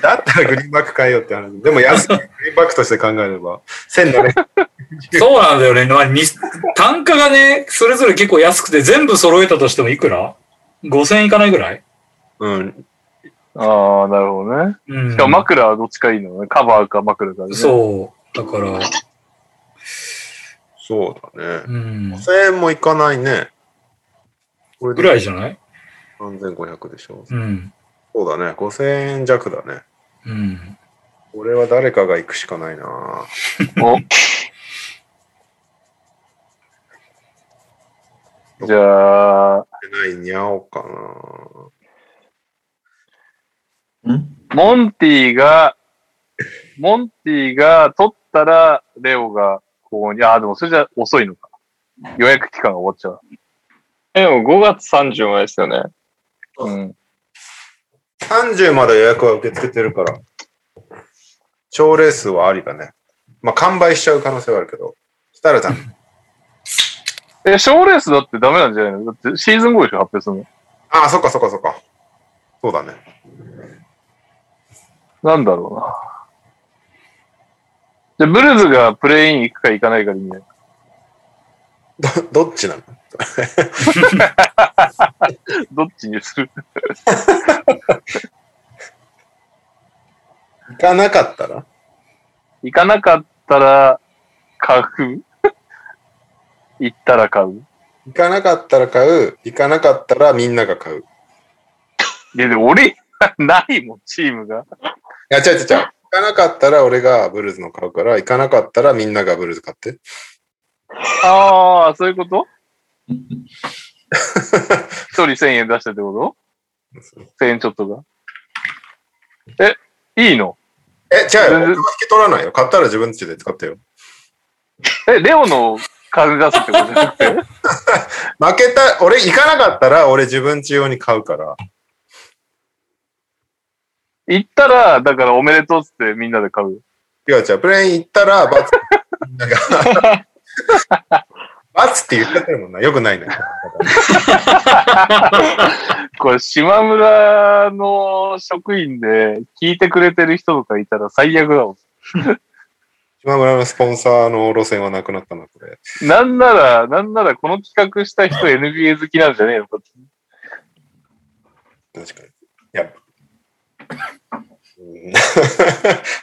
[SPEAKER 7] だったらグリーンバック変えようって話。でも安いグリーンバックとして考えれば、1700
[SPEAKER 4] そうなんだよね。まあ、に単価がね、それぞれ結構安くて、全部揃えたとしてもいくら ?5000 いかないぐらい
[SPEAKER 7] うん。
[SPEAKER 2] ああ、なるほどね。
[SPEAKER 4] うん。
[SPEAKER 2] しかも枕はどっちかいいのね。カバーか枕かね。
[SPEAKER 4] そう。だから、
[SPEAKER 7] そうだね。
[SPEAKER 4] うん。
[SPEAKER 7] 1000円もいかないね。これ
[SPEAKER 4] ぐ
[SPEAKER 7] で
[SPEAKER 4] らいじゃない
[SPEAKER 7] 3500でしょ。
[SPEAKER 4] うん。
[SPEAKER 7] そうだね。5000円弱だね。
[SPEAKER 4] うん。
[SPEAKER 7] これは誰かが行くしかないな
[SPEAKER 2] じゃあ、
[SPEAKER 7] ないにゃおうかな
[SPEAKER 2] モンティが、モンティが取ったら、レオがこうに、ああ、でもそれじゃ遅いのか。予約期間が終わっちゃう。
[SPEAKER 15] でも5月30までですよね。
[SPEAKER 2] うん。
[SPEAKER 7] 30まで予約は受け付けてるから、賞レースはありだね。まあ、完売しちゃう可能性はあるけど、したらダメ。
[SPEAKER 2] え、賞レースだってダメなんじゃないのだってシーズン後でしょ、発表するの。
[SPEAKER 7] ああ、そっかそっかそっか。そうだね。
[SPEAKER 2] なんだろうな。じゃあ、ブルズがプレイイン行くか行かないかでいいんじゃない
[SPEAKER 7] どどっちなの
[SPEAKER 2] どっちにする
[SPEAKER 7] 行かなかったら
[SPEAKER 2] 行かなかったら、買う 行ったら買う
[SPEAKER 7] 行かなかったら買う。行かなかったらみんなが買う。い
[SPEAKER 2] いや、でも俺、 ないもん、チームが。
[SPEAKER 7] や、違う違う違う。行かなかったら俺がブルーズの買うから、行かなかったらみんながブルーズ買って。
[SPEAKER 2] ああ、そういうこと一人1000円出したってこと ?1000 円ちょっとが。え、いいの
[SPEAKER 7] え、違うよ。俺は引き取らないよ。買ったら自分ちで使ってよ。
[SPEAKER 2] え、レオの金出すってことじゃなくて
[SPEAKER 7] 負けた、俺行かなかったら俺自分ち用に買うから。
[SPEAKER 2] 行ったら、だからおめでとうっつってみんなで買う。
[SPEAKER 7] 違う違う、プレイン行ったら、バツ。なんか、 バツって言っちゃってるもんな。よくないね。
[SPEAKER 2] これ、島村の職員で聞いてくれてる人とかいたら最悪だも
[SPEAKER 7] 島村のスポンサーの路線はなくなったな、これ。
[SPEAKER 2] ん。なんなら、なんならこの企画した人 NBA 好きなんじゃねえのかって
[SPEAKER 7] 確かに。いや。うん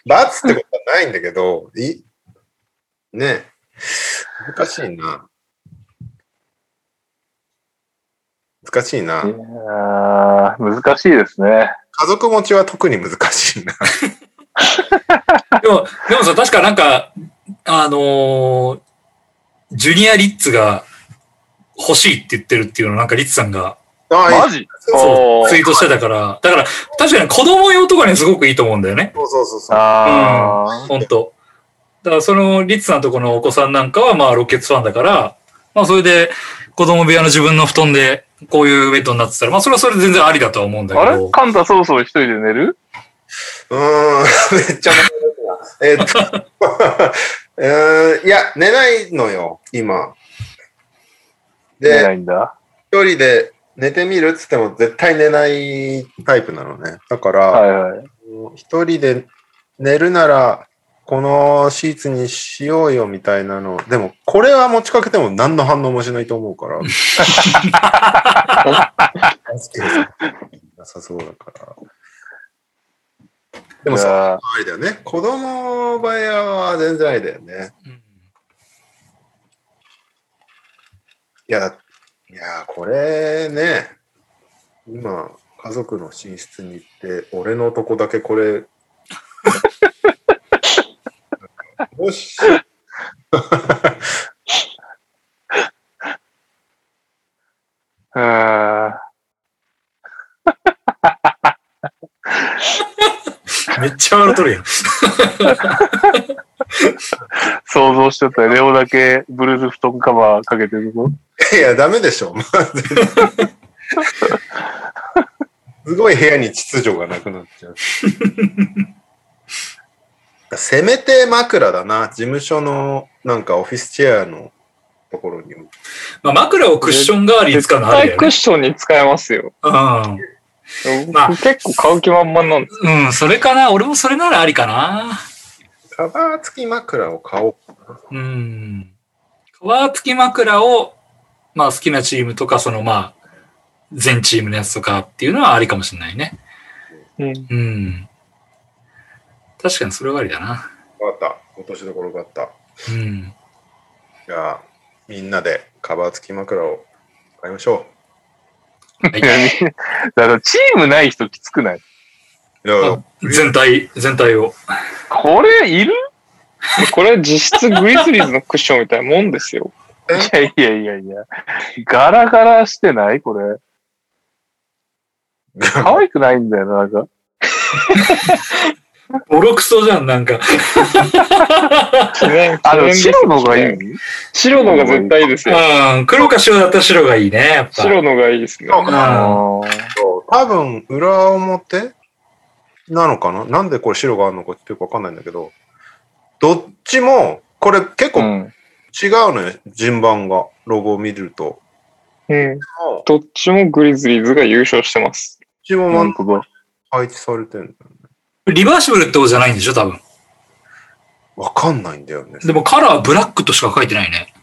[SPEAKER 7] バツってことはないんだけど、いねえ。難しいな。難しいな。
[SPEAKER 2] いやー難しいですね。
[SPEAKER 7] 家族持ちは特に難しいな。
[SPEAKER 4] でも、でもさ、確かなんか、あのージュニアリッツが欲しいって言ってるっていうのをなんかリッツさんが
[SPEAKER 7] あいい
[SPEAKER 2] マジ
[SPEAKER 4] そう
[SPEAKER 2] おー
[SPEAKER 4] ツイートしてたから、だから確かに子供用とかにすごくいいと思うんだよね。
[SPEAKER 7] そうそうそうそう。
[SPEAKER 2] あー
[SPEAKER 4] 本当。だからそのリッツさんとこのお子さんなんかはまあロケッツファンだから、まあそれで子供部屋の自分の布団でこういうベッドになってたら、まあそれはそれで全然ありだとは思うんだ
[SPEAKER 2] あ
[SPEAKER 4] け
[SPEAKER 2] れ
[SPEAKER 4] ど。
[SPEAKER 2] カンタそろそろ一人で寝る
[SPEAKER 7] うーん、 めっちゃ悩んでるな。えっと、 うーん、いや、寝ないのよ、今。
[SPEAKER 2] 寝
[SPEAKER 7] で、
[SPEAKER 2] ないんだ。
[SPEAKER 7] 一人で寝てみるっつっても絶対寝ないタイプなのね。だから、
[SPEAKER 2] はいはい。
[SPEAKER 7] 一人で寝るなら、このシーツにしようよみたいなの。でも、これは持ちかけても何の反応もしないと思う から。 なさそうだから。でも
[SPEAKER 2] じ
[SPEAKER 7] さ、
[SPEAKER 2] ゃあ
[SPEAKER 7] あれだよね。子供部屋は全然あれだよね。
[SPEAKER 4] うん
[SPEAKER 7] いや、だいや、これね、今、家族の寝室に行って、俺の男だけこれ、よし。
[SPEAKER 2] うーん
[SPEAKER 4] めっちゃ笑とるやん。
[SPEAKER 2] 想像してたよレオだけブルース布団カバーかけてるぞ。
[SPEAKER 7] いや、ダメでしょ。 すごい部屋に秩序がなくなっちゃう。せめて枕だな。事務所のなんかオフィスチェアのところに置く。
[SPEAKER 4] まあ、枕をクッション代わりに
[SPEAKER 5] 絶
[SPEAKER 4] 使うのある
[SPEAKER 5] 対
[SPEAKER 4] よ
[SPEAKER 5] クッ
[SPEAKER 4] ね。
[SPEAKER 5] ションに使えますよ。
[SPEAKER 4] まあ
[SPEAKER 5] 僕結構買う気満々なんです。
[SPEAKER 4] うん。うん、それかな。俺もそれならありかな。
[SPEAKER 7] カバー付き枕を買おう。
[SPEAKER 4] うん。皮付き枕を、まあ好きなチームとか、そのまあ、全チームのやつとかっていうのはありかもしれないね。
[SPEAKER 2] うん。
[SPEAKER 4] うん。確かにそれはありだな。
[SPEAKER 7] わかった。落としどころがあった。
[SPEAKER 4] うん。
[SPEAKER 7] じゃあ、みんなでカバー付き枕を買いましょ。
[SPEAKER 4] はい
[SPEAKER 2] だからチームない人きつくないう
[SPEAKER 7] いや
[SPEAKER 4] あ全体、全体を。
[SPEAKER 2] これいる
[SPEAKER 5] これ実質グリズリーズのクッションみたいなもんですよ。
[SPEAKER 2] いやいやいやいや。ガラガラしてないこれ。可愛くないんだよな、なんか。
[SPEAKER 4] ボロクソじゃん、なんか。
[SPEAKER 5] 記念
[SPEAKER 2] あ、でも
[SPEAKER 5] 記念です
[SPEAKER 2] 白のがいい
[SPEAKER 5] 白のが絶対いいですよ。
[SPEAKER 4] うん。黒か白だったら白がいいね、やっぱ。
[SPEAKER 5] 白のがいいですね。
[SPEAKER 7] そうか
[SPEAKER 2] あ
[SPEAKER 4] うん。
[SPEAKER 2] ー
[SPEAKER 7] 多分裏表なのかななんでこれ白があるのかってよくわかんないんだけど、どっちも、これ結
[SPEAKER 2] う
[SPEAKER 7] 構
[SPEAKER 2] ん。
[SPEAKER 7] 違うのよ、順番が。ロゴを見ると。
[SPEAKER 5] うん。どっちもグリズリーズが優勝してます。
[SPEAKER 7] どっちも真
[SPEAKER 2] 本
[SPEAKER 7] ん中
[SPEAKER 2] 当だ。
[SPEAKER 7] 配置されてるんだよね。
[SPEAKER 4] リバーシブルってことじゃないんでしょ、多分。
[SPEAKER 7] わかんないんだよね。
[SPEAKER 4] でもカラーはブラックとしか書いてないね。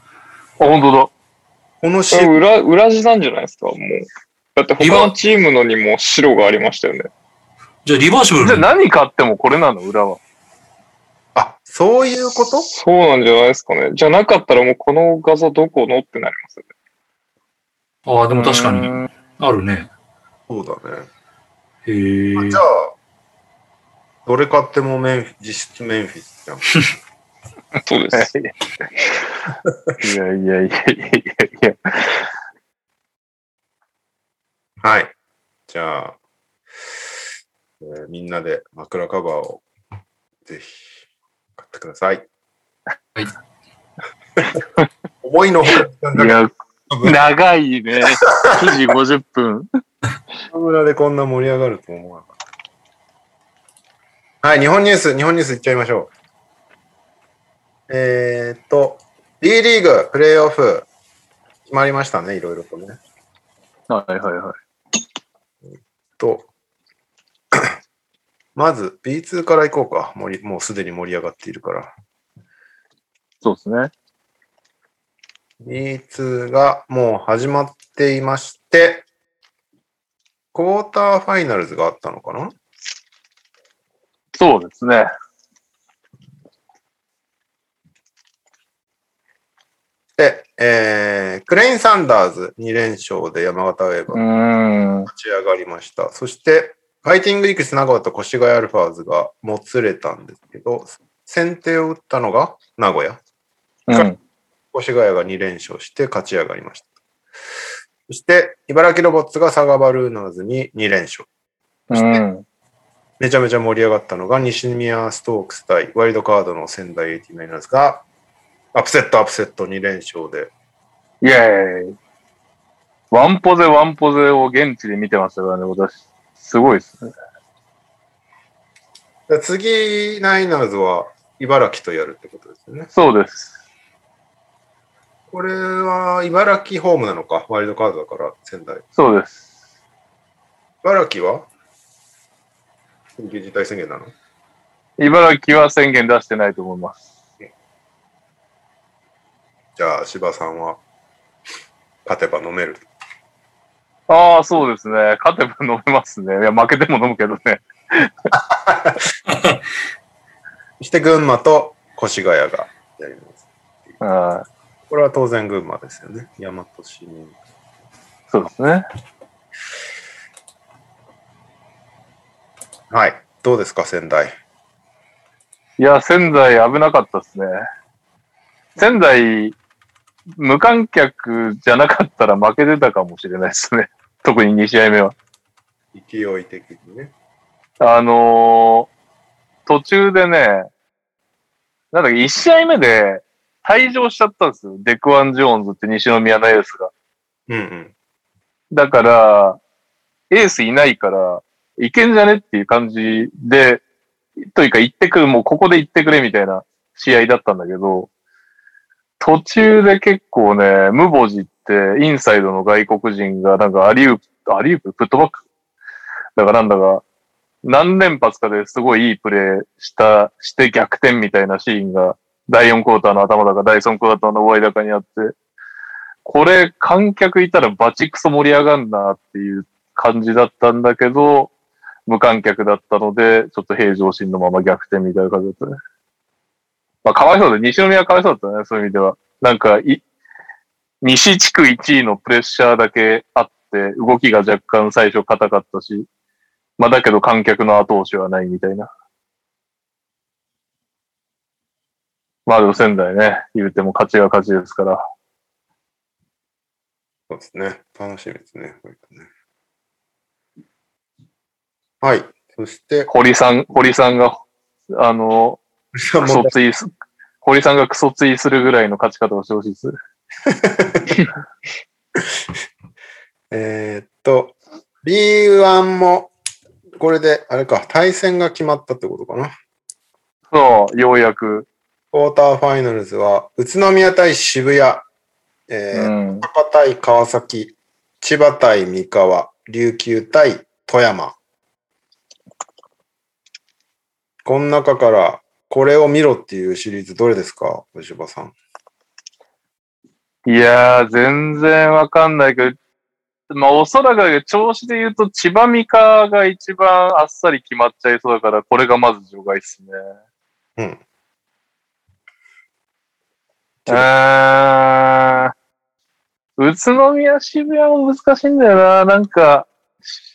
[SPEAKER 2] あ、本当だ。
[SPEAKER 7] この
[SPEAKER 5] これ
[SPEAKER 7] 白、
[SPEAKER 5] 裏、裏地なんじゃないですかもう。だって他
[SPEAKER 4] 今
[SPEAKER 5] のチームのにも白がありましたよね。
[SPEAKER 4] じゃあリバーシブ
[SPEAKER 2] じゃあ
[SPEAKER 4] ルも。
[SPEAKER 2] 何買ってもこれなの裏は。
[SPEAKER 7] あ、そういうこと
[SPEAKER 5] そうなんじゃないですかね。じゃなかったらもうこの画像どこのってなりますよ
[SPEAKER 4] ああ、でも確か
[SPEAKER 5] う
[SPEAKER 4] に。
[SPEAKER 5] ん
[SPEAKER 4] あるね。
[SPEAKER 7] そうだね。
[SPEAKER 4] へえ。
[SPEAKER 7] じゃあ、どれ買ってもメンフィ実質メンフィスじゃん。
[SPEAKER 5] そうです。
[SPEAKER 2] いやいやいやいやいやい
[SPEAKER 7] はい。じゃあ、えーみんなで枕カバーをぜひ買ってください。
[SPEAKER 4] はい。
[SPEAKER 7] 思いのほ
[SPEAKER 2] や。い
[SPEAKER 7] か、
[SPEAKER 2] や、長いね。9時50分。
[SPEAKER 7] 村でこんな盛り上がると思わなかった。はい、日本ニュース、日本ニュースいっちゃいましょう。えー、っと、D リーグ、プレイオフ、決まりましたね、いろいろとね。
[SPEAKER 2] はいはいはい。
[SPEAKER 7] と、 まず B2 から行こうか。盛りもうすでに盛り上がっているから。
[SPEAKER 2] そうですね。
[SPEAKER 7] B2 がもう始まっていまして、クォーターファイナルズがあったのかな
[SPEAKER 2] そうですね。
[SPEAKER 7] で、えークレイン・サンダーズ2連勝で山形ウェーブ
[SPEAKER 2] う
[SPEAKER 7] が
[SPEAKER 2] ーん。
[SPEAKER 7] 勝ち上がりました。そして、ファイティングイクス名古屋と越谷アルファーズがもつれたんですけど、先手を打ったのが名古屋。
[SPEAKER 2] うん。
[SPEAKER 7] 越谷が2連勝して勝ち上がりました。そして、茨城ロボッツが佐賀バルーナーズに2連勝。
[SPEAKER 2] うん。
[SPEAKER 7] めちゃめちゃ盛り上がったのが、西宮ストークス対ワイルドカードの仙台89なんですが、アップセット、アップセット2連勝で、
[SPEAKER 2] イェーイ。ワンポゼワンポゼを現地で見てましたからね、私。すごいですね。
[SPEAKER 7] で次、ナイナーズは茨城とやるってことですよね。
[SPEAKER 2] そうです。
[SPEAKER 7] これは茨城ホームなのか、ワイルドカードだから仙台。
[SPEAKER 2] そうです。
[SPEAKER 7] 茨城は緊急事態宣言なの
[SPEAKER 2] 茨城は宣言出してないと思います。
[SPEAKER 7] じゃあ、芝さんは勝てば飲める。
[SPEAKER 2] ああ、そうですね。勝てば飲めますね。いや、負けても飲むけどね。
[SPEAKER 7] そして群馬と越谷がやります。
[SPEAKER 2] うん。
[SPEAKER 7] これは当然群馬ですよね。大和市民。
[SPEAKER 2] そうですね。
[SPEAKER 7] はい。どうですか、仙台。
[SPEAKER 2] いや、仙台危なかったですね。仙台、無観客じゃなかったら負けてたかもしれないですね。特に2試合目は。
[SPEAKER 7] 勢い的にね。
[SPEAKER 2] あの途中でね、なんだっけ、1試合目で退場しちゃったんですよ。デクワン・ジョーンズって西宮のエースが。
[SPEAKER 7] うんうん。
[SPEAKER 2] だから、エースいないから、いけんじゃねっていう感じで、というか行ってくる、もうここで行ってくれみたいな試合だったんだけど、途中で結構ね、ムボジってインサイドの外国人がなんかアリウープ、アリウーププットバックだからなんだか、何連発かですごいいいプレーした、して逆転みたいなシーンが、第4クォーターの頭だか、第3クォーターの終わりだかにあって、これ観客いたらバチクソ盛り上がんなっていう感じだったんだけど、無観客だったので、ちょっと平常心のまま逆転みたいな感じだったね。まあ、かわいそうだ。西宮はかわいそうだったね、そういう意味では。なんか、い、西地区1位のプレッシャーだけあって、動きが若干最初硬かったし、まあだけど観客の後押しはないみたいな。まあでも仙台ね、言うても勝ちが勝ちですから。
[SPEAKER 7] そうですね。楽しみですね。これねはい。そして、
[SPEAKER 2] 堀さん、堀さんが、あの、クソツイす、堀さんがクソツイするぐらいの勝ち方をしてほしいです。
[SPEAKER 7] えーっと、B1 も、これで、あれか、対戦が決まったってことかな。
[SPEAKER 2] そう、ようやく。
[SPEAKER 7] クォーターファイナルズは、宇都宮対渋谷、えー
[SPEAKER 2] うん。
[SPEAKER 7] 大阪対川崎、千葉対三河、琉球対富山。この中から、これを見ろっていうシリーズどれですか吉羽さん。
[SPEAKER 2] いやー、全然わかんないけど、まあ、おそらくだけど調子で言うと、千葉美香が一番あっさり決まっちゃいそうだから、これがまず除外っすね。
[SPEAKER 7] うん
[SPEAKER 2] うーん。宇都宮、渋谷も難しいんだよな。なんか、し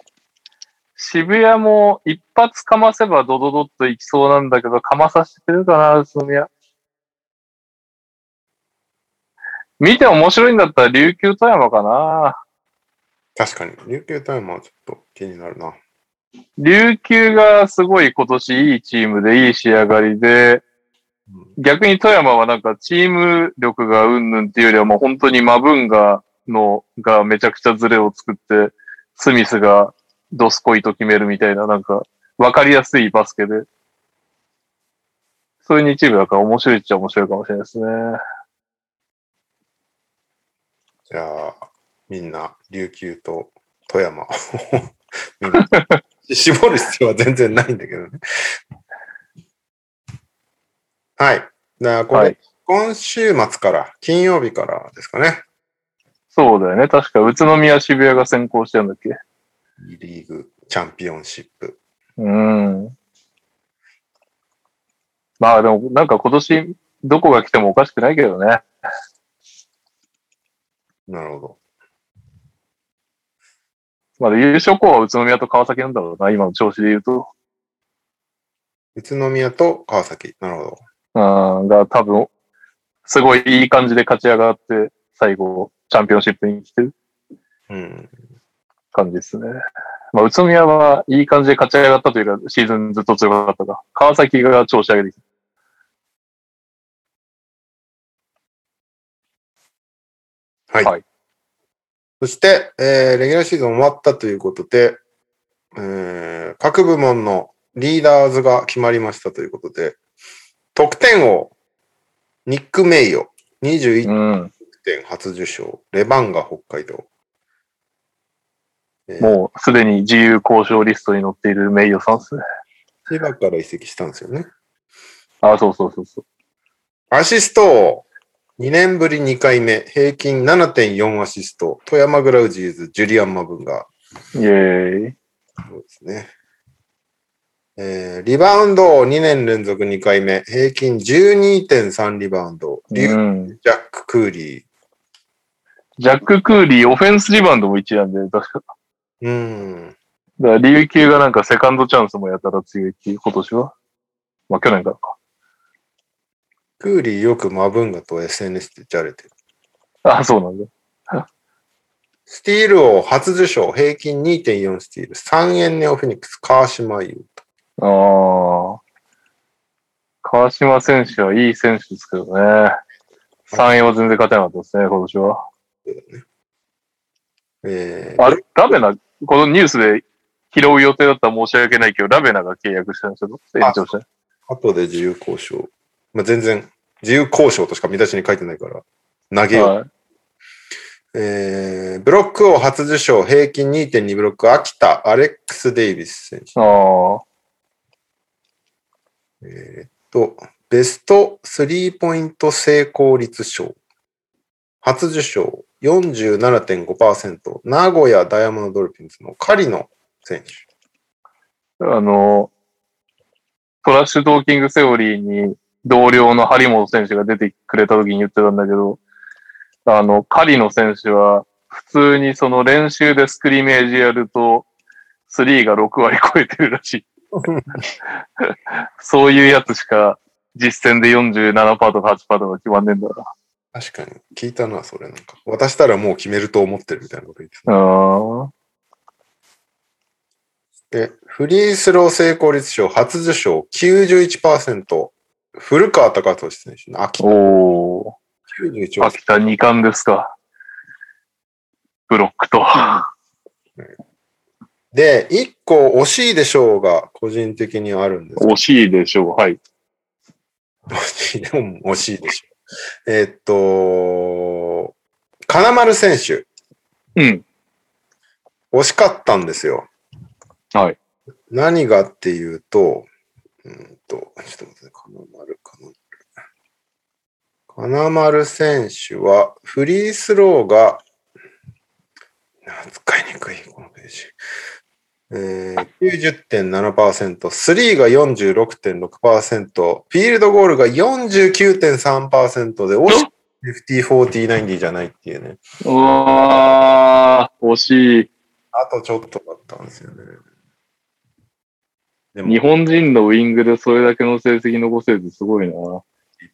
[SPEAKER 2] 渋谷も一発かませばドドドッといきそうなんだけど、かまさせてくれるかな、宇都宮。見て面白いんだったら琉球富山かな。
[SPEAKER 7] 確かに、琉球タイムはちょっと気になるな。
[SPEAKER 2] 琉球がすごい今年いいチームでいい仕上がりで、逆に富山はなんかチーム力がうんぬんっていうよりはもう本当にマブンガのがめちゃくちゃズレを作って、スミスがドスコイと決めるみたいななんかわかりやすいバスケで、そういう2チームだから面白いっちゃ面白いかもしれないですね。
[SPEAKER 7] じゃあ、みんな、琉球と富山を みんな、絞る必要は全然ないんだけどね。はい。じゃあ、これ、
[SPEAKER 2] はい
[SPEAKER 7] 今週末から、金曜日からですかね。
[SPEAKER 2] そうだよね。確か宇都宮渋谷が先行してるんだっけ。
[SPEAKER 7] リーグチャンピオンシップ。
[SPEAKER 2] うん。まあでも、なんか今年、どこが来てもおかしくないけどね。
[SPEAKER 7] なるほど。
[SPEAKER 2] まだ優勝校は宇都宮と川崎なんだろうな、今の調子で言うと。
[SPEAKER 7] 宇都宮と川崎。なるほど。
[SPEAKER 2] うん、が多分、すごいいい感じで勝ち上がって、最後、チャンピオンシップに来てる
[SPEAKER 7] うん。
[SPEAKER 2] 感じですね。まあ、宇都宮はいい感じで勝ち上がったというか、シーズンずっと強かったが、川崎が調子上げてき
[SPEAKER 7] はい。
[SPEAKER 2] はい
[SPEAKER 7] そして、えーレギュラーシーズン終わったということで、えー各部門のリーダーズが決まりましたということで、得点王、ニック・メイヨ、
[SPEAKER 2] た。
[SPEAKER 7] 21
[SPEAKER 2] うん。
[SPEAKER 7] 点初受賞、レバンガ北海道。えー
[SPEAKER 2] もうすでに自由交渉リストに載っている名誉さんですね。
[SPEAKER 7] 千葉から移籍したんですよね。
[SPEAKER 2] あ、そうそうそうそう。
[SPEAKER 7] アシスト王、2年ぶり2回目、平均7.4アシスト、富山グラウジーズ、ジュリアン・マブンガー。
[SPEAKER 2] イェーイ。
[SPEAKER 7] そうですね。えーリバウンドを2年連続2回目、平均12.3リバウンド、リュウ
[SPEAKER 2] うん
[SPEAKER 7] ジャック・クーリー。
[SPEAKER 2] ジャック・クーリー、オフェンスリバウンドも1なんで、確か。
[SPEAKER 7] うん。
[SPEAKER 2] だから、琉球がなんかセカンドチャンスもやたら強いっていう、今年は。まあ、去年からか。
[SPEAKER 7] クーリーよくマブンガと SNS でじゃれてる。
[SPEAKER 2] あ、そうなんだ。
[SPEAKER 7] スティール王初受賞、平均2.4スティール、3円ネオフェニックス、川島優。
[SPEAKER 2] ああ。川島選手はいい選手ですけどね。3位は全然勝てなかったですね、今年は。
[SPEAKER 7] えー
[SPEAKER 2] あれラベナ、このニュースで拾う予定だったら申し訳ないけど、ラベナが契約したんですよ。延長した。
[SPEAKER 7] 後で自由交渉。まあ、全然、自由交渉としか見出しに書いてないから、投げよう。
[SPEAKER 2] はい
[SPEAKER 7] えーブロック王初受賞、平均2.2ブロック、秋田、アレックス・デイビス選手。
[SPEAKER 2] あー
[SPEAKER 7] えーっと、ベストスリーポイント成功率賞。初受賞47.5%。名古屋ダイヤモンドドルフィンズの狩野選手。
[SPEAKER 2] あの、トラッシュトーキングセオリーに同僚の張本選手が出てくれた時に言ってたんだけど、あの、狩野選手は普通にその練習でスクリメージやると、スリーが6割超えてるらしい。 そういうやつしか実践で47%とか8%とか決まんねえんだな。
[SPEAKER 7] 確かに。聞いたな、それなんか。渡したらもう決めると思ってるみたいなこと言ってた。
[SPEAKER 2] うん。
[SPEAKER 7] で、フリースロー成功率賞初受賞91%。古川隆俊選手の秋田
[SPEAKER 2] おー。
[SPEAKER 7] 91%。
[SPEAKER 2] 秋田2冠ですか。ブロッ クと。
[SPEAKER 7] で、1個惜しいでしょうが、個人的にはあるんですけど
[SPEAKER 16] 惜しいでしょう。はい。
[SPEAKER 7] 惜しい、でも惜しいでしょ。えーっと、金丸選手。
[SPEAKER 16] うん。
[SPEAKER 7] 惜しかったんですよ。
[SPEAKER 2] はい。
[SPEAKER 7] 何がっていうと、うーんと、ちょっと待ってね、金丸、金丸。金丸選手は、フリースローが、あ使いにくい、このページ。えー、90.7%、スリーが46.6%、フィールドゴールが49.3%で、惜しく50-40-90じゃないっていうね。
[SPEAKER 2] うわー、惜しい。
[SPEAKER 7] あとちょっとだったんですよね。で
[SPEAKER 2] 日本人のウィングでそれだけの成績残せるってすごいな。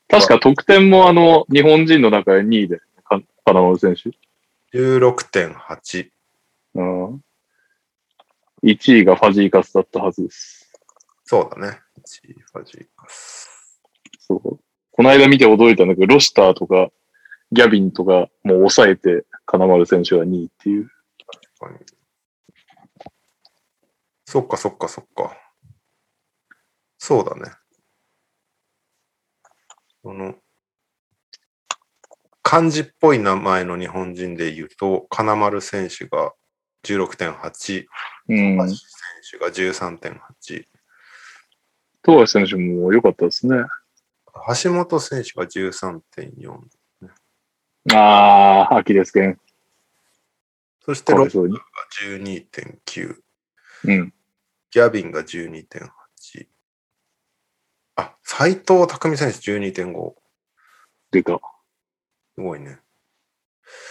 [SPEAKER 2] 確か得点もあの、日本人の中で2位で、か金丸選手。
[SPEAKER 7] 16.8。
[SPEAKER 2] うん。1位がファジーカスだったはずです。
[SPEAKER 7] そうだね。1ファジーカス。
[SPEAKER 2] そう。この間見て驚いたんだけど、ロシターとか、ギャビンとかもう抑えて、金丸選手が2位っていう。
[SPEAKER 7] 確かにそっかそっかそっか。そうだね。その、漢字っぽい名前の日本人で言うと、金丸選手が16.8、
[SPEAKER 2] うん。
[SPEAKER 7] 富樫選手が13.8、
[SPEAKER 2] 富樫選手も良かったですね。
[SPEAKER 7] 橋本選手が13.4、
[SPEAKER 2] あー、アキレス腱。
[SPEAKER 7] そして
[SPEAKER 2] か
[SPEAKER 7] ロ
[SPEAKER 2] わい
[SPEAKER 7] ッ
[SPEAKER 2] そうに。
[SPEAKER 7] 12.9。
[SPEAKER 2] うん。
[SPEAKER 7] ギャビンが12.8。あ、斎藤匠選手12.5。
[SPEAKER 2] 出た。
[SPEAKER 7] すごいね。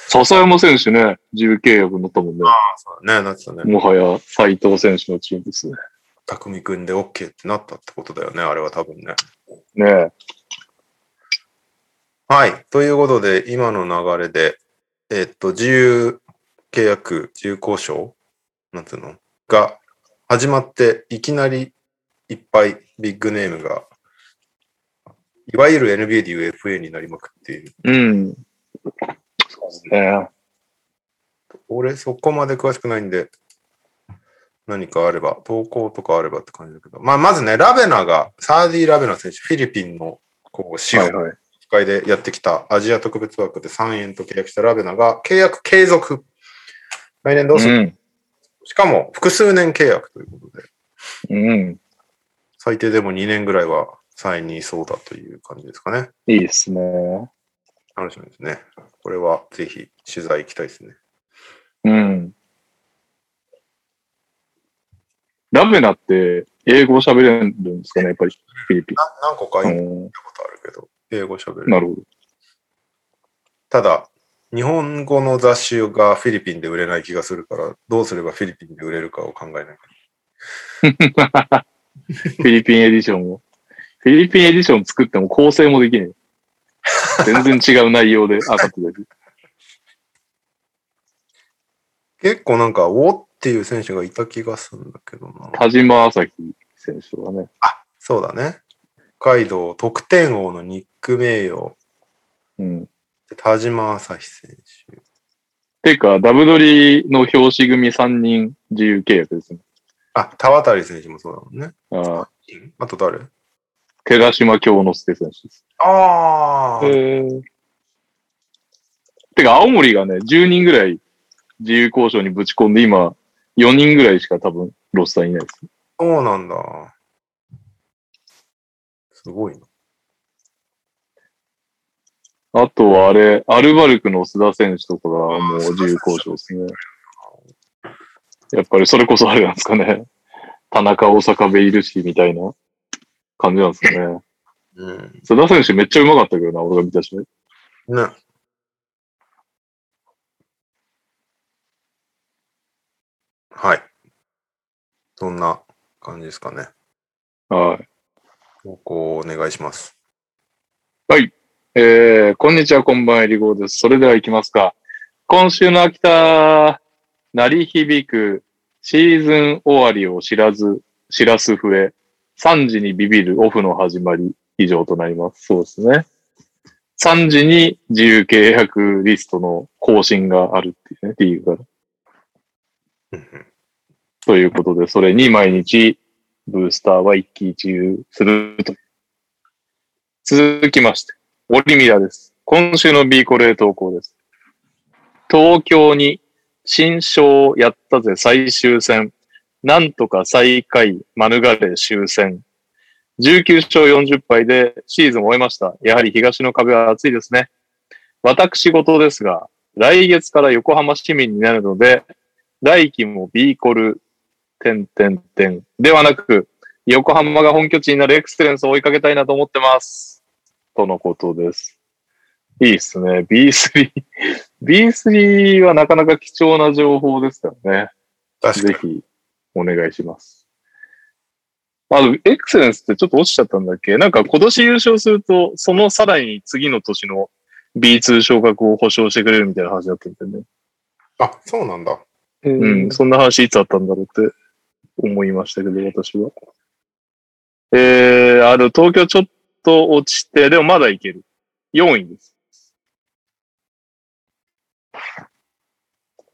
[SPEAKER 2] 笹山選手ね、自由契約になったもんね。
[SPEAKER 7] ねなってたね。
[SPEAKER 2] もはや斎藤選手のチームですね。
[SPEAKER 7] 匠君で OK ってなったってことだよね。あれは多分ね。
[SPEAKER 2] ねえ。
[SPEAKER 7] はい。ということで、今の流れで、えっと、自由契約、自由交渉なんていうのが始まって、いきなりいっぱいビッグネームが、いわゆる NBA でいう FA になりまくっている。
[SPEAKER 2] うん。そうですね。
[SPEAKER 7] 俺そこまで詳しくないんで、何かあれば、投稿とかあればって感じだけど、まあ、まずね、ラベナが、サーディ・ラベナ選手、フィリピンの、こう、市
[SPEAKER 2] はい
[SPEAKER 7] を
[SPEAKER 2] はい。
[SPEAKER 7] 会でやってきたアジア特別枠で3円と契約したラベナが、契約継続。来年どうする、
[SPEAKER 2] うん。
[SPEAKER 7] しかも、複数年契約ということで、
[SPEAKER 2] うん。
[SPEAKER 7] 最低でも2年ぐらいは再任しそうだという感じですかね。
[SPEAKER 2] いいですね。
[SPEAKER 7] 楽しみですね。これは、ぜひ、取材行きたいですね。
[SPEAKER 2] うん。ラベナって英語喋れるんですかねやっぱりフィリピ
[SPEAKER 7] な何個か
[SPEAKER 2] ン。
[SPEAKER 7] 言っ
[SPEAKER 2] う
[SPEAKER 7] たことあるけど、英語喋る
[SPEAKER 2] ん。。なるほど。
[SPEAKER 7] ただ、日本語の雑誌がフィリピンで売れない気がするから、どうすればフィリピンで売れるかを考えない。
[SPEAKER 2] フィリピンエディションを。フィリピンエディション作っても構成もできない。全然違う内容で上がってる。
[SPEAKER 7] 結構なんか、おっていう選手がいた気がするんだけどな。
[SPEAKER 2] 田島朝日選手はね。
[SPEAKER 7] そうだね。海道、得点王のニック・名誉、
[SPEAKER 17] うん。
[SPEAKER 7] 田島朝日選手。
[SPEAKER 2] てか、ダブドリの表紙組3人自由契約ですね。
[SPEAKER 7] あ、田渡選手もそうだもんね。
[SPEAKER 2] ああ、
[SPEAKER 7] あと誰
[SPEAKER 2] 怪我島京之介選手です。
[SPEAKER 7] ああ、
[SPEAKER 2] てか、青森がね、10人ぐらい自由交渉にぶち込んで、今、4人ぐらいしか多分、ロスターいないです。
[SPEAKER 7] そうなんだ。すごいな。
[SPEAKER 2] あとはあれ、アルバルクの須田選手とかがもう自由交渉ですね。やっぱりそれこそあれなんですかね。田中大阪ベイルシーみたいな感じなんですかね。
[SPEAKER 7] うん。
[SPEAKER 2] 須田選手めっちゃうまかったけどな、俺が見たし。
[SPEAKER 7] ね。はい。そんな感じですかね。
[SPEAKER 2] はい。
[SPEAKER 7] 投稿お願いします。
[SPEAKER 2] えー、こんにちは、こんばんは、エリゴーです。それでは行きますか。今週の秋田、鳴り響く、シーズン終わりを知らず、知らす笛、3時にビビるオフの始まり、以上となります。そうですね。3時に自由契約リストの更新があるっていうね、理由が。ということで、それに毎日、ブースターは一喜一憂するという。続きまして。オリミラです。今週の B コレ投稿です。東京に新章をやったぜ最終戦。なんとか最下位、免れ終戦。19勝40敗でシーズンを終えました。やはり東の壁は厚いですね。私事ですが、来月から横浜市民になるので、来期も B コル、点点点ではなく、横浜が本拠地になるエクセレンスを追いかけたいなと思ってます。とのことです。いいっすね。B3。B3 はなかなか貴重な情報ですからね。
[SPEAKER 7] 確か
[SPEAKER 2] ぜ
[SPEAKER 7] に。
[SPEAKER 2] ひ、お願いします。あの、エクセレンスってちょっと落ちちゃったんだっけなんか今年優勝すると、そのさらに次の年の B2 昇格を保証してくれるみたいな話だったんだよね。
[SPEAKER 7] あ、そうなんだ。
[SPEAKER 2] うん、そんな話いつあったんだろうって思いましたけど、私は。えー、あの、東京ちょっと落ちて、でもまだいける。4位です。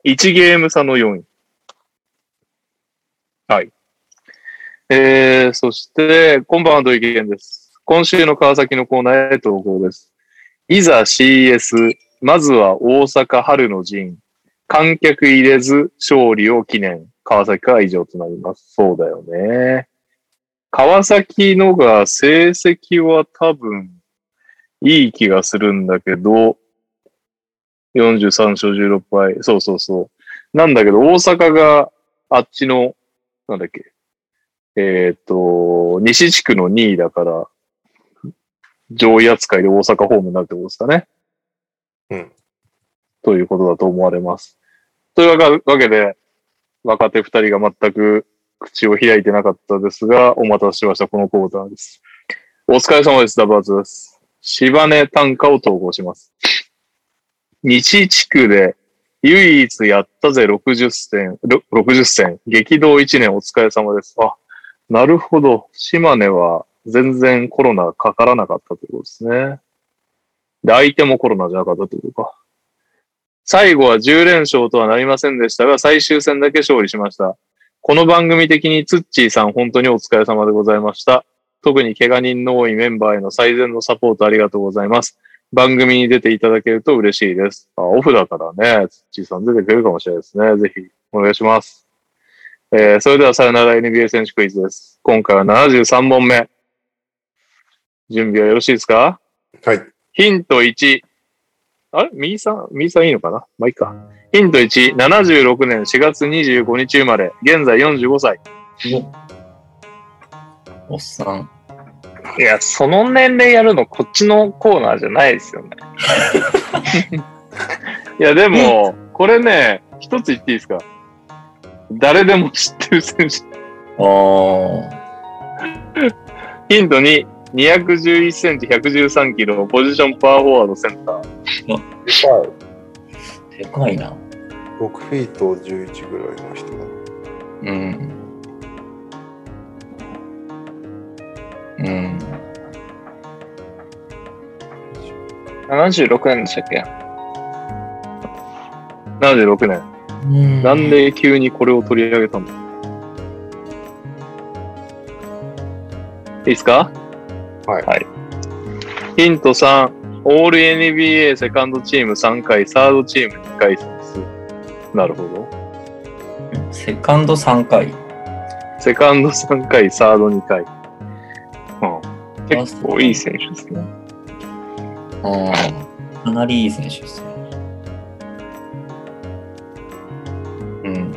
[SPEAKER 2] 1ゲーム差の4位。はい。えー、そして、こんばんは、土井健です。今週の川崎のコーナーへ投稿です。いざ CS、まずは大阪春の陣。観客入れず勝利を記念。川崎から以上となります。そうだよね。川崎のが成績は多分いい気がするんだけど、43勝16敗。そうそうそう。なんだけど、大阪があっちの、なんだっけ、えーっ、と、西地区の2位だから、上位扱いで大阪ホームになるってことですかね。
[SPEAKER 7] うん。
[SPEAKER 2] ということだと思われます。というわけで、若手二人が全く口を開いてなかったですが、お待たせしました。このコーナーです。お疲れ様です。ダブアツです。芝根短歌を投稿します。西地区で唯一やったぜ60戦、ろ60戦、激動1年お疲れ様です。あ、なるほど。島根は全然コロナかからなかったということですね。で、相手もコロナじゃなかったということか。最後は10連勝とはなりませんでしたが、最終戦だけ勝利しました。この番組的にツッチーさん本当にお疲れ様でございました。特に怪我人の多いメンバーへの最善のサポートありがとうございます。番組に出ていただけると嬉しいです。あオフだからね、ツッチーさん出てくれるかもしれないですね。ぜひお願いします。えーそれではさよなら NBA 選手クイズです。今回は73問目。準備はよろしいですか
[SPEAKER 7] はい。
[SPEAKER 2] ヒント1。あれ右さん、右さんいいのかなまあ、いいか。ヒント1。76年4月25日生まれ。現在45歳。
[SPEAKER 8] おっさん。
[SPEAKER 18] いや、その年齢やるのこっちのコーナーじゃないですよね。
[SPEAKER 2] いや、でも、これね、一つ言っていいですか誰でも知ってる選手。
[SPEAKER 8] あー
[SPEAKER 2] ヒント2。211センチ、113キロ、ポジションパワーフォワードセンター。
[SPEAKER 8] でかいな。
[SPEAKER 7] 6フィート11ぐらいの人だ。
[SPEAKER 8] うん。うん。
[SPEAKER 5] 76年でしたっけ
[SPEAKER 2] 76年。
[SPEAKER 8] うん
[SPEAKER 2] なんで急にこれを取り上げたのいいですか
[SPEAKER 7] はい
[SPEAKER 2] ヒント3、オール NBA セカンドチーム3回、サードチーム2回戦数。なるほど。
[SPEAKER 8] セカンド3回。
[SPEAKER 2] セカンド3回、サード2回。うん、
[SPEAKER 8] あ
[SPEAKER 2] 結構いい選手ですね。
[SPEAKER 8] うんかなりいい選手ですね。うん、うん、うん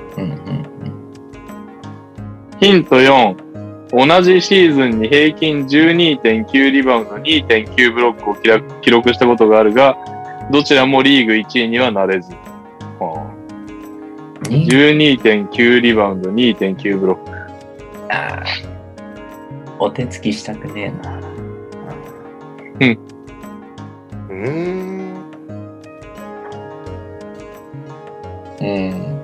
[SPEAKER 2] ヒント4。同じシーズンに平均12.9リバウンド、2.9ブロックを記録記録したことがあるが、どちらもリーグ1位にはなれず。ああ
[SPEAKER 8] うん。に
[SPEAKER 2] 12.9リバウンド、2.9ブロック。
[SPEAKER 8] お手つきしたくねえな。
[SPEAKER 7] うーん。
[SPEAKER 8] うん。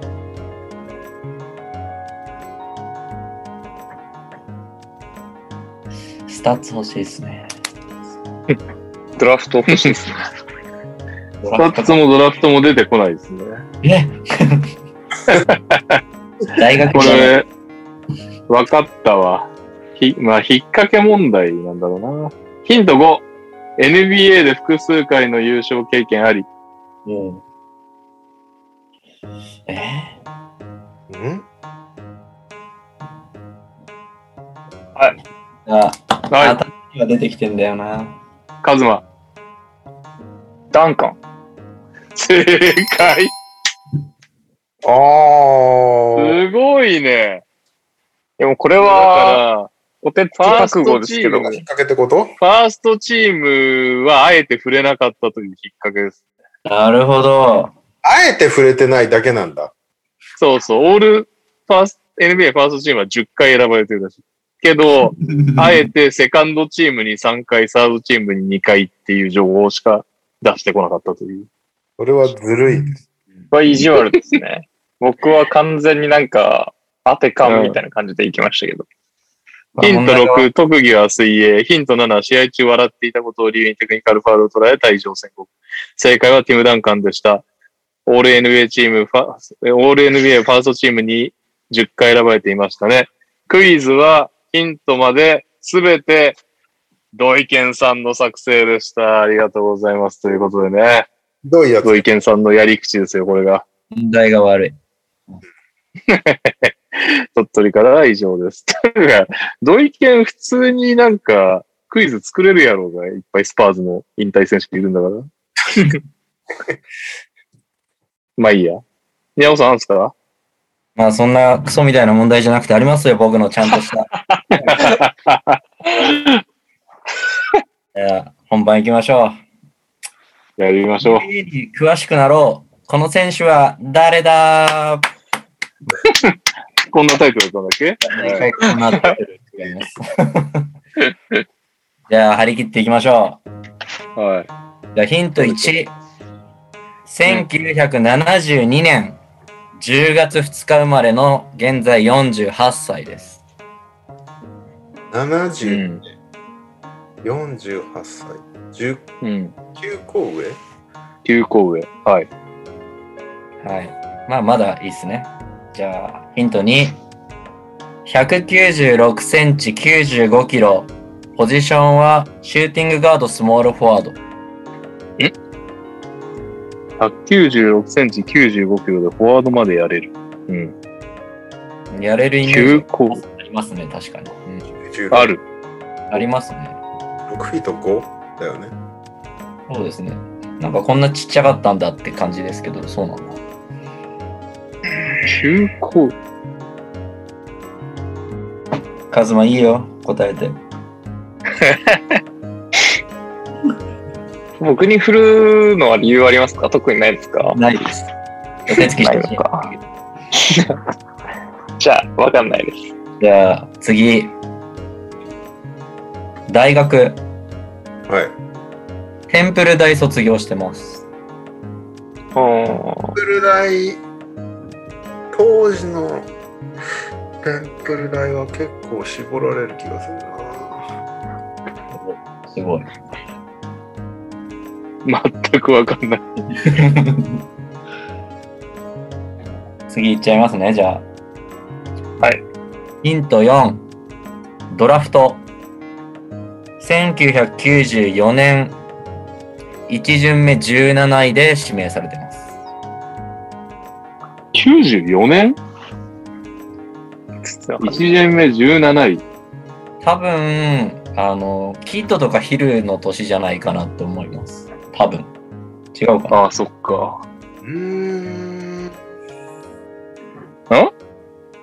[SPEAKER 8] スタッツ欲しいですね。
[SPEAKER 5] ドラフト欲しいですね。
[SPEAKER 2] スタッツもドラフトも出てこないですね。
[SPEAKER 8] ね大学
[SPEAKER 2] こ
[SPEAKER 8] の
[SPEAKER 2] れ、わかったわ。ひ、まあ、引っ掛け問題なんだろうな。ヒント5。NBA で複数回の優勝経験あり。
[SPEAKER 8] うんえ
[SPEAKER 7] うん
[SPEAKER 8] ー、あ、
[SPEAKER 2] は
[SPEAKER 8] 頭には出てきてんだよな。
[SPEAKER 2] い、カズマ。
[SPEAKER 5] ダンカン。
[SPEAKER 2] 正解
[SPEAKER 7] あー。
[SPEAKER 2] すごいね。
[SPEAKER 5] でもこれ
[SPEAKER 2] だ
[SPEAKER 5] は、
[SPEAKER 2] か
[SPEAKER 5] お手つき覚悟ですけど
[SPEAKER 2] ファースト、チ
[SPEAKER 7] きっかけってこと
[SPEAKER 2] ら、ファーストチームはあえて触れなかったというきっかけです。
[SPEAKER 8] なるほど。
[SPEAKER 7] あえて触れてないだけなんだ。
[SPEAKER 2] そうそう、オールファースト、NBA ファーストチームは10回選ばれてるらしい。け ど、あえてセカンドチームに3回、サードチームに2回っていう情報しか出してこなかったという。
[SPEAKER 7] それはずるいです。
[SPEAKER 5] は意地悪ですね。僕は完全になんか、当てかんみたいな感じでいきましたけど。
[SPEAKER 2] ヒント
[SPEAKER 8] まあ
[SPEAKER 2] 6、特技は水泳。ヒント7、試合中笑っていたことを理由にテクニカルファウルを捉え退場宣告。正解はティム・ダンカンでした。オール NBA チームファ、オール NBA ファーストチームに10回選ばれていましたね。クイズはヒントまで全てドイケンさんの作成でした。ありがとうございます。ということでね。
[SPEAKER 7] どういうや
[SPEAKER 2] ド
[SPEAKER 7] つ
[SPEAKER 2] イケンさんのやり口ですよ、これが。
[SPEAKER 8] 問題が悪い。
[SPEAKER 2] 鳥取からは以上です。 だからドイケン普通になんかクイズ作れるやろうが、いっぱいスパーズの引退選手いるんだから。 まあいいや。宮尾さんあるんですか
[SPEAKER 8] まあそんなクソみたいな問題じゃなくてありますよ、僕のちゃんとした。 じゃあ本番行きましょ
[SPEAKER 2] やりましょう
[SPEAKER 8] う。。NBA に詳しくなろう。この選手は誰だ
[SPEAKER 2] こんなタイトルだったんだっけ
[SPEAKER 8] 毎回こんなタイトル違います。 じゃあ張り切っていきましょう。
[SPEAKER 2] はい。
[SPEAKER 8] じゃあヒント1。1972年10月2日生まれの現在48歳です。
[SPEAKER 7] ?70、
[SPEAKER 2] ん。
[SPEAKER 7] 48歳。19
[SPEAKER 2] うん。
[SPEAKER 7] 個上
[SPEAKER 2] 9個上。はい。
[SPEAKER 8] はい。まあ、まだいいっすね。じゃあ、ヒント2。196センチ95キロ。ポジションはシューティングガードスモールフォワード。
[SPEAKER 2] 196センチ95キロでフォワードまでやれる。うん。
[SPEAKER 8] やれるイメー
[SPEAKER 2] 9
[SPEAKER 8] ジ
[SPEAKER 2] 個
[SPEAKER 8] ありますね、確かに。うん
[SPEAKER 7] 16
[SPEAKER 2] ある。
[SPEAKER 8] ありますね。
[SPEAKER 7] 6フィート5だよね。
[SPEAKER 8] そうですね。なんかこんなちっちゃかったんだって感じですけど、そうなんだ。
[SPEAKER 2] 9個。
[SPEAKER 8] カズマいいよ、答えて。
[SPEAKER 5] 僕に振るのは理由ありますか特にないですか
[SPEAKER 8] ないです。お手つきしてほ
[SPEAKER 5] な
[SPEAKER 8] し
[SPEAKER 5] い
[SPEAKER 8] い
[SPEAKER 5] の。か。じゃあ、わかんないです。
[SPEAKER 8] じゃあ、次。大学、
[SPEAKER 7] はい。
[SPEAKER 8] テンプル大卒業してます。
[SPEAKER 5] うん。
[SPEAKER 7] テンプル大当時のテンプル大は結構絞られる気がするな
[SPEAKER 8] すごい。
[SPEAKER 2] 全くわかんない。
[SPEAKER 8] 次いっちゃいますね、じゃあ。
[SPEAKER 5] はい。
[SPEAKER 8] ヒント4、ドラフト。1994年、1巡目17位で指名されてます。
[SPEAKER 2] 94年
[SPEAKER 5] つつわかん
[SPEAKER 2] ?1
[SPEAKER 5] ない
[SPEAKER 2] 年目17位。
[SPEAKER 8] 多分、あの、キッドとかヒルの年じゃないかなって思います。多分。違うかな。
[SPEAKER 2] ああ、そっか。
[SPEAKER 7] うーん。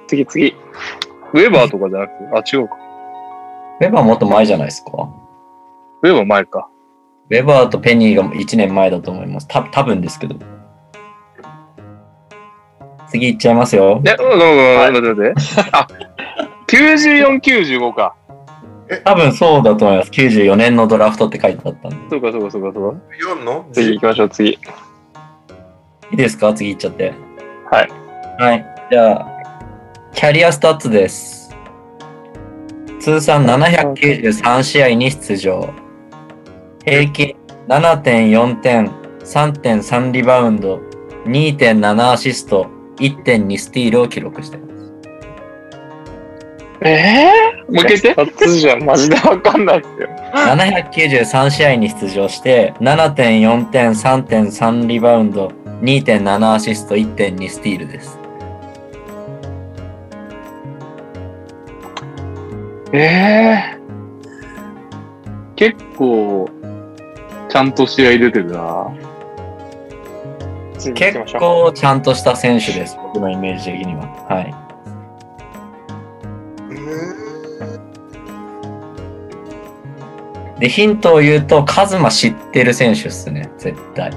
[SPEAKER 5] 次次。
[SPEAKER 2] ウェバーとかじゃなくて、あ、違うか。
[SPEAKER 8] ウェバーもっと前じゃないですか。
[SPEAKER 2] ウェバー前か。
[SPEAKER 8] ウェバーとペニーが1年前だと思います。た多分ですけど。次いっちゃいますよ。
[SPEAKER 2] え、うんうんうん待って待って。あ、94、95か。
[SPEAKER 8] 多分そうだと思います。94年のドラフトって書いてあったんで。
[SPEAKER 2] そうかそうかそうかそうか。
[SPEAKER 7] 4の
[SPEAKER 5] 次行きましょう、次。
[SPEAKER 8] いいですか次いっちゃって。
[SPEAKER 5] はい。
[SPEAKER 8] はい。じゃあ、キャリアスタッツです。通算793試合に出場。平均7.4点、3.3リバウンド、2.7アシスト、1.2スティールを記録しています。
[SPEAKER 5] ええ
[SPEAKER 2] もう一回言って。
[SPEAKER 5] 二つじゃ マジでわかんないっすよ。
[SPEAKER 8] 793試合に出場して7.4点3.3リバウンド2.7アシスト1.2スティールです
[SPEAKER 2] ええ結構、ちゃんと試合出てるな。
[SPEAKER 5] 次行き
[SPEAKER 8] 結
[SPEAKER 5] ましょう。
[SPEAKER 8] 構ちゃんとした選手です僕のイメージ的にははいでヒントを言うとカズマ知ってる選手っすね絶対っ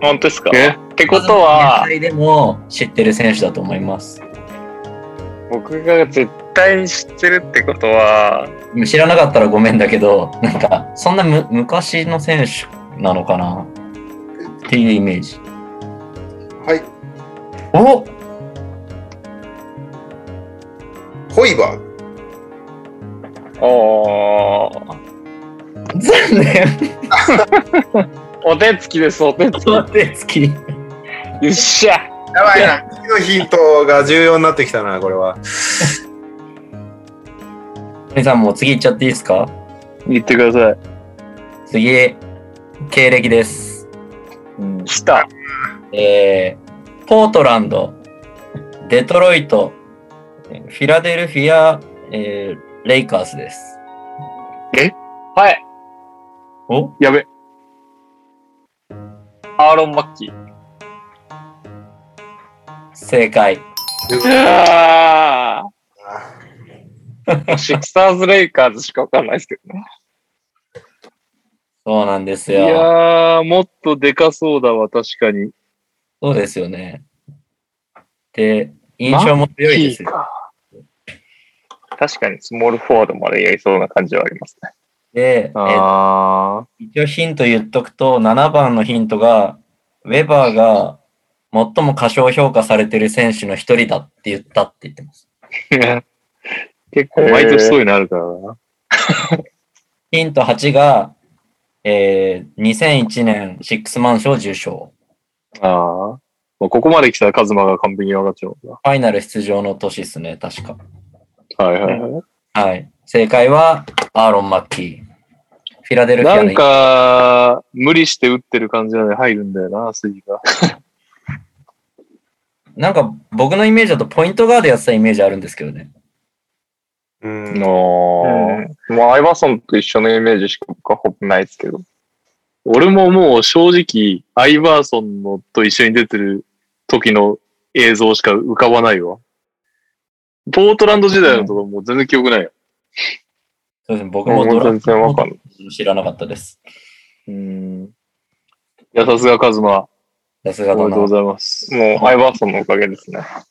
[SPEAKER 5] 本当ですか
[SPEAKER 2] え
[SPEAKER 5] ってことは、
[SPEAKER 8] でも知ってる選手だと思います
[SPEAKER 5] 僕が絶対に知ってるってことは、
[SPEAKER 8] 知らなかったらごめんだけどなんかそんなむ昔の選手なのかなっていうイメージ
[SPEAKER 7] はい。
[SPEAKER 8] お
[SPEAKER 7] ホイバー。
[SPEAKER 5] おー、
[SPEAKER 8] 残念
[SPEAKER 5] お手つきです、お手つき。よ
[SPEAKER 8] 手つき
[SPEAKER 5] っしゃ
[SPEAKER 7] やばいな。次のヒントが重要になってきたな、これは。
[SPEAKER 8] 皆さんもう次行っちゃっていいですか
[SPEAKER 2] 言ってください。
[SPEAKER 8] 次、経歴です。
[SPEAKER 2] うん。
[SPEAKER 5] 来た
[SPEAKER 8] えー、ポートランド、デトロイト、フィラデルフィア、えーレイカーズです。
[SPEAKER 5] はい
[SPEAKER 8] お
[SPEAKER 2] やべ。
[SPEAKER 5] アーロン・マッキー。
[SPEAKER 8] 正解。
[SPEAKER 5] あーシクサーズ・レイカーズしかわかんないですけどね。
[SPEAKER 8] そうなんです
[SPEAKER 2] い
[SPEAKER 8] よ。
[SPEAKER 2] やー、もっとでかそうだわ、確かに。
[SPEAKER 8] そうですよね。で、印象も強いですよ。
[SPEAKER 5] 確かにスモールフォワードまでやりそうな感じはありますね。
[SPEAKER 8] で、えー
[SPEAKER 2] あ
[SPEAKER 8] 一応ヒント言っとくと、7番のヒントが、ウェバーが最も過小評価されてる選手の一人だって言ったって言ってます。
[SPEAKER 2] ー。 結構毎年そういうのあるからな。
[SPEAKER 8] ヒント8が、えー、2001年シックスマン賞受賞。
[SPEAKER 2] ああ。もうここまで来たらカズマが完璧に分かっちゃうもん
[SPEAKER 8] ファイナル出場の年ですね、確か。
[SPEAKER 2] な。はいはいは
[SPEAKER 8] はい。正解は、アーロン・マッキー。フィラデ
[SPEAKER 2] い。
[SPEAKER 8] ルフィ
[SPEAKER 2] な
[SPEAKER 8] アの
[SPEAKER 2] んか、無理して打ってる感じなのに入るんだよな、スリーが。
[SPEAKER 8] なんか僕のイメージだとポイントガードやってたイメージあるんですけどね。
[SPEAKER 7] うん。
[SPEAKER 2] の
[SPEAKER 5] うん、もうアイバーソンと一緒のイメージしか僕はほぼないですけど。
[SPEAKER 2] 俺ももう正直、アイバーソンのと一緒に出てる時の映像しか浮かばないわ。ポートランド時代のとこもう全然記憶ないよ。
[SPEAKER 8] そうですね、僕
[SPEAKER 5] も
[SPEAKER 8] もド
[SPEAKER 5] う
[SPEAKER 8] ラ
[SPEAKER 5] 全然わかんない。
[SPEAKER 8] 知らなかったです。
[SPEAKER 2] うん。いや、さすがカズマ。
[SPEAKER 8] さす
[SPEAKER 2] お
[SPEAKER 8] が
[SPEAKER 2] め
[SPEAKER 8] だ
[SPEAKER 2] でと
[SPEAKER 8] な。
[SPEAKER 2] うご
[SPEAKER 8] も
[SPEAKER 2] ざいます。
[SPEAKER 5] もうアイバーソンのおかげですね。あ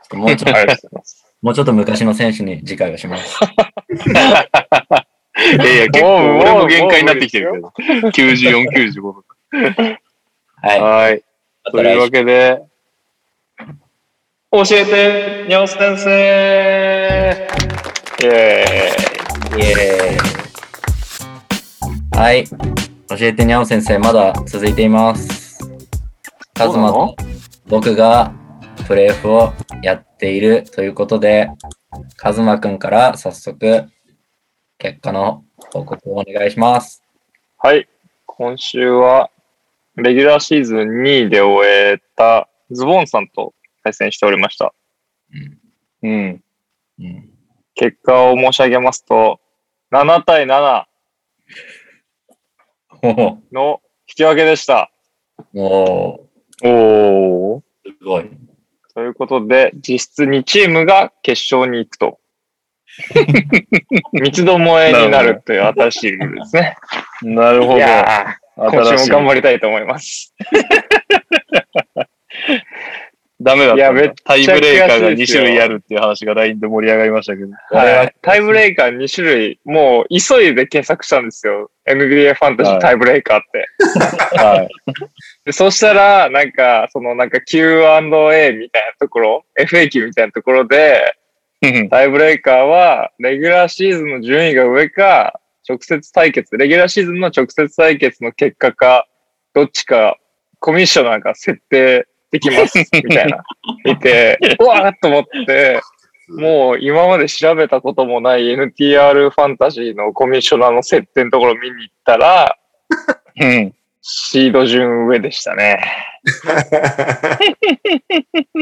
[SPEAKER 8] うちょ
[SPEAKER 5] り
[SPEAKER 8] っと
[SPEAKER 5] がとうござい ます。
[SPEAKER 8] もうちょっと昔の選手に次回はします。
[SPEAKER 2] いやいや、結構俺も限界になってきてるけど。94、95と
[SPEAKER 8] はい。
[SPEAKER 2] か。はい。
[SPEAKER 8] ま
[SPEAKER 2] と
[SPEAKER 8] た
[SPEAKER 2] い
[SPEAKER 8] 来
[SPEAKER 2] う
[SPEAKER 8] 週
[SPEAKER 2] わけで、
[SPEAKER 5] 教えて、ニャオ先生イェーイ
[SPEAKER 8] イエーイはい。教えてにゃお先生、まだ続いています。カズマと僕がプレーフをやっているということで、カズマくんから早速、結果の報告をお願いします。
[SPEAKER 5] はい。今週は、レギュラーシーズン2位で終えたズボンさんと対戦しておりました。
[SPEAKER 2] うん。
[SPEAKER 8] うん、
[SPEAKER 5] 結果を申し上げますと、7対7
[SPEAKER 8] も
[SPEAKER 5] の引き分けでした。
[SPEAKER 8] う、も
[SPEAKER 5] おお。
[SPEAKER 8] う、すごい。
[SPEAKER 5] ということで、実質2チームが決勝に行くと。三つどもえになるという新しいルールですね。
[SPEAKER 2] なるほ
[SPEAKER 5] い
[SPEAKER 2] ど。
[SPEAKER 5] やー、今
[SPEAKER 2] 新し
[SPEAKER 5] 週
[SPEAKER 2] い
[SPEAKER 5] も頑張りたいと思います。
[SPEAKER 2] ダメだったんだ
[SPEAKER 5] いやめっちゃ
[SPEAKER 2] タイブレーカーが
[SPEAKER 5] 悔しいで
[SPEAKER 2] 2
[SPEAKER 5] すよ
[SPEAKER 2] 種類あるっていう話が LINE で盛り上がりましたけど。
[SPEAKER 5] はい、タイブレーカー2種類、もう急いで検索したんですよ。NBA ファンタジ
[SPEAKER 2] は
[SPEAKER 5] ー
[SPEAKER 2] い
[SPEAKER 5] タイブレーカーって。
[SPEAKER 2] はい。
[SPEAKER 5] でそしたら、なんか、そのなんか Q&A みたいなところ、FAQ みたいなところで、タイブレーカーは、レギュラーシーズンの順位が上か、直接対決、レギュラーシーズンの直接対決の結果か、どっちか、コミッショナーが設定で きます、みたいな。見て、うわーっと思って、もう今まで調べたこともない NTR ファンタジーのコミッショナーの設定のところ見に行ったら、
[SPEAKER 2] うん。
[SPEAKER 5] シード順上でしたね。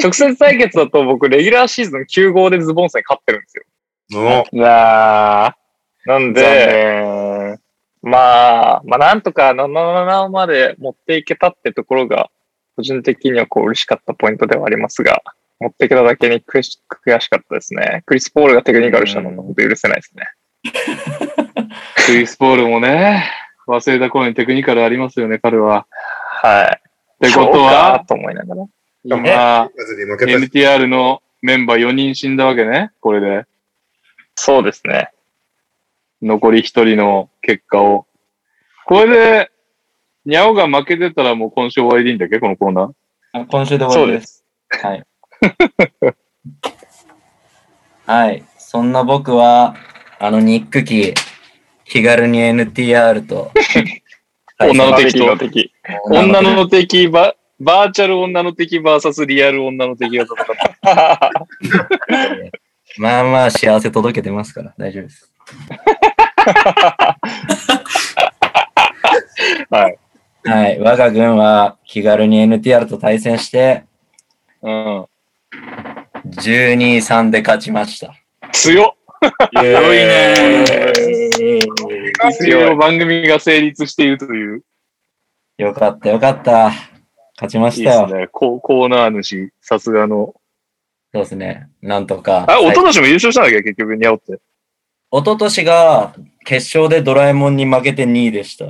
[SPEAKER 5] 直接対決だと僕、レギュラーシーズン9号でズボン戦勝ってるんですよ。
[SPEAKER 7] の、
[SPEAKER 5] ななんで、まあ、まあなんとか77まで持っていけたってところが、個人的にはこう嬉しかったポイントではありますが、持っていけただけに悔し悔しかったですね。クリス・ポールがテクニカルしたのも本当許せないですね。
[SPEAKER 2] クリス・ポールもね、忘れた頃にテクニカルありますよね、彼は。
[SPEAKER 5] はい。
[SPEAKER 2] ってこと
[SPEAKER 5] そう
[SPEAKER 2] は
[SPEAKER 5] か、と思いながら。
[SPEAKER 2] 今、
[SPEAKER 7] 数に負けたし
[SPEAKER 2] NTR のメンバー4人死んだわけね、これで。
[SPEAKER 5] そうですね。
[SPEAKER 2] 残り1人の結果を。これで、ニャオが負けてたらもう今週終わりでいいんだっけこのコーナー。
[SPEAKER 8] 今週で終
[SPEAKER 5] そ
[SPEAKER 8] わ
[SPEAKER 5] う
[SPEAKER 8] り
[SPEAKER 5] で
[SPEAKER 8] ですす。。はい。 はい。そんな僕は、あのニックキー、気軽に NTR と、
[SPEAKER 2] 女の
[SPEAKER 5] バー
[SPEAKER 2] 敵
[SPEAKER 5] ベキュー
[SPEAKER 2] と
[SPEAKER 5] の敵。
[SPEAKER 2] 女の敵バ、バーチャル女の敵バーサスリアル女の敵が戦った。
[SPEAKER 8] まあまあ幸せ届けてますから、大丈夫です。
[SPEAKER 5] はい。
[SPEAKER 8] はい。我が軍は気軽に NTR と対戦して、
[SPEAKER 2] うん。
[SPEAKER 8] 12-3で勝ちました。
[SPEAKER 2] 強っ
[SPEAKER 8] 強いね
[SPEAKER 2] 一応番組が成立しているという。
[SPEAKER 8] よかった、よかった。勝ちま
[SPEAKER 2] い
[SPEAKER 8] し
[SPEAKER 2] い
[SPEAKER 8] た
[SPEAKER 2] です
[SPEAKER 8] よ。
[SPEAKER 2] ね。コーコーナー主、さすがの。
[SPEAKER 8] そうですね。なんとか。
[SPEAKER 2] あ、おととしも優勝したんだっけ結局、ニャオって。
[SPEAKER 8] 一昨年が決勝でドラえもんに負けて2位でした。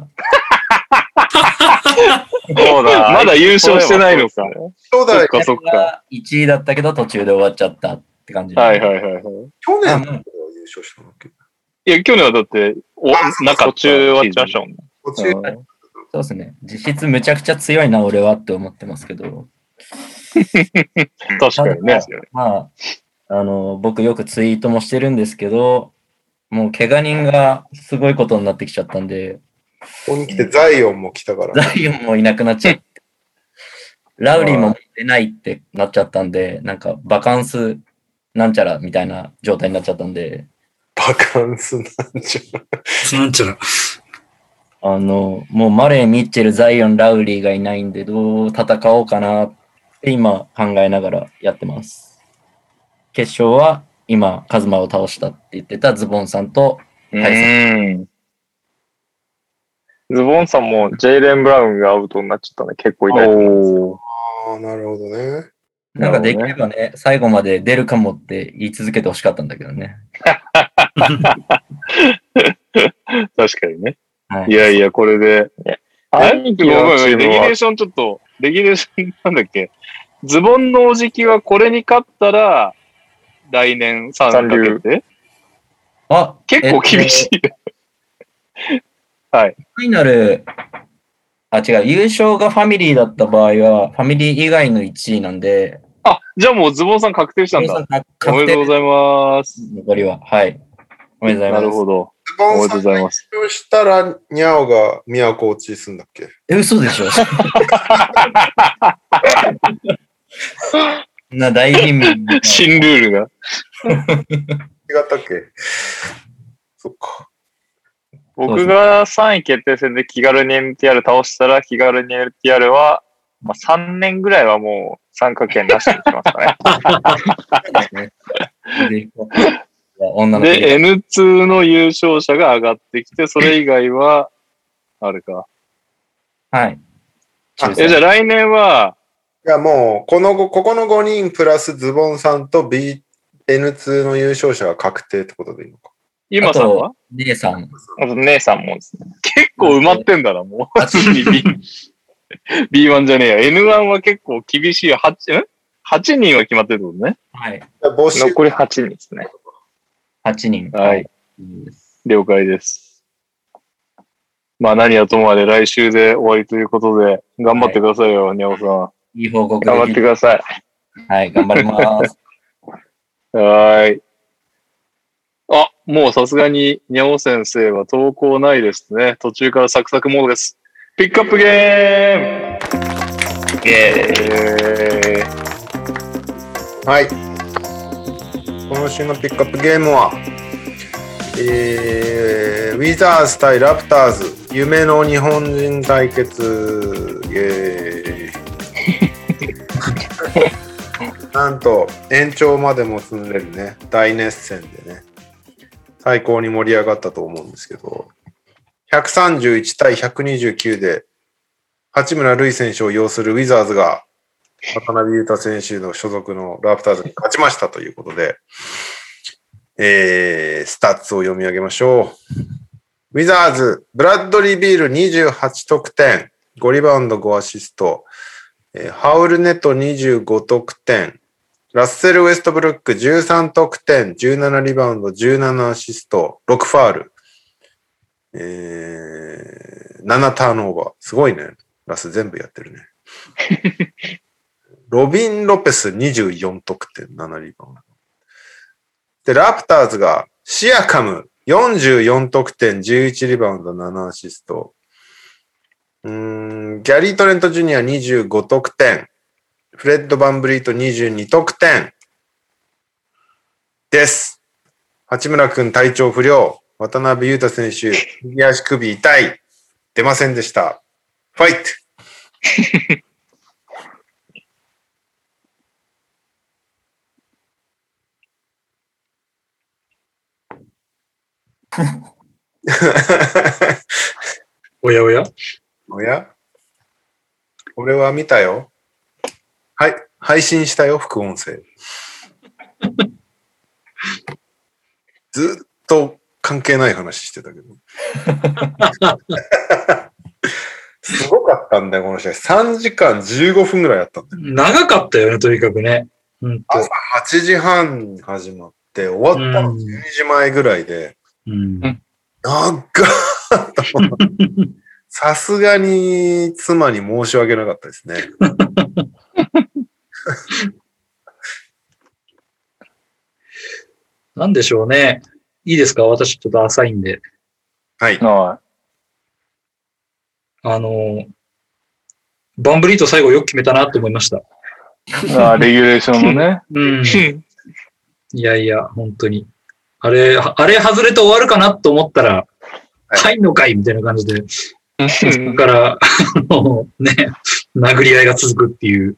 [SPEAKER 2] そうだ。 まだ優勝してないのか。
[SPEAKER 7] 兄
[SPEAKER 2] そっ
[SPEAKER 7] 弟、
[SPEAKER 2] かそっか。
[SPEAKER 8] が1位だったけど途中で終わっちゃったって感じ。
[SPEAKER 2] はいはいはいはい。
[SPEAKER 7] 去
[SPEAKER 8] まあ
[SPEAKER 7] 年
[SPEAKER 8] ま
[SPEAKER 7] 優
[SPEAKER 8] あ
[SPEAKER 7] 勝したのっけ
[SPEAKER 2] いや、去年はだって、お、なかった。
[SPEAKER 5] 途中終わっちゃいましたもんね。
[SPEAKER 7] 途中
[SPEAKER 2] うん
[SPEAKER 8] そうですね。実質むちゃくちゃ強いな、俺はって思ってますけど。
[SPEAKER 2] 確かにね。
[SPEAKER 8] まあ、あの、僕よくツイートもしてるんですけど、もう怪我人がすごいことになってきちゃったんで、
[SPEAKER 7] ここに来てザイオンも来 たから。
[SPEAKER 8] ザイオンもいなくなっちゃって、ラウリーも持ってないってなっちゃったんで、なんかバカンスなんちゃらみたいな状態になっちゃったんで、
[SPEAKER 7] バカンスなんじゃ。
[SPEAKER 4] なんちゃら。
[SPEAKER 8] あの、もうマレー、ミッチェル、ザイオン、ラウリーがいないんで、どう戦おうかなって今考えながらやってます。決勝は今、カズマを倒したって言ってたズボンさんと、
[SPEAKER 5] うん。ズボンさんもジェイレン・ブラウンがアウトになっちゃったね。結構痛いと思うんですよ。
[SPEAKER 7] ああ、なるほどね。
[SPEAKER 8] なんかできればね、最後まで出るかもって言い続けてほしかったんだけどね。
[SPEAKER 2] 確かにね。
[SPEAKER 8] はい
[SPEAKER 2] いやいや、これで。
[SPEAKER 5] 兄貴
[SPEAKER 2] ごめん
[SPEAKER 5] の
[SPEAKER 2] ご
[SPEAKER 5] チ
[SPEAKER 2] め
[SPEAKER 5] ー
[SPEAKER 2] んレギ
[SPEAKER 5] ム
[SPEAKER 2] ュレー
[SPEAKER 5] は
[SPEAKER 2] ションちょっと、レギュレーションなんだっけ。ズボンのおじきはこれに勝ったら、来年3
[SPEAKER 5] 三
[SPEAKER 2] か
[SPEAKER 5] 流
[SPEAKER 2] けて。
[SPEAKER 8] あ
[SPEAKER 2] 結構厳し
[SPEAKER 8] い。
[SPEAKER 2] い。
[SPEAKER 8] ファイナル、あ、違う、優勝がファミリーだった場合は、ファミリー以外の1位なんで、
[SPEAKER 2] あ、じゃあもうズボンさん確定したんだ。
[SPEAKER 8] 確
[SPEAKER 2] おめ
[SPEAKER 8] 定
[SPEAKER 2] でとうございます。
[SPEAKER 8] 残りは。はい。おめでとうございます。
[SPEAKER 2] なるほど。
[SPEAKER 7] ズ
[SPEAKER 2] おめ
[SPEAKER 7] ボ
[SPEAKER 2] で
[SPEAKER 7] ン
[SPEAKER 2] と
[SPEAKER 7] さ
[SPEAKER 2] うんござい
[SPEAKER 7] が
[SPEAKER 2] ます。
[SPEAKER 7] 優勝したら、ニャオが都落ちすんだっけ
[SPEAKER 8] え、嘘でしょ そんな大貧民みたいな
[SPEAKER 2] 新ルールが。
[SPEAKER 7] 違ったっけそっか。
[SPEAKER 19] 僕が3位決定戦で気軽に NTR 倒したら、気軽に NTR は、まあ、3年ぐらいはもう参加権出してきますかね。
[SPEAKER 8] で女の子
[SPEAKER 2] で、N2 の優勝者が上がってきて、それ以外は、あれか。
[SPEAKER 8] はい。
[SPEAKER 2] え、じゃあ来年は、
[SPEAKER 7] いや、もう、このご、ここの5人プラスズボンさんと BN2 の優勝者が確定ってことでいいのか。
[SPEAKER 2] 今さんは
[SPEAKER 8] 姉さん。
[SPEAKER 19] あと姉さんもですね。
[SPEAKER 2] 結構埋まってんだな、もう。すでに B B1 じゃねえや。N1 は結構厳しい。8、ん ?8 人は決まってるってことね。
[SPEAKER 8] はい。
[SPEAKER 7] 帽子、
[SPEAKER 19] 残り8人ですね。
[SPEAKER 8] 8人。
[SPEAKER 2] はい。
[SPEAKER 8] うん
[SPEAKER 2] 了解です。まあ何はともあれ来週で終わりということで、頑張ってくださいよ、にゃおさん。はい
[SPEAKER 8] い報告
[SPEAKER 19] 頑張ってください。
[SPEAKER 8] はい、頑張ります。
[SPEAKER 2] ーい。あ、もうさすがににゃお先生は投稿ないですね。途中からサクサクモードです。ピックアップゲーム
[SPEAKER 19] イエーイ
[SPEAKER 2] えー
[SPEAKER 7] はい。今週のピックアップゲームは、えー、ウィザーズ対ラプターズ、夢の日本人対決、イエーイなんと、延長までもつんでるね、大熱戦でね、最高に盛り上がったと思うんですけど、131対129で、八村塁選手を擁するウィザーズが、渡辺裕太選手の所属のラプターズに勝ちましたということで、えー、スタッツを読み上げましょう。ウィザーズ、ブラッドリー・ビール28得点、5リバウンド5アシスト、えーハウルネット25得点、ラッセル・ウェストブルック13得点、17リバウンド、17アシスト、6ファール、えー、7ターンオーバー。すごいね。ラス全部やってるね。ロビン・ロペス24得点、7リバウンド。で、ラプターズがシアカム44得点、11リバウンド、7アシスト。うーん、ギャリー・トレント・ジュニア25得点、フレッド・バンブリート22得点です。八村君体調不良、渡辺裕太選手、右足首痛い、出ませんでした。ファイト
[SPEAKER 4] おやおや
[SPEAKER 7] おや俺は見たよ。はい、配信したよ、副音声。 ずっと関係ない話してたけど。すごかったんだよ、この試合。3時間15分ぐらいやったんだよ。
[SPEAKER 4] 長かったよね、とにかくね。うんと。
[SPEAKER 7] 朝8時半に始まって、終わったの12時前ぐらいで、
[SPEAKER 4] うん。
[SPEAKER 7] なんか、さすがに妻に申し訳なかったですね。
[SPEAKER 4] なんでしょうね。いいですか私ちょっと浅いんで。
[SPEAKER 7] はい。
[SPEAKER 2] は
[SPEAKER 4] あの、バンブリート最後よく決めたなと思いました。
[SPEAKER 2] い。あーレギュレーションのね。
[SPEAKER 4] うん。いやいや、本当に。あれ、はあれ外れて終わるかなと思ったら、
[SPEAKER 7] はい
[SPEAKER 4] 入んのかいみたいな感じで、そこから、あのね、殴り合いが続くっていう。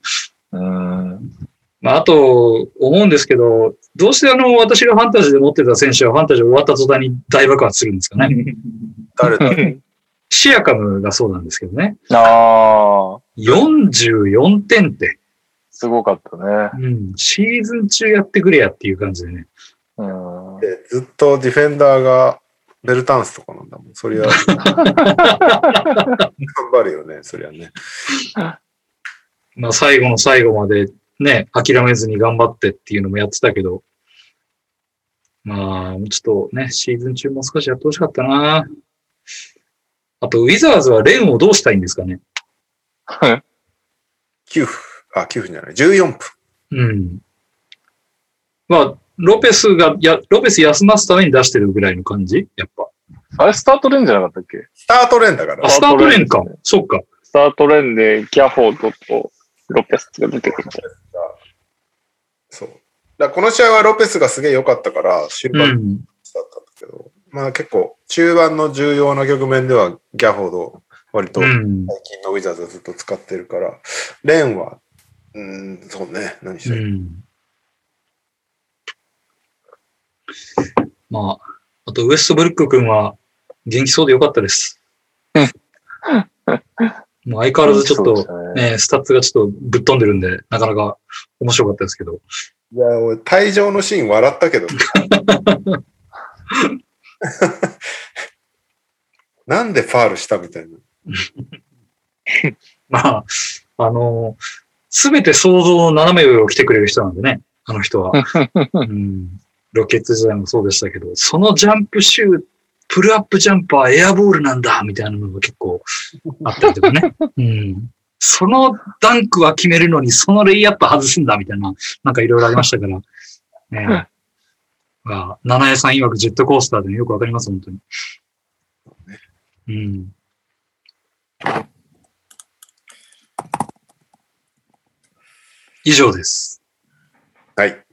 [SPEAKER 2] うん。
[SPEAKER 4] まあ、あと、思うんですけど、どうしてあの、私がファンタジーで持ってた選手はファンタジー終わった途端に大爆発するんですかね。
[SPEAKER 7] 誰だ
[SPEAKER 4] シアカムがそうなんですけどね。
[SPEAKER 2] ああ、
[SPEAKER 4] 44点って、
[SPEAKER 2] すごかったね。
[SPEAKER 4] うん、シーズン中やってくれやっていう感じでね。
[SPEAKER 2] うん。
[SPEAKER 7] ってずっとディフェンダーがベルタンスとかなんだもん。そりゃ、頑張るよね、そりゃね。
[SPEAKER 4] まあ、最後の最後までね、諦めずに頑張ってっていうのもやってたけど、まあ、ちょっとね、シーズン中もう少しやってほしかったな。あと、ウィザーズはレンをどうしたいんですかね。
[SPEAKER 7] 9分、あ、9分じゃない、14分。
[SPEAKER 4] うん。まあ、ロペスが、や、ロペス休ますために出してるぐらいの感じやっぱ。
[SPEAKER 2] あれ、スタートレーンじゃなかったっけ
[SPEAKER 7] スタートレーンだから。
[SPEAKER 4] あスタートレーンか。そっか。
[SPEAKER 5] スタートレーンでキャフォードとロペスが出てくる。
[SPEAKER 7] そう。だからこの試合はロペスがすげえ良かったから、終
[SPEAKER 4] う
[SPEAKER 7] 盤
[SPEAKER 4] ん。
[SPEAKER 7] だったんだけど、まあ結構、中盤の重要な局面ではギャフォード、割と
[SPEAKER 4] う
[SPEAKER 7] 最
[SPEAKER 4] ん。
[SPEAKER 7] 近のウィザーズずっと使ってるから、レンは、うーん、そうね、何し
[SPEAKER 4] う
[SPEAKER 7] てる、
[SPEAKER 4] ん。まあ、あとウエストブルック君は元気そうでよかった です。もう相変わらずちょっと、ね、スタッツがちょっとぶっ飛んでるんで、なかなか面白かったですけど。
[SPEAKER 7] いや、俺、退場のシーン笑ったけど。なんでファールしたみたいな。
[SPEAKER 4] まあ、あの、すべて想像の斜め上を来てくれる人なんでね、あの人は。うん、ロケット時代もそうでしたけど、そのジャンプシュー、プルアップジャンパーエアボールなんだ、みたいなのが結構あったりとか ね。うん、そのダンクは決めるのに、そのレイアップ外すんだ、みたいな、なんかいろいろありましたから。 ねまあ、七重さん曰くジェットコースターでもよくわかります、本当に。うん。以上です。
[SPEAKER 7] はい。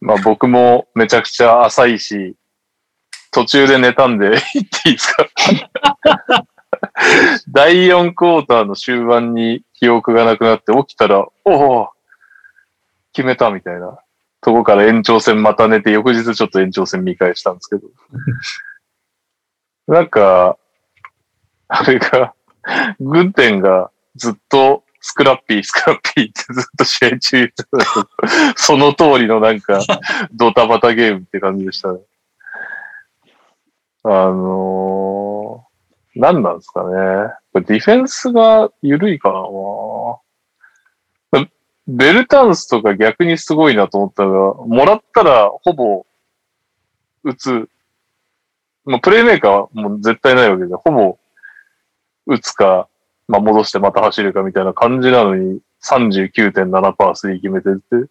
[SPEAKER 2] まあ僕もめちゃくちゃ浅いし、途中で寝たんで 言っていいですか第4クォーターの終盤に記憶がなくなって起きたら、おお決めたみたいなとこから延長戦また寝て、翌日ちょっと延長戦見返したんですけど。 なんか、あれが、軍店がずっとスクラッピー、スクラッピーってずっと試合中言ってたんだけど、その通りのなんか、ドタバタゲームって感じでしたね。あのー、何なんですかね。これディフェンスが緩いからなベルタンスとか逆にすごいなと思ったが、もらったらほぼ打つ。まあ、プレイメーカーはもう絶対ないわけで、ほぼ打つか、まあ、戻してまた走るかみたいな感じなのに、39.7%3 決めてって、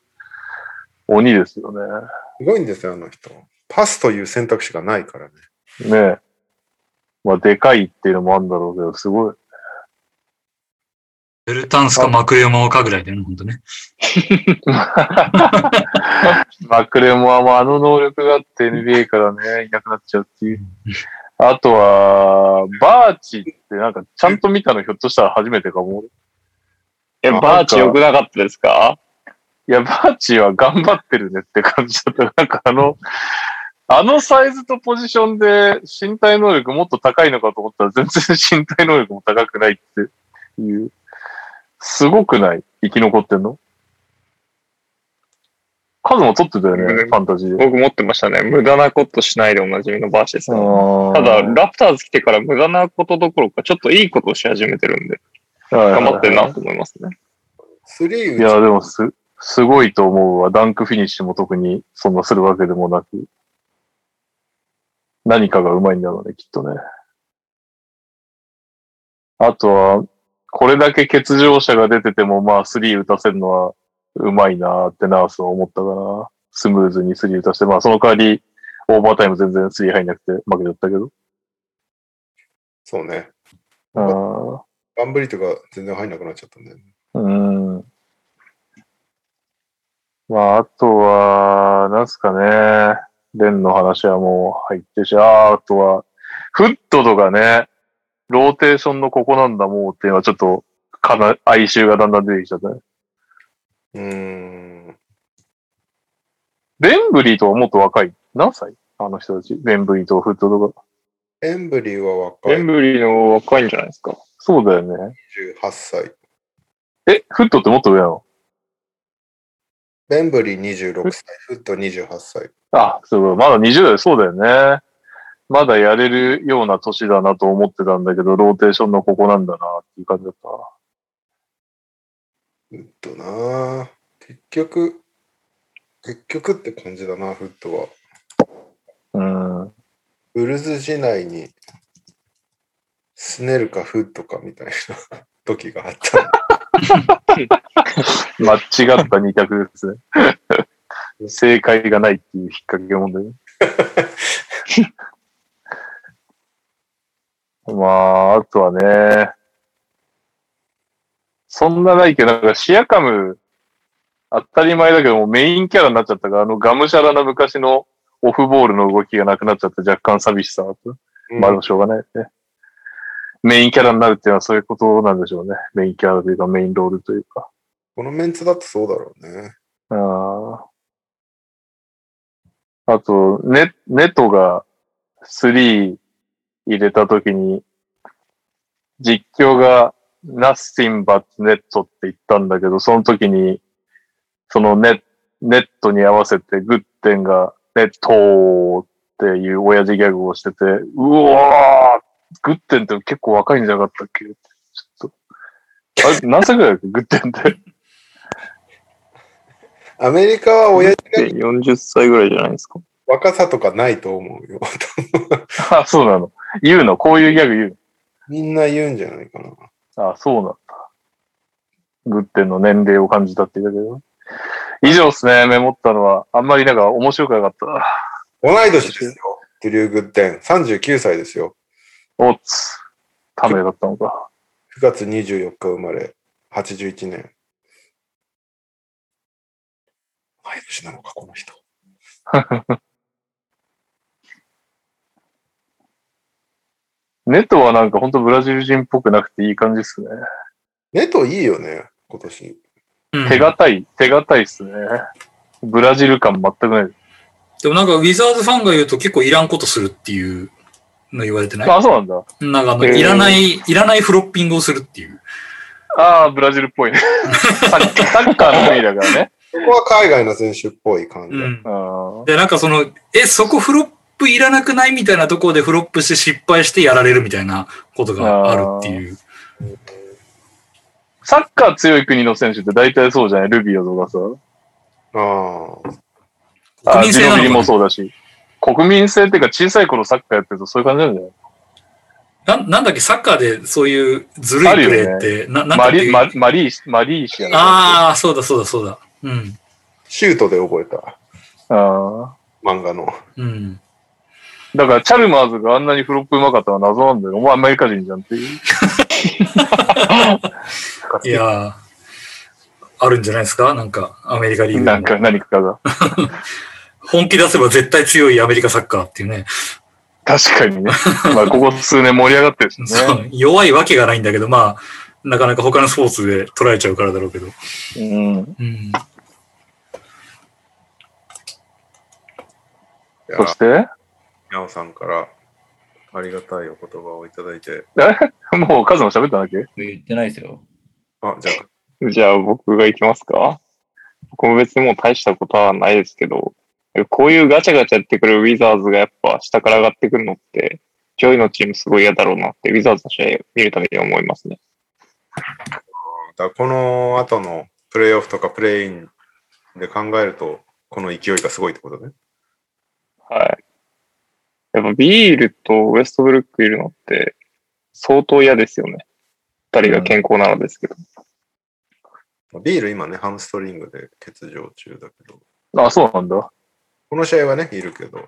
[SPEAKER 2] 鬼ですよね。
[SPEAKER 7] すごいんですよ、あの人。パスという選択肢がないからね。
[SPEAKER 2] ねえ。まあ、でかいっていうのもあるんだろうけど、すごい。
[SPEAKER 20] ベルタンスかマクレモかぐらいだよね、本当ね。
[SPEAKER 2] マクレモはもうあの能力があって NBA からね、いなくなっちゃうっていう。あとは、バーチってなんかちゃんと見たのひょっとしたら初めてかも。
[SPEAKER 5] え、バーチ良くなかったですか
[SPEAKER 2] いや、バーチは頑張ってるねって感じだった。なんかあの、あのサイズとポジションで身体能力もっと高いのかと思ったら全然身体能力も高くないっていう。すごくない生き残ってんの数も取ってたよね、
[SPEAKER 5] うん
[SPEAKER 2] ファンタジーで。
[SPEAKER 5] 僕持ってましたね。無駄なことしないでおなじみのバーチですね。
[SPEAKER 2] た
[SPEAKER 5] ただ、ラプターズ来てから無駄なことどころか、ちょっといいことをし始めてるんで、
[SPEAKER 2] 頑
[SPEAKER 5] 頑張ってるな。と思いますね。
[SPEAKER 7] スリー
[SPEAKER 2] いや、でもす、すごいと思うわ。ダンクフィニッシュも特にそんなするわけでもなく。何かがうまいんだろうね、きっとね。あとは、これだけ欠場者が出てても、まあ、スリー打たせるのはうまいなーってナースは思ったから、スムーズにスリー打たせて、まあ、その代わり、オーバータイム全然スリー入んなくて負けちゃったけど。
[SPEAKER 7] そうね。
[SPEAKER 2] あー
[SPEAKER 7] ガンブリとか全然入んなくなっちゃったんだよね。
[SPEAKER 2] うん。まあ、あとは、なんすかね。レンの話はもう入ってし、あーあとは、フットとかね、ローテーションのここなんだもうっていうのはちょっと、かな、哀愁がだんだん出てきちゃったね。
[SPEAKER 7] うーん。
[SPEAKER 2] ベンブリーとはもっと若い。何歳あの人たち。ベンブリーとフットとか。
[SPEAKER 7] エンブリーは若
[SPEAKER 5] エ
[SPEAKER 7] い
[SPEAKER 5] ン。ブリーの若いんじゃないですか。
[SPEAKER 2] そうだよね。
[SPEAKER 7] 28歳。
[SPEAKER 2] え、フットってもっと上なの
[SPEAKER 7] ベンブリー26歳。フット28歳。
[SPEAKER 2] あ、そうだ、まだ20代、そうだよね。まだやれるような年だなと思ってたんだけど、ローテーションのここなんだなっていう感じだったな。
[SPEAKER 7] フットなあ結局、結局って感じだな、フットは。
[SPEAKER 2] うん。
[SPEAKER 7] ブルズ時代に、 スネルかフットかみたいな時があった。
[SPEAKER 9] 間違った二択ですね。正解がないっていう引っ掛け問題ね。まあ、あとはね、そんなないけど、なんかシアカム、当たり前だけどもうメインキャラになっちゃったから、あのがむしゃらな昔のオフボールの動きがなくなっちゃった若干寂しさはあったまあでもしょうがないですね。メインキャラになるっていうのはそういうことなんでしょうね。メインキャラというかメインロールというか。
[SPEAKER 7] このメンツだとそうだろうね。
[SPEAKER 9] ああ。あと、ネ、ネトが3入れたときに、実況が nothing but net って言ったんだけど、その時に、そのネ、ネットに合わせてグッテンがネットっていう親父ギャグをしてて、うわーグッテンって結構若いんじゃなかったっけちょっと。あれ、何歳ぐらいだっけグッテンって。
[SPEAKER 7] アメリカは親父が
[SPEAKER 2] 40歳ぐらいじゃないですか。
[SPEAKER 7] 若さとかないと思うよ。
[SPEAKER 9] あ、そうなの。言うの。こういうギャグ言う
[SPEAKER 7] みんな言うんじゃないかな。
[SPEAKER 9] の。あ、そうなんだ。グッテンの年齢を感じたって言うだけど。以上ですね。メモったのは。あんまりなんか面白くなかった。
[SPEAKER 7] 同い年ですよ。ドゥリュー・グッデン。39歳ですよ。
[SPEAKER 9] おっつ。ためだったのか。
[SPEAKER 7] 9月24日生まれ。81年。同い年なのか、この人。
[SPEAKER 9] ネットはなんか本当ブラジル人っぽくなくていい感じですね。
[SPEAKER 7] ネトいいよね、今年。
[SPEAKER 4] うん
[SPEAKER 9] 手堅い、手堅いっすね。ブラジル感全くない。
[SPEAKER 4] でもなんか、ウィザーズファンが言うと結構いらんことするっていうの言われてない
[SPEAKER 9] あ、そうなんだ。
[SPEAKER 4] なんかあの、
[SPEAKER 9] へー
[SPEAKER 4] いらない、いらないフロッピングをするっていう。
[SPEAKER 9] ああ、ブラジルっぽいね。 サッカーサッカーの国だから ね。
[SPEAKER 7] そこは海外の選手っぽい感じ。
[SPEAKER 4] うん。
[SPEAKER 9] うん
[SPEAKER 4] で、なんかその、え、そこフロップいらなくないみたいなところでフロップして失敗してやられるみたいなことがあるっていう。
[SPEAKER 9] サッカー強い国の選手って大体そうじゃないルビオと
[SPEAKER 7] あ
[SPEAKER 4] 国
[SPEAKER 7] あ。
[SPEAKER 9] かさ。
[SPEAKER 4] 民性なのかな
[SPEAKER 9] あジノビリもそうだし。国民性っていうか小さい頃サッカーやってるとそういう感じなんじゃない
[SPEAKER 4] ななんだっけ、サッカーでそういうずるいプレーって、ななんだ
[SPEAKER 9] マ
[SPEAKER 4] っけ
[SPEAKER 9] リマリマリーシ、マリーシアあ
[SPEAKER 4] ああ、そうだそうだそうだ。うん。
[SPEAKER 7] シュートで覚えた。
[SPEAKER 9] あ
[SPEAKER 7] 漫画の。
[SPEAKER 4] うん。
[SPEAKER 9] ー。だからチャルマーズがあんなにフロップ上手かったのは謎なんだよ。お前アメリカ人じゃんっていう。
[SPEAKER 4] いやー、あるんじゃないですかなんか、アメリカリーグで
[SPEAKER 9] なん
[SPEAKER 4] も。
[SPEAKER 9] か、何かが。
[SPEAKER 4] 本気出せば絶対強いアメリカサッカーっていうね。
[SPEAKER 9] 確か にね。まあ、ここ数年盛り上がってるしね。
[SPEAKER 4] そう弱いわけがないんだけど、まあ、なかなか他のスポーツで捉えちゃうからだろうけど。
[SPEAKER 9] うん。
[SPEAKER 4] うん。
[SPEAKER 7] いや
[SPEAKER 9] そして、
[SPEAKER 7] ヤオさんからありがたいお言葉をいただいて。
[SPEAKER 9] えもうカズマ喋ったんだっけ
[SPEAKER 8] 言ってないですよ。
[SPEAKER 7] あ、じゃあ、
[SPEAKER 2] じゃあ僕が行きますか。僕も別にもう大したことはないですけど、こういうガチャガチャやってくるウィザーズがやっぱ下から上がってくるのって、上位のチームすごい嫌だろうなって、ウィザーズの試合見るたびに思いますね。
[SPEAKER 7] だこの後のプレイオフとかプレイインで考えると、この勢いがすごいってことね。
[SPEAKER 2] はい。やっぱビールとウエストブルックいるのって相当嫌ですよね。二人が健康なのですけど。
[SPEAKER 7] ビール今ね、ハムストリングで欠場中だけど、
[SPEAKER 9] あ、そうなんだ。
[SPEAKER 7] この試合はね、いるけど、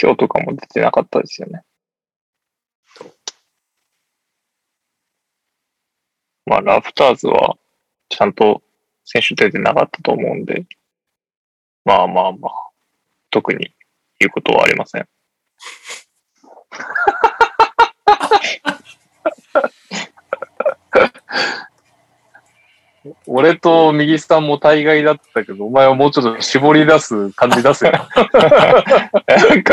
[SPEAKER 2] 今日とかも出てなかったですよね。まあ、ラプターズは、ちゃんと選手出てなかったと思うんで、まあまあまあ、特に言うことはありません。
[SPEAKER 9] 俺と右さんも大概だったけど、お前はもうちょっと絞り出す感じ出すよ。
[SPEAKER 2] なんか、ラプ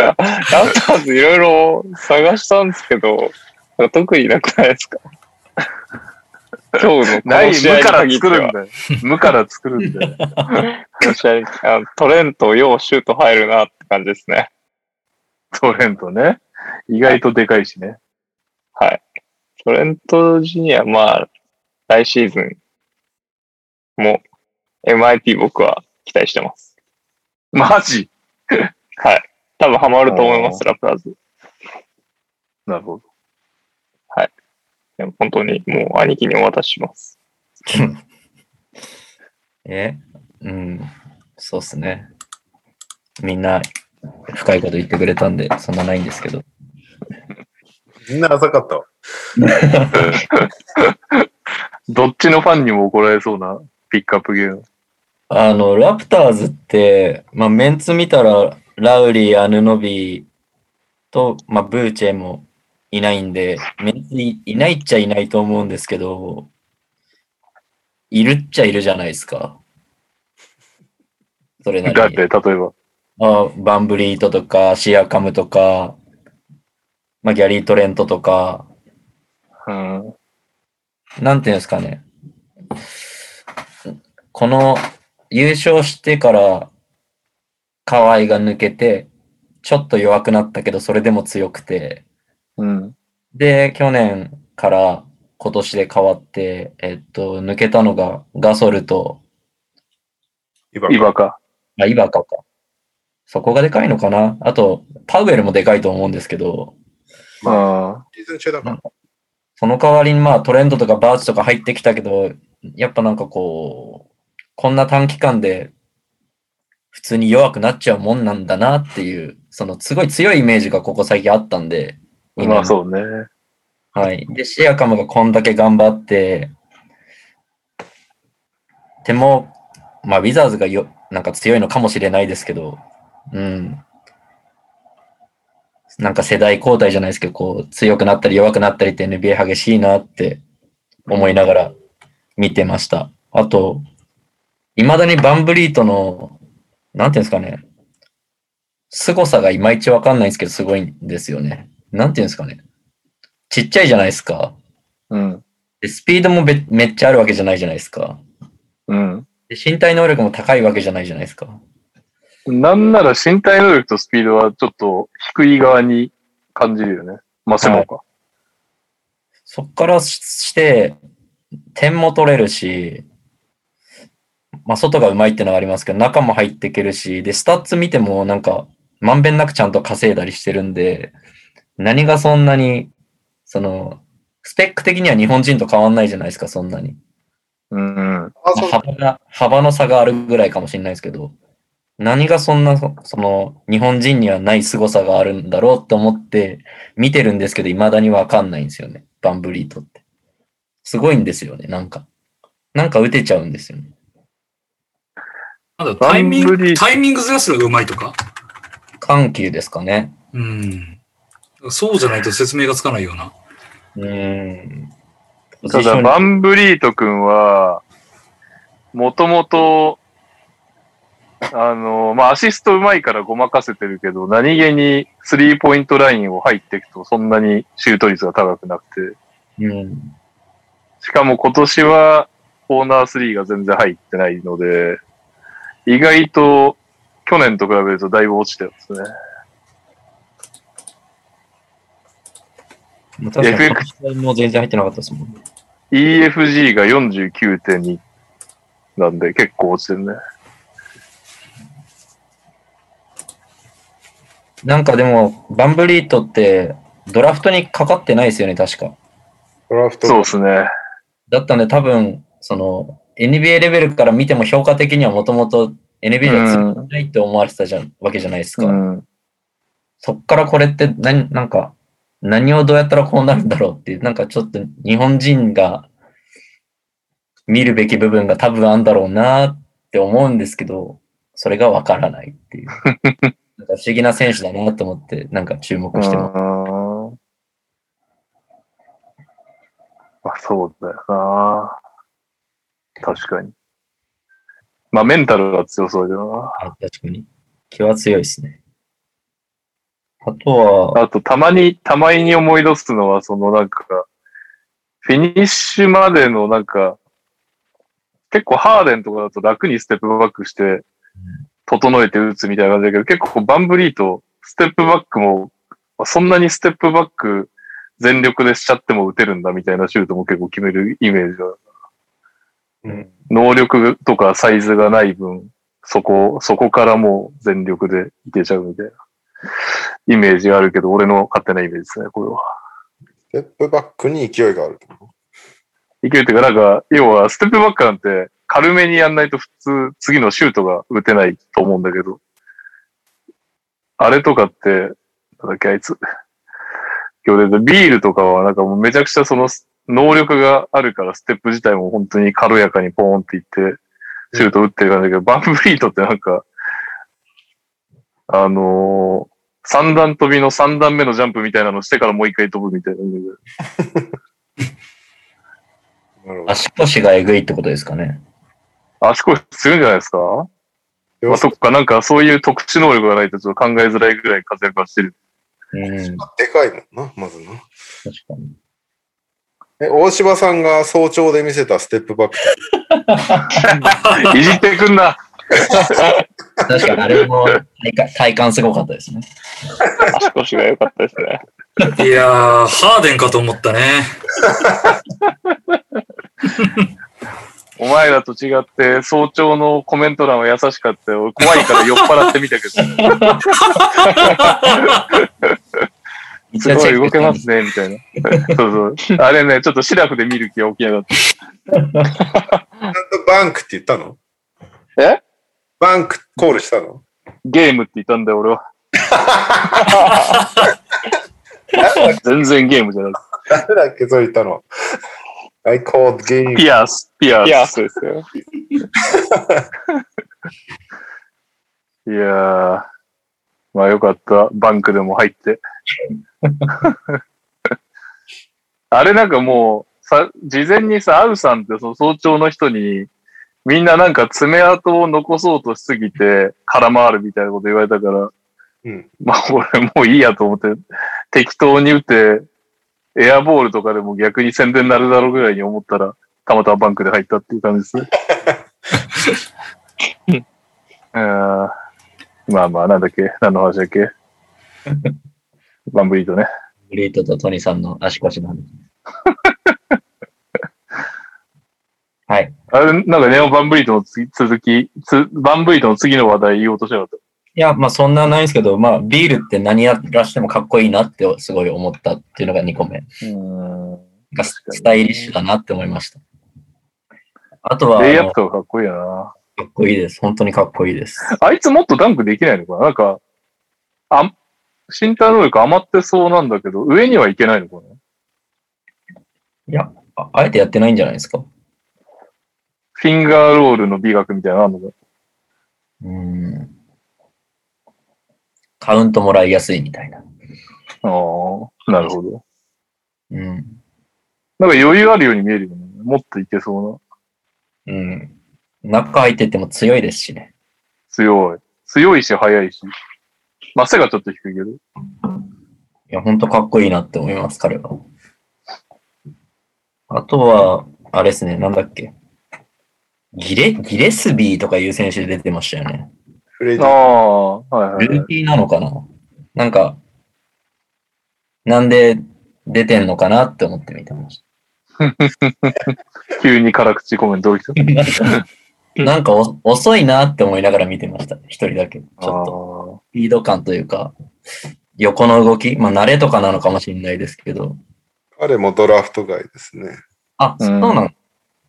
[SPEAKER 2] ターズいろいろ探したんですけど、なんか特になくないですか 今日のこ
[SPEAKER 9] ない、
[SPEAKER 2] の
[SPEAKER 9] 無
[SPEAKER 2] 試合に
[SPEAKER 9] から
[SPEAKER 2] 限って
[SPEAKER 9] 作るん
[SPEAKER 2] は、
[SPEAKER 9] だよ。無から作るんだよ。
[SPEAKER 2] この試合にあトレント、ようシュート入るなって感じですね。
[SPEAKER 9] トレントね。意外とでかいしね。
[SPEAKER 2] トレント・ジュニア、まあ、来シーズンも MIP 僕は期待してます。
[SPEAKER 9] マジ
[SPEAKER 2] はい。多分ハマると思います、ラプターズ。
[SPEAKER 9] なるほど。
[SPEAKER 2] でも本当にもう兄貴にお渡しします。
[SPEAKER 8] えうん。そうっすね。みんな深いこと言ってくれたんで、そんなないんですけど。
[SPEAKER 7] みんな浅かったわ。
[SPEAKER 9] どっちのファンにも怒られそうなピックアップゲーム。
[SPEAKER 8] あの、ラプターズって、まあ、メンツ見たら、ラウリー、アヌノビーと、まあ、ブーチェもいないんで、メンツいいないっちゃいないと思うんですけど、いるっちゃいるじゃないですか。それなりに。
[SPEAKER 9] だって、例えば。
[SPEAKER 8] あバンブリートとか、シアカムとか、まあ、ギャリー・トレントとか、
[SPEAKER 9] うん。
[SPEAKER 8] なんていうんですかね。この優勝してから、河合が抜けて、ちょっと弱くなったけど、それでも強くて、
[SPEAKER 9] うん。
[SPEAKER 8] で、去年から今年で変わって、えっと、抜けたのがガソルと、
[SPEAKER 7] 今
[SPEAKER 9] イバカ。
[SPEAKER 8] あ、イバカか。そこがでかいのかなあと、パウエルもでかいと思うんですけど、
[SPEAKER 9] あ
[SPEAKER 7] シーズン中だから。
[SPEAKER 8] その代わりにまあトレンドとかバーチとか入ってきたけど、やっぱなんかこう、こんな短期間で普通に弱くなっちゃうもんなんだなっていう、そのすごい強いイメージがここ最近あったんで、
[SPEAKER 9] あ。まあそうね。
[SPEAKER 8] はい。で、シアカムがこんだけ頑張って、でも、まあ、ウィザーズがよ、なんか強いのかもしれないですけど、うん。なんか世代交代じゃないですけど、こう、強くなったり弱くなったりって NBA 激しいなって思いながら見てました。あと、未だにバンブリートの、なんていうんですかね、凄さがいまいちわかんないんですけど、すごいんですよね。なんていうんですかね。ちっちゃいじゃないですか。
[SPEAKER 9] うん。
[SPEAKER 8] で、スピードもべめっちゃあるわけじゃないじゃないですか。
[SPEAKER 9] うん。
[SPEAKER 8] で、身体能力も高いわけじゃないじゃないですか。
[SPEAKER 9] なんなら身体能力とスピードはちょっと低い側に感じるよね。まあ、背中。
[SPEAKER 8] そっからしして、点も取れるし、まあ、外がうまいってのはありますけど、中も入っていけるし、で、スタッツ見てもなんか、まんべんなくちゃんと稼いだりしてるんで、何がそんなに、その、スペック的には日本人と変わんないじゃないですか、そんなに。
[SPEAKER 9] うん。うん。
[SPEAKER 7] あ、
[SPEAKER 8] ま
[SPEAKER 7] そう
[SPEAKER 8] あ幅が、幅の差があるぐらいかもしれないですけど、何がそんな、そその、日本人にはない凄さがあるんだろうと思って見てるんですけど、未だにわかんないんですよね。バンブリートって。すごいんですよね、なんか。なんか打てちゃうんですよね。
[SPEAKER 4] なんだタイミン
[SPEAKER 9] バンブリ
[SPEAKER 4] グ、
[SPEAKER 9] ー
[SPEAKER 4] タイミングずらすのがうまいとか
[SPEAKER 8] 緩急ですかね。
[SPEAKER 4] うん。そうじゃないと説明がつかないような。
[SPEAKER 8] うーん。ポ
[SPEAKER 9] た
[SPEAKER 8] ジショ
[SPEAKER 9] だ、
[SPEAKER 8] ン
[SPEAKER 9] バンブリート君は、もともと、あの、まあ、アシストうまいからごまかせてるけど、何気にスリーポイントラインを入っていくと、そんなにシュート率が高くなく
[SPEAKER 8] うん。
[SPEAKER 9] て、しかも今年はコーナースリーが全然入ってないので、意外と去年と比べるとだいぶ落ちてるんですね。
[SPEAKER 8] まあ確か
[SPEAKER 9] FX
[SPEAKER 8] に、も全然入ってなかったですもん。
[SPEAKER 9] EFG が49.2なんで結構落ちてるね。
[SPEAKER 8] なんかでも、バンブリートって、ドラフトにかかってないですよね、確か。
[SPEAKER 7] ドラフト
[SPEAKER 9] そうですね。
[SPEAKER 8] だったんで、多分、その、NBA レベルから見ても評価的にはもともと NBA じゃ強くないって思われてたじゃん、わけじゃないですか。
[SPEAKER 9] うん。
[SPEAKER 8] そっからこれって何、なんか、何をどうやったらこうなるんだろうっていう、なんかちょっと日本人が見るべき部分が多分あるんだろうなって思うんですけど、それがわからないって いう。なんか不思議な選手だなと思って、なんか注目してます。
[SPEAKER 9] うんまあ、そうだよな。確かに。まあ、メンタルが強そうだよ
[SPEAKER 8] あ確かに。気は強いですね。あとは、
[SPEAKER 9] な。あと、たまに、たまに思い出すのは、そのなんか、フィニッシュまでのなんか、結構ハーデンとかだと楽にステップバックして、整えて打つみたいな感じだけど、結構バンブリーとステップバックも、まあそんなにステップバック全力でしちゃっても打てるんだみたいなシュートも結構決めるイメージが。
[SPEAKER 7] うん
[SPEAKER 9] 能力とかサイズがない分、そこ、そこからもう全力でいけちゃうみたいなイメージがあるけど、俺の勝手なイメージですね、これは。
[SPEAKER 7] ステップバックに勢いがある。
[SPEAKER 9] いけるっていうか、なんか、要は、ステップバックなんて、軽めにやんないと普通、次のシュートが打てないと思うんだけど、あれとかって、なんだっけ、あいつ。今日でビールとかは、なんかもうめちゃくちゃその、能力があるから、ステップ自体も本当に軽やかにポーンっていって、シュート打ってる感じだけど、バンブリートってなんか、あのー三段飛びの三段目のジャンプみたいなのしてからもう一回飛ぶみたいな。
[SPEAKER 7] なるほど
[SPEAKER 8] 足腰がえぐいってことですかね。
[SPEAKER 9] 足腰強いんじゃないですかまあ、そっか、なんかそういう特殊能力がないとちょっと考えづらいぐらい活躍はしてる。
[SPEAKER 8] うん、確
[SPEAKER 7] でかいもんな、まずな。
[SPEAKER 8] かに。
[SPEAKER 7] え、大柴さんが早朝で見せたステップバック。
[SPEAKER 9] いじってくんな
[SPEAKER 8] 確かにあれも体感体感すごかったですね。
[SPEAKER 5] 足腰が良かったですね。
[SPEAKER 4] いやー、ハーデンかと思ったね。
[SPEAKER 9] お前らと違って、早朝のコメント欄は優しかったよ。俺怖いから酔っ払ってみたけど。すごい動けますね、みたいな。 そうそう。あれね、ちょっとシラフで見る気が起きなかった。
[SPEAKER 7] ちゃんとバンクって言ったの
[SPEAKER 5] え
[SPEAKER 7] バンクコールしたの
[SPEAKER 9] ゲームって言ったんだよ、俺 は。全然ゲームじゃなく
[SPEAKER 7] 誰だっけ、それ言ったの。I called
[SPEAKER 9] て。
[SPEAKER 7] game.
[SPEAKER 9] ピアス、ピアス。
[SPEAKER 5] いや、そうですよ。
[SPEAKER 9] いやー、まあよかった。バンクでも入って。あれなんかもう、さ、事前にさ、アウさんってその早朝の人に、みんななんか爪痕を残そうとしすぎて空回るみたいなこと言われたから、
[SPEAKER 7] うん
[SPEAKER 9] まあ俺もういいやと思って、適当に打って、エアボールとかでも逆に宣伝になるだろうぐらいに思ったら、たまたまバンクで入ったっていう感じですね。 うんまあまあ、なんだっけ何の話だっけバンブリートね。
[SPEAKER 8] ブリートとトニさんの足腰の話。はい。
[SPEAKER 9] あれ、なんかネオバンブリートの次続きつ、バンブリートの次の話題言おうとしてなかっ
[SPEAKER 8] いや、まあそんなないんですけど、まあビールって何やらしてもかっこいいなってすごい思ったっていうのが2個目。
[SPEAKER 9] た。うん。
[SPEAKER 8] がススタイリッシュだなって思いました。あとは、
[SPEAKER 9] レイ
[SPEAKER 8] あ
[SPEAKER 9] アッ
[SPEAKER 8] の
[SPEAKER 9] プとかかっこいいよな。
[SPEAKER 8] かっこいいです。本当にかっこいいです。
[SPEAKER 9] あいつもっとダンクできないのかななんか、あ身体能力余ってそうなんだけど、上にはいけないのかない
[SPEAKER 8] や、ああえてやってないんじゃないですか。
[SPEAKER 9] フィンガーロールの美学みたいなのあんのか
[SPEAKER 8] うん。カウントもらいやすいみたいな。
[SPEAKER 9] なああ、なるほど。
[SPEAKER 8] うん。
[SPEAKER 9] なんか余裕あるように見えるよね。もっといけそうな。
[SPEAKER 8] うん。中入ってても強いですしね。
[SPEAKER 9] 強い。強いし、速いし。まあ、背がちょっと低いけど。
[SPEAKER 8] いや、本当かっこいいなって思います、彼は。あとは、あれですね、なんだっけ。ギレ、ギレスビーとかいう選手出てましたよね。
[SPEAKER 7] フレデ
[SPEAKER 9] あ
[SPEAKER 7] ィ。
[SPEAKER 9] あ、はいはい
[SPEAKER 8] ル
[SPEAKER 9] は
[SPEAKER 8] ーキーなのかななんか、なんで出てんのかなって思って見てまし
[SPEAKER 9] い。 急に辛口コメント起きた。
[SPEAKER 8] た。 なんかお遅いなって思いながら見てました。一人だけ。ちょっと、
[SPEAKER 9] ょ
[SPEAKER 8] スピード感というか、横の動き、まあ慣れとかなのかもしれないですけど。
[SPEAKER 7] 彼もドラフト外ですね。
[SPEAKER 8] あ、そうな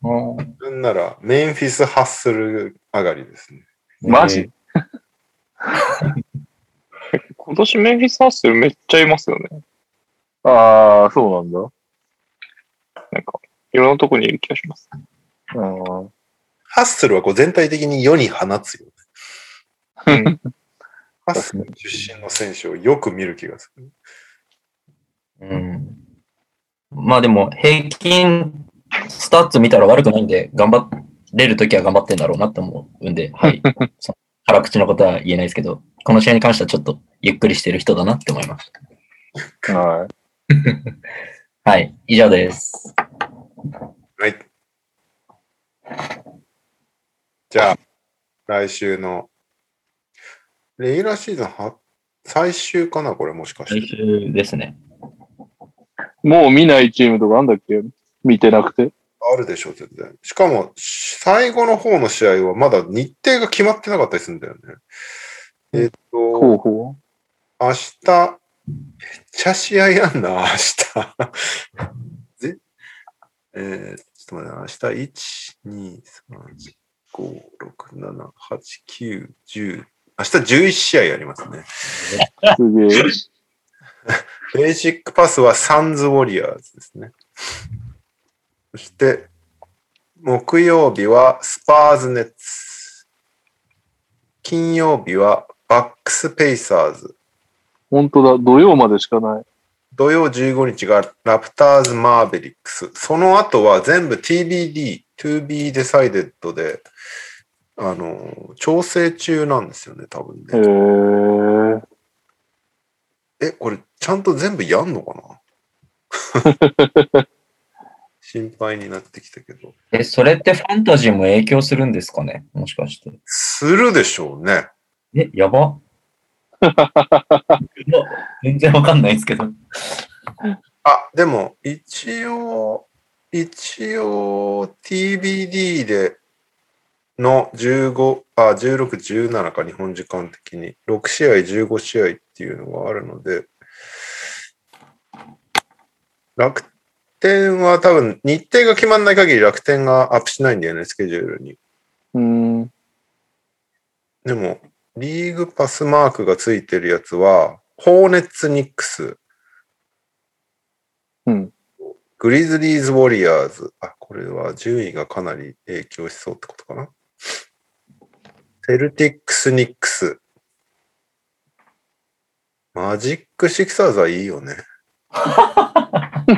[SPEAKER 8] の、
[SPEAKER 7] なんなら、メンフィスハッスル上がりですね。
[SPEAKER 8] うん
[SPEAKER 9] マジ
[SPEAKER 5] 今年メンフィスハッスルめっちゃいますよね。
[SPEAKER 9] あーあー、そうなんだ。
[SPEAKER 5] なんか、いろんなとこにいる気がします。
[SPEAKER 9] あー
[SPEAKER 7] ハッスルはこう全体的に世に放つよ
[SPEAKER 5] う
[SPEAKER 7] ね。ハッスル出身の選手をよく見る気がする。
[SPEAKER 8] うんまあでも、平均スタッツ見たら悪くないんで、頑張れるときは頑張ってんだろうなって思うん で、はい。その辛口のことは言えないですけど、この試合に関してはちょっとゆっくりしてる人だなって思いまし
[SPEAKER 9] はい。
[SPEAKER 8] た。はい。以上です。
[SPEAKER 7] はい。じゃあ、来週の、レギュラーシーズンは最終かな、これもしか
[SPEAKER 8] 来
[SPEAKER 7] して。
[SPEAKER 8] 週ですね。
[SPEAKER 9] もう見ないチームとかあんだっけ見てなくて。
[SPEAKER 7] あるでしょ、絶対。しかも、最後の方の試合はまだ日程が決まってなかったりするんだよね。えっと、
[SPEAKER 9] ほうほ
[SPEAKER 7] 明日、 めっちゃ試合やんな、明日。ぜえー、ちちょっと待って、明日、1、2、3、4、5、6、7、8、9、10。明日11試合やりますね。
[SPEAKER 9] すげえ。
[SPEAKER 7] ベーシックパスはサンズ・ウォリアーズですね。そして、木曜日はスパーズ・ネッツ。金曜日はバックス・ペイサーズ。
[SPEAKER 9] 本当だ、土曜までしかない。
[SPEAKER 7] 土曜15日がラプターズ・マーベリックス。その後は全部 TBD、2B Decided で、あの、調整中なんですよね、多分
[SPEAKER 9] へえ
[SPEAKER 7] ね。。え、これ、ちゃんと全部やんのかな心配になってきたけど。
[SPEAKER 8] え、それってファンタジーも影響するんですかねもしかして。
[SPEAKER 7] するでしょうね。
[SPEAKER 8] え、や ばうわ全然わかんないですけど。
[SPEAKER 7] あ、でも、一応、一応、TBD での15、あ、16、17か、日本時間的に。6試合、15試合っていうのがあるので、楽天は多分、日程が決まんない限り楽天がアップしないんだよね、スケジュールに。
[SPEAKER 9] うん。
[SPEAKER 7] でも、リーグパスマークがついてるやつは、ホーネッツ・ニックス、
[SPEAKER 9] うん。
[SPEAKER 7] グリズリーズ・ウォリアーズ。あ、これは順位がかなり影響しそうってことかな。セルティックス・ニックス。マジック・シクサーズはいいよね。
[SPEAKER 8] 見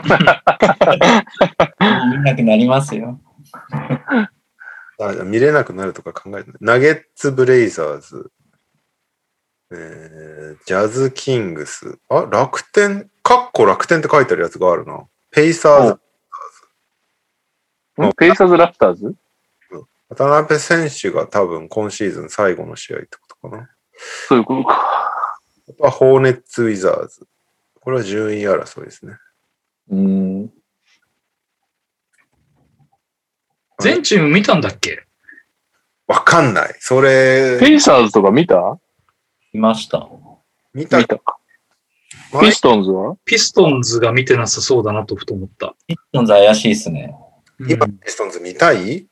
[SPEAKER 8] なくなりますよ。
[SPEAKER 7] あ見れなくなるとか考えてない。ナゲッツ・ブレイザーズ、えージャズ・キングス、あ、楽天、かっこ楽天って書いてあるやつがあるな。ペイサーズ、
[SPEAKER 9] ペイサーズ・ラプターズ
[SPEAKER 7] 渡辺選手が多分今シーズン最後の試合ってことかな。
[SPEAKER 9] そういうことか。
[SPEAKER 7] あとはホーネッツ・ウィザーズ。これは順位争いですね。
[SPEAKER 9] うん。
[SPEAKER 4] 全チーム見たんだっけ
[SPEAKER 7] わかんない。それ、
[SPEAKER 9] ペイサーズとか見た
[SPEAKER 8] いました。
[SPEAKER 7] 見た
[SPEAKER 9] 見た。ピストンズは
[SPEAKER 4] ピストンズが見てなさそうだなとふと思った。
[SPEAKER 8] ちょっと怪しいですね。
[SPEAKER 7] 今、
[SPEAKER 4] う
[SPEAKER 7] ピ
[SPEAKER 4] ん
[SPEAKER 7] ストンズ見たい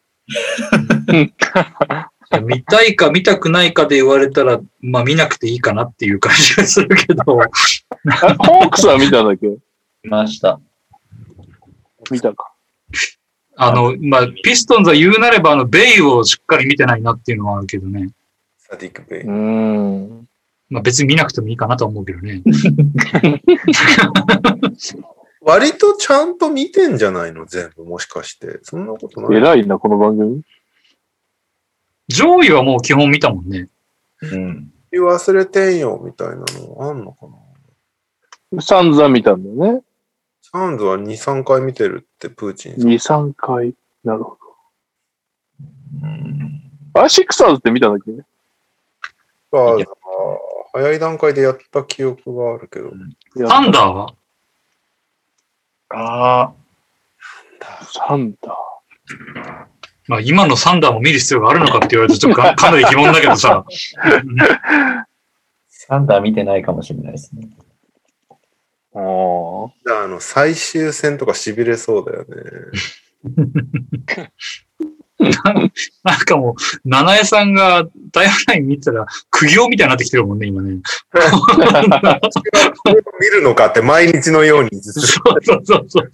[SPEAKER 4] 見たいか見たくないかで言われたら、まあ見なくていいかなっていう感じがするけど、
[SPEAKER 9] あホークスは見たんだっけ
[SPEAKER 8] いました。
[SPEAKER 9] 見たか。
[SPEAKER 4] あの、まあピストンズは言うなれば、あの、ベイをしっかり見てないなっていうのはあるけどね。
[SPEAKER 7] サディック・ベイ。
[SPEAKER 9] うん。
[SPEAKER 4] まあ別に見なくてもいいかなとは思うけど ね。
[SPEAKER 7] 割とちゃんと見てんじゃないの全部、もしかして。そんなことない。
[SPEAKER 9] 偉いな、この番組。
[SPEAKER 4] 上位はもう基本見たもんね。
[SPEAKER 8] うん。
[SPEAKER 7] 忘れてんよみたいなのあんのかな
[SPEAKER 9] サンズは見たんだよね。
[SPEAKER 7] サンズは2、3回見てるってプーチンさん。
[SPEAKER 9] 2、3回。なるほ
[SPEAKER 8] うん
[SPEAKER 9] ど。あ、シクサーズって見たんだっけ
[SPEAKER 7] が早い段階でやった記憶があるけど。
[SPEAKER 9] いや
[SPEAKER 4] サンダーは
[SPEAKER 8] あ
[SPEAKER 9] サンダー。
[SPEAKER 4] まあ今のサンダーも見る必要があるのかって言われるとちょっ とかかなり疑問だけどさ。
[SPEAKER 8] サンダー見てないかもしれないですね。
[SPEAKER 9] ああ。
[SPEAKER 7] じゃあ、あの、最終戦とか痺れそうだよね。
[SPEAKER 4] なんかもう、七重さんがタイムライン見てたら苦行みたいになってきてるもんね、今 ね。
[SPEAKER 7] 見るのかって毎日のようにずっと。
[SPEAKER 4] そうそうそうそう。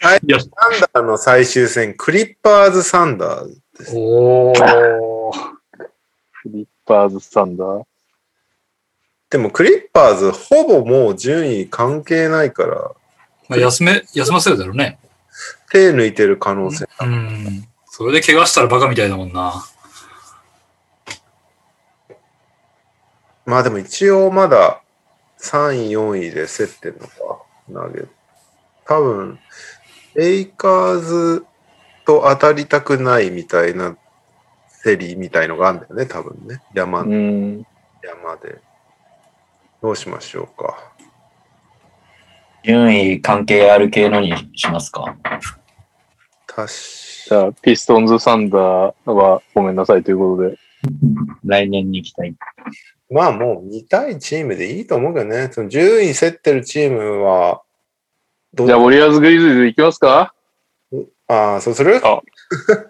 [SPEAKER 7] はい
[SPEAKER 4] いや、
[SPEAKER 7] サンダーの最終戦、クリッパーズ・サンダーズ。
[SPEAKER 4] おー。
[SPEAKER 9] フリッパーズ・サンダー。
[SPEAKER 7] でも、クリッパーズ、ほぼもう順位関係ないから、
[SPEAKER 4] まあ、休め、休ませるだろうね。
[SPEAKER 7] 手抜いてる可能性。
[SPEAKER 4] うん。それで怪我したらバカみたいだもんな。
[SPEAKER 7] まあでも一応まだ3位、4位で競ってるのか、投げ。多分、レイカーズと当たりたくないみたいなセリみたいのがあるんだよね、多分ね。山、
[SPEAKER 9] うん。
[SPEAKER 7] 山で。どうしましょうか。
[SPEAKER 8] 順位関係ある系のにしますか
[SPEAKER 7] 確
[SPEAKER 9] じゃあ、ピストンズ・サンダーはごめんなさいということで。
[SPEAKER 8] 来年に行きたい。
[SPEAKER 7] まあもう2対チームでいいと思うけどね。その10位競ってるチームは、ど
[SPEAKER 9] じゃあ、ウォリアーズ・グリズリーズ行きますか
[SPEAKER 7] どああ、そうする
[SPEAKER 2] あ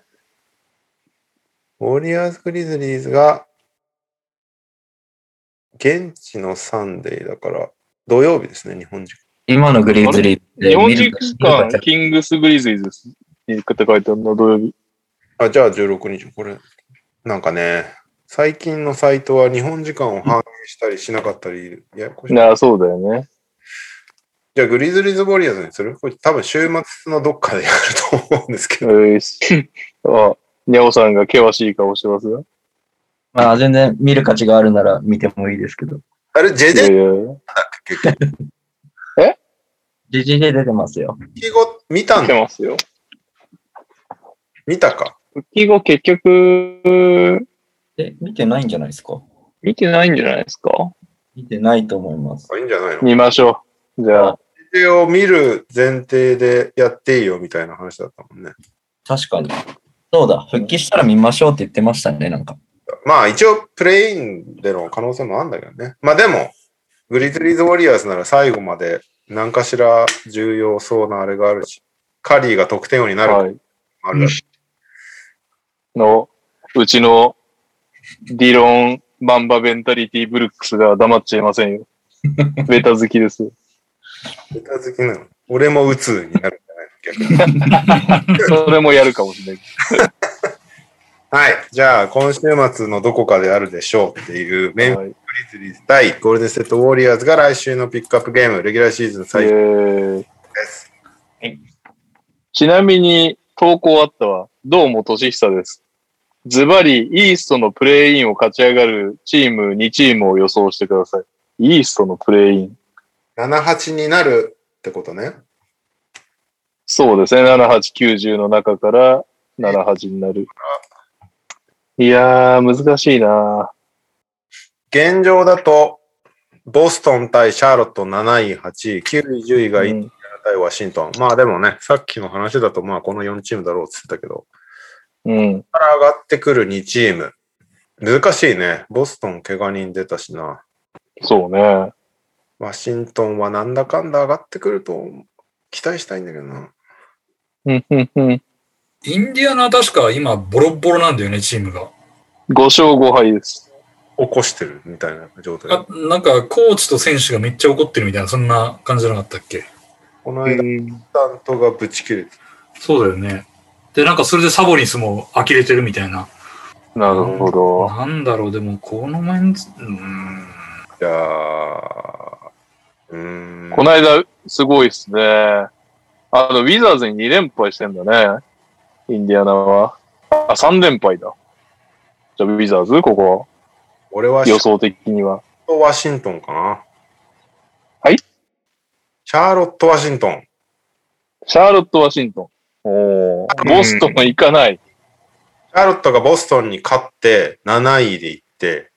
[SPEAKER 7] ウォリアーズ・グリズリーズが、現地のサンデーだから、土曜日ですね、日本時間。
[SPEAKER 8] 今のグリズリーって
[SPEAKER 2] 日本
[SPEAKER 8] 見
[SPEAKER 2] 時
[SPEAKER 8] るか見
[SPEAKER 2] 間
[SPEAKER 8] るか、
[SPEAKER 2] キングス・グリズイズです。言い方書いてあるの、土曜日。
[SPEAKER 7] あ、じゃあ16日、これ。なんかね、最近のサイトは日本時間を反映したりしなかったり、ややこしい。
[SPEAKER 2] なあ、そうだよね。
[SPEAKER 7] じゃあ、グリズリーズ・ウォリアーズにするこれ多分週末のどっかでやると思うんです けど。
[SPEAKER 2] ういっす あ、にゃおさんが険しい顔してますよ。
[SPEAKER 8] まあ全然見る価値があるなら見てもいいですけど。
[SPEAKER 7] あれ、ジェ
[SPEAKER 2] い
[SPEAKER 7] ジ
[SPEAKER 2] や
[SPEAKER 7] ェ
[SPEAKER 2] い
[SPEAKER 7] ン
[SPEAKER 2] や、
[SPEAKER 7] 結局
[SPEAKER 8] ジジで出てますよ。
[SPEAKER 7] 復帰後、見た
[SPEAKER 2] 来
[SPEAKER 7] ん
[SPEAKER 2] てますよ。
[SPEAKER 7] 見たか。
[SPEAKER 2] 復帰後結局、
[SPEAKER 8] え、見てないんじゃないですか
[SPEAKER 2] 見てないんじゃないですか
[SPEAKER 8] 見てないと思います。
[SPEAKER 7] あいいんじゃないの
[SPEAKER 2] 見ましょう。じゃあ、
[SPEAKER 7] ジェジェを見る前提でやっていいよみたいな話だったもんね。
[SPEAKER 8] 確かに。そうだ、復帰したら見ましょうって言ってましたね、なんか。
[SPEAKER 7] まあ一応プレインでの可能性もあるんだけどね。まあでも、グリズリーズ・ウォリアーズなら最後まで何かしら重要そうなあれがあるし、カリーが得点王になる
[SPEAKER 2] はい。
[SPEAKER 7] あるだろう
[SPEAKER 2] の、うちの、ディロン・バンバ・ベンタリティ・ブルックスが黙っちゃいません よ。ベタ好きですよ。
[SPEAKER 7] ベタ好きなの。俺も鬱になるんじゃないの逆に。
[SPEAKER 2] それもやるかもしれない。
[SPEAKER 7] はい。じゃあ今週末のどこかであるでしょうっていうメンフィ
[SPEAKER 2] はい
[SPEAKER 7] ス・グリズリーズ対ゴールデン・ステット・ウォリアーズが来週のピックアップゲーム、レギュラーシーズン最
[SPEAKER 2] え
[SPEAKER 7] 後で
[SPEAKER 2] ー
[SPEAKER 7] す。
[SPEAKER 2] ちなみに、投稿あったわ。どうも年久です。ズバリ、イーストのプレイインを勝ち上がるチーム2チームを予想してください。イーストのプレイイン。
[SPEAKER 7] 7、8になるってことね。
[SPEAKER 2] そうですね。7、8、90の中から7、8になる。いやー、難しいな
[SPEAKER 7] 現状だと、ボストン対シャーロット7位、8位、9位、10位がインディアナ対ワシントン。まあでもね、さっきの話だと、まあこの4チームだろうって言ってたけど、
[SPEAKER 2] うん。
[SPEAKER 7] から上がってくる2チーム。難しいね。ボストン怪我人出たしな。
[SPEAKER 2] そうね。
[SPEAKER 7] ワシントンはなんだかんだ上がってくると期待したいんだけどな。
[SPEAKER 2] うんうんうん
[SPEAKER 4] インディアナは確か今ボロッボロなんだよね、チームが。
[SPEAKER 2] 5勝5敗です。
[SPEAKER 7] 起こしてるみたいな状態
[SPEAKER 4] あ。なんかコーチと選手がめっちゃ怒ってるみたいな、そんな感じじゃなかったっけ
[SPEAKER 7] この間、担当がぶち切れて
[SPEAKER 4] そうだよね。で、なんかそれでサボリンスも呆れてるみたいな。
[SPEAKER 2] なるほど。
[SPEAKER 4] なんだろう、でもこのメンツ、うーん。
[SPEAKER 7] じゃあ、うーん。
[SPEAKER 2] この間、すごいっすね。あの、ウィザーズに2連敗してんだね。インディアナは。あ、3連敗だ。じゃあ、ウィザーズここ
[SPEAKER 7] 俺は
[SPEAKER 2] は。予想的には。
[SPEAKER 7] シャーロット・ワシントンかな。
[SPEAKER 2] はい
[SPEAKER 7] シャーロット・ワシントン。
[SPEAKER 2] シャーロット・ワシントン。おーボストンも行かない。
[SPEAKER 7] シャーロットがボストンに勝って7位で行って、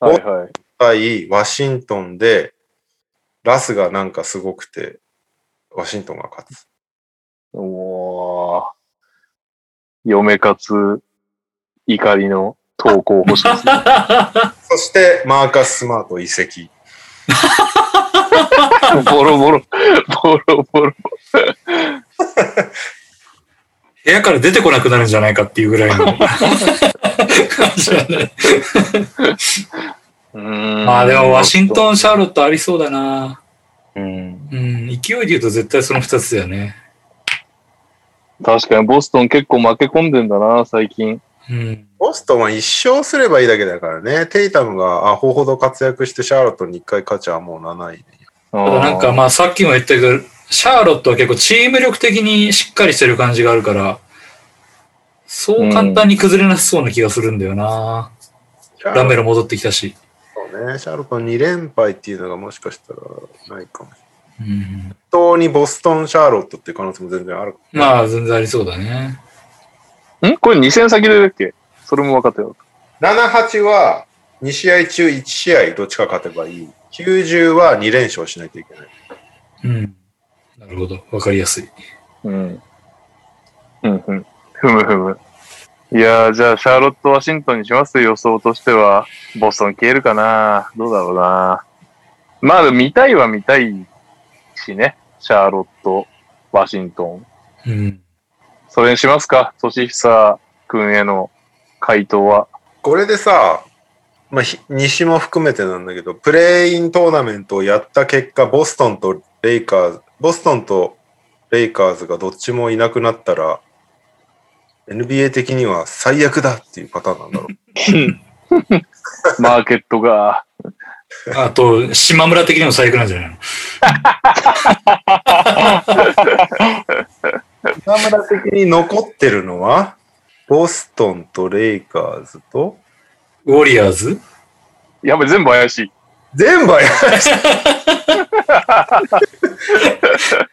[SPEAKER 7] うん
[SPEAKER 2] はいはい。
[SPEAKER 7] 対ワシントンで、ラスがなんかすごくて、ワシントンが勝つ。
[SPEAKER 2] おー嫁かつ、怒りの投稿 欲しいですね。
[SPEAKER 7] そして、マーカス・スマート移籍。
[SPEAKER 2] ボロボロ、ボロボロ。
[SPEAKER 4] 部屋から出てこなくなるんじゃないかっていうぐらい の感じだね。ま
[SPEAKER 2] ま
[SPEAKER 4] あでもワシントン、シャーロットありそうだな。
[SPEAKER 8] うん。
[SPEAKER 4] うん、勢いで言うと絶対その2つだよね。
[SPEAKER 2] 確かにボストン結構負け込んでんだな、最近。
[SPEAKER 4] うん。
[SPEAKER 7] ボストンは一勝すればいいだけだからね。テイタムがアホほど活躍してシャーロットに1回勝ちはもう7位。
[SPEAKER 2] た
[SPEAKER 4] ただなんかまあさっきも言ったけど、シャーロットは結構チーム力的にしっかりしてる感じがあるから、そう簡単に崩れなさそうな気がするんだよな。
[SPEAKER 7] シャー
[SPEAKER 4] ラ
[SPEAKER 7] ロ
[SPEAKER 4] メ
[SPEAKER 7] ッ
[SPEAKER 4] ロ戻ってきたし。
[SPEAKER 7] トね、シャーロット2連敗っていうのがもしかしたらないかも。
[SPEAKER 4] うん、
[SPEAKER 7] 本当にボストン・シャーロットっていう可能性も全然ある。
[SPEAKER 4] まあ全然ありそうだね。
[SPEAKER 2] んこれ2戦先でだっけそれも分かったよ。
[SPEAKER 7] 7、8は2試合中1試合どっちか勝てばいい。90は2連勝しないといけない。
[SPEAKER 4] うん。なるほど。わかりやすい。
[SPEAKER 2] うん。うんうん。ふむふむ。いやー、じゃあ、シャーロット・ワシントンにします予想としては。ボストン消えるかなどうだろうなまあ、見たいは見たいしね。シャーロット・ワシントン。
[SPEAKER 4] うん。
[SPEAKER 2] それにしますか、年久君への回答は。
[SPEAKER 7] これでさ、まあ、ひ西も含めてなんだけど、プレイイントーナメントをやった結果、ボストンとレイカーズ、ボストンとレイカーズがどっちもいなくなったら、NBA 的には最悪だっていうパターンなんだろう。
[SPEAKER 2] マーケットが、
[SPEAKER 4] あと、島村的にも最悪なんじゃないの
[SPEAKER 7] 今村的に残ってるのは、ボストンとレイカーズと、
[SPEAKER 4] ウォリアーズ
[SPEAKER 2] やべ、全部怪しい。
[SPEAKER 7] 全部怪しい。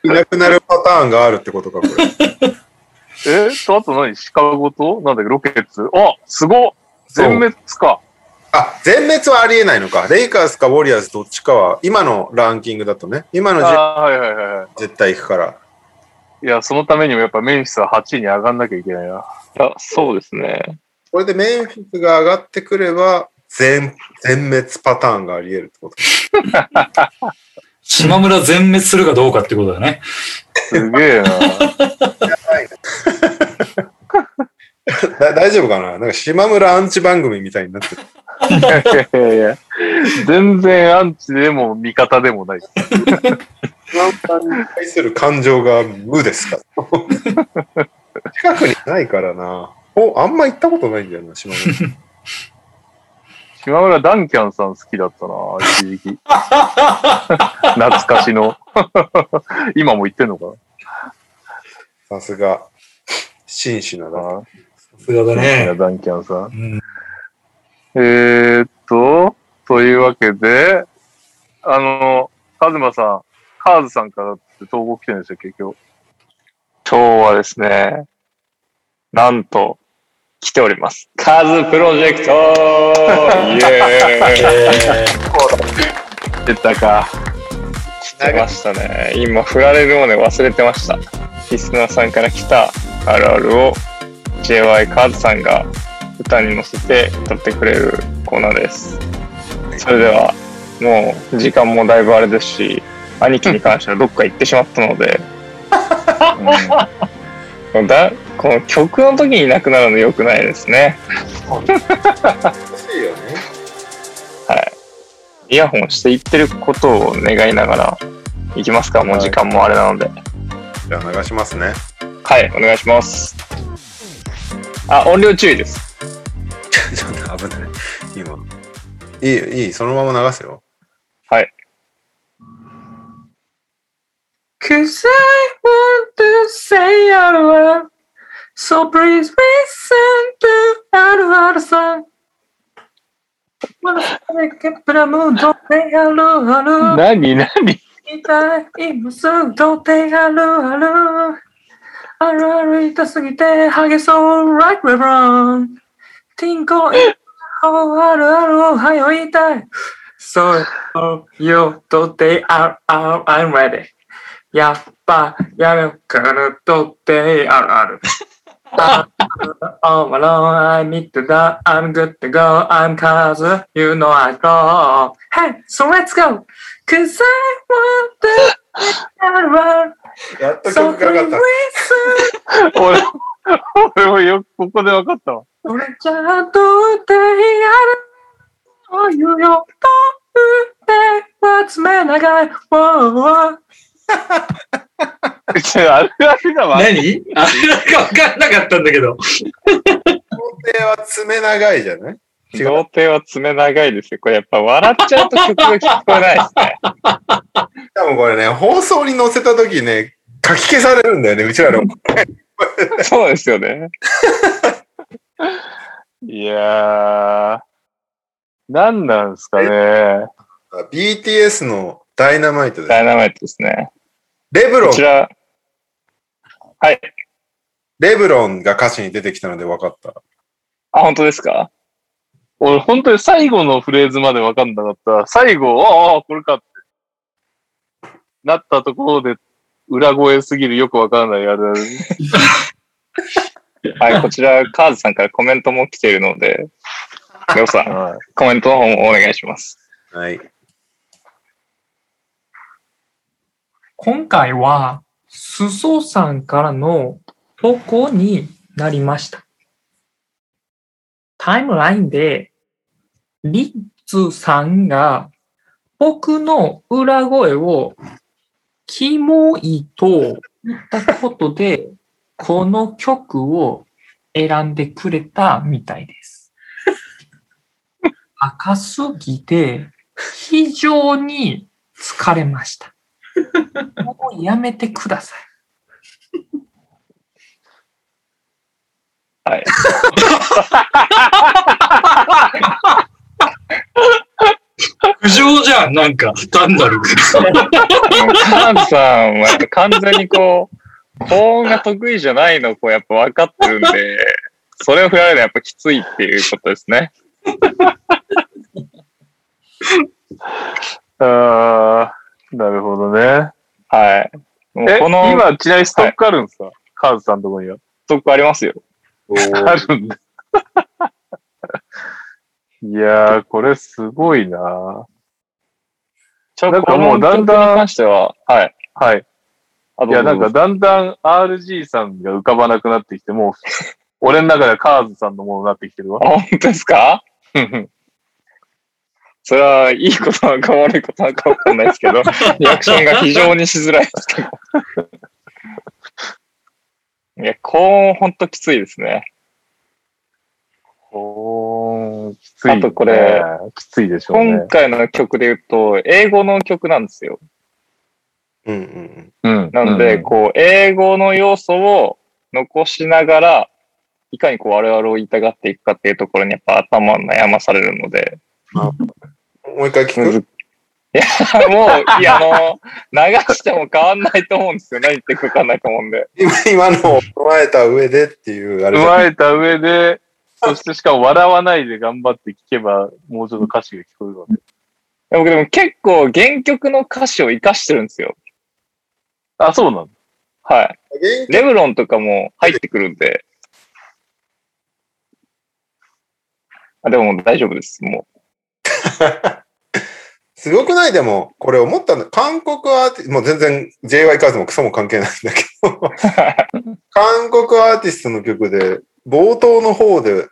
[SPEAKER 7] いなくなるパターンがあるってことか、これ。
[SPEAKER 2] えー、と、あと何シカゴとなんだっけロケッツあ、すごっ全滅か。
[SPEAKER 7] あ、全滅はありえないのか。レイカーズかウォリアーズどっちかは、今のランキングだとね、今の
[SPEAKER 2] あ
[SPEAKER 7] 時点
[SPEAKER 2] ーはいはいはいは
[SPEAKER 7] で絶対行くから。
[SPEAKER 2] い。いや、そのためにもやっぱメンフィスは8位に上がんなきゃいけないな。
[SPEAKER 5] あそうですね。
[SPEAKER 7] これでメンフィスが上がってくれば、全、全滅パターンがあり得るってことか。
[SPEAKER 4] 島村全滅するかどうかってことだね。
[SPEAKER 2] すげえな。
[SPEAKER 7] だ大丈夫かななんか島村アンチ番組みたいになってる。
[SPEAKER 2] いやいやいや全然アンチでも味方でもない。
[SPEAKER 7] 島村に対する感情が無ですから近くにないからな。お、あんま行ったことないんだよな、島村。
[SPEAKER 2] 島村ダンキャンさん好きだったな、一時 期。懐かしの。 今も言ってんのか
[SPEAKER 7] さすが、真摯な
[SPEAKER 2] な
[SPEAKER 7] な。
[SPEAKER 4] さすがだ
[SPEAKER 2] い
[SPEAKER 4] ね
[SPEAKER 2] や。ダンキャンさん。
[SPEAKER 4] うん
[SPEAKER 2] えー、っと、というわけで、あの、カズマさん、カーズさんからって東郷来てるんですよ、結局。
[SPEAKER 5] 今日はですね、なんと、来ております。カーズプロジェク トイエーイ
[SPEAKER 4] え
[SPEAKER 2] 出たか。
[SPEAKER 5] 来てましたね。今、振られるまで忘れてました。リスナーさんから来たあるあるを JY カーズさんが歌に乗せて歌ってくれるコーナーです。それでは、もう時間もだいぶあれですし、兄貴に関してはどっか行ってしまったので、うんだこの曲の時にいなくなるの良くないですね。
[SPEAKER 7] 欲しいよね。
[SPEAKER 5] イヤホンしていってることを願いながら行きますか、もう時間もあれなので。
[SPEAKER 7] じゃあ流しますね。
[SPEAKER 5] はい、お願いします。あ、音量注意です。
[SPEAKER 7] ちょっと危ない。今。いいよ、いい、そのまま流すよ。
[SPEAKER 9] Cause I want to say I love. So please listen to our our song. Well, I can't put a mood, don't say hello,
[SPEAKER 2] 何
[SPEAKER 9] hello.
[SPEAKER 2] 何
[SPEAKER 9] It's a- it's a- don't say hello, hello. あるある痛すぎて激そう like LeBron。ティンコイン、あるあるおはよう言いたい。そう、よ、とって、あ、あ、I'm ready。やっぱ、やめようかな、とって、あるある。あ All alone, I need to go, I'm good to go, I'm cause, you know I go. Hey, so let's go! Cause I want to, I want
[SPEAKER 7] やっと
[SPEAKER 9] そ
[SPEAKER 7] 曲
[SPEAKER 9] こ
[SPEAKER 7] か
[SPEAKER 9] に
[SPEAKER 7] か
[SPEAKER 9] ウ
[SPEAKER 7] った。
[SPEAKER 9] イス
[SPEAKER 2] 俺、俺もよくここで分かったわ。
[SPEAKER 9] 俺ちゃんと歌いやるお湯をと歌は爪長いわあ
[SPEAKER 2] 違うあれあれだわ。
[SPEAKER 4] 何あれ なんかわかんなかったんだけど。
[SPEAKER 7] 工程は爪長いじゃない違う
[SPEAKER 5] 童貞は爪長いですよ。これやっぱ笑っちゃうと曲が聞こえないです ね。
[SPEAKER 7] しかもこれね、放送に載せた時ね、書き消されるんだよね、うちらの。
[SPEAKER 5] そうですよね。
[SPEAKER 2] いやー。何なんですかね。
[SPEAKER 7] BTS のダイナマイトです。
[SPEAKER 5] ダイナマイトですね。
[SPEAKER 7] レブロ
[SPEAKER 5] こ
[SPEAKER 7] ン
[SPEAKER 5] ち、ら、
[SPEAKER 7] レブロンが歌詞に出てきたので分かった。
[SPEAKER 5] あ、本当ですか
[SPEAKER 2] 俺、本当に最後のフレーズまで分かんなかった。最後、ああああ、これかって。なったところで、裏声すぎるよく分かんないや る。
[SPEAKER 5] はい、こちら、カーズさんからコメントも来ているので、レオさん、
[SPEAKER 2] は
[SPEAKER 5] コメントの方もお願いします。
[SPEAKER 7] はい。
[SPEAKER 9] 今回は、裾さんからの
[SPEAKER 21] 投稿になりました。タイムラインで、リッツさんが僕の裏声をキモいと言ったことで、この曲を選んでくれたみたいです。赤すぎて、非常に疲れました。もうやめてください。
[SPEAKER 4] 苦情じゃん、なんか、単なる。
[SPEAKER 2] カンさんはやっぱ完全にこう、高音が得意じゃないの、こうやっぱ分かってるんで、それを振られるのはやっぱきついっていうことですね。
[SPEAKER 9] あー、なるほどね。
[SPEAKER 2] はい。もう
[SPEAKER 9] え、
[SPEAKER 2] この、
[SPEAKER 9] 今、ちなみにストックあるんですか、カーズさんのとこには。
[SPEAKER 2] とこありますよ。
[SPEAKER 9] あるんだ。 いやー、これすごいな
[SPEAKER 2] ちょ
[SPEAKER 9] なんかもうだんだん
[SPEAKER 2] この曲に関しては、はい。
[SPEAKER 9] はい。
[SPEAKER 2] あ
[SPEAKER 9] いや、なんか、だんだん RG さんが浮かばなくなってきて、 もう、俺の中ではカーズさんのものになってきてるわ
[SPEAKER 2] あ。本当ですか それは、いいことなのか悪いことなのか分かんないです けど、リアクションが非常にしづらいですけど。いや、高音ほんときついですね。
[SPEAKER 9] おー、きつい、ね。
[SPEAKER 2] あとこれ、
[SPEAKER 9] きついでしょうね
[SPEAKER 2] 今。回の曲で言うと、英語の曲なんですよ。
[SPEAKER 7] うんうんうん。
[SPEAKER 9] うん。
[SPEAKER 2] なので、こう、英語の要素を残しながら、いかにこう、我々を言いたがっていくかっていうところにやっぱ頭を悩まされるので、
[SPEAKER 7] もう一回聞
[SPEAKER 2] むずい
[SPEAKER 7] く
[SPEAKER 2] や、もう、いや、あの、流しても変わんないと思うんですよ。何言ってるか分かんないと思うんで。
[SPEAKER 7] 今今のを踏まえた上でっていうあ
[SPEAKER 9] 踏
[SPEAKER 7] れじゃん
[SPEAKER 9] まえた上で、そしてしかも笑わないで頑張って聞けば、もうちょっと歌詞が聞こえるわね。
[SPEAKER 2] 僕でも結構原曲の歌詞を活かしてるんですよ。
[SPEAKER 9] あ、そうなの
[SPEAKER 2] はい。
[SPEAKER 7] 原曲
[SPEAKER 2] レブロンとかも入ってくるんで。あ、でももう大丈夫です。も
[SPEAKER 7] すごくないでも、これ思ったの。韓国アーティスト、もう全然 JY カーズもクソも関係ないんだけど、 韓国アーティストの曲で、冒頭の方で、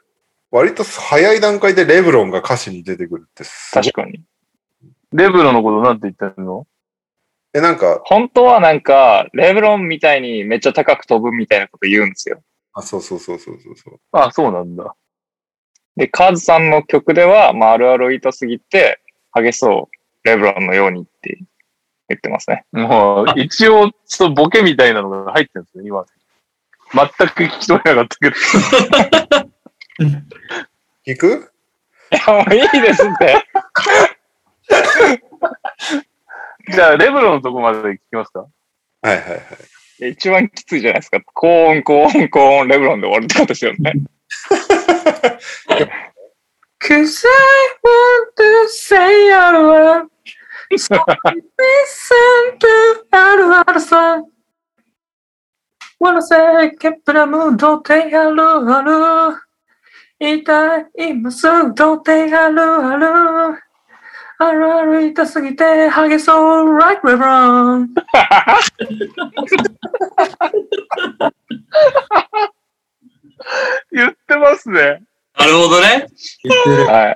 [SPEAKER 7] 割と早い段階でレブロンが歌詞に出てくるって
[SPEAKER 2] う、
[SPEAKER 7] すごい
[SPEAKER 2] 確かに。
[SPEAKER 9] レブロのことなんて言ってるの
[SPEAKER 7] え、なんか、
[SPEAKER 2] 本当はなんか、レブロンみたいにめっちゃ高く飛ぶみたいなこと言うんですよ。
[SPEAKER 7] あ、そうそうそうそうそうそう。
[SPEAKER 9] あ、そうなんだ。
[SPEAKER 2] で、カズさんの曲では、まあ、あるある言いたすぎて、激そう、レブロンのようにって言ってますね。
[SPEAKER 9] もう、一応、ちょっとボケみたいなのが入ってるんですね、今。全く聞き取れなかったけど。
[SPEAKER 7] 聞く
[SPEAKER 2] いや、もういいですって。
[SPEAKER 9] じゃあ、レブロのとこまで聞きますか
[SPEAKER 7] はいはいはい。
[SPEAKER 2] 一番きついじゃないですか。高音、高音、高音、レブロンで終わるってことですよね。
[SPEAKER 21] Cause I want to say I love. So listen to our our song. Wanna say, keep the mood, don't take a look, a look. 痛い、今すぐ、don't take a look, a look. あるある痛すぎて、激そう、like LeBron。
[SPEAKER 9] 言ってますね。
[SPEAKER 22] なるほどね。
[SPEAKER 2] は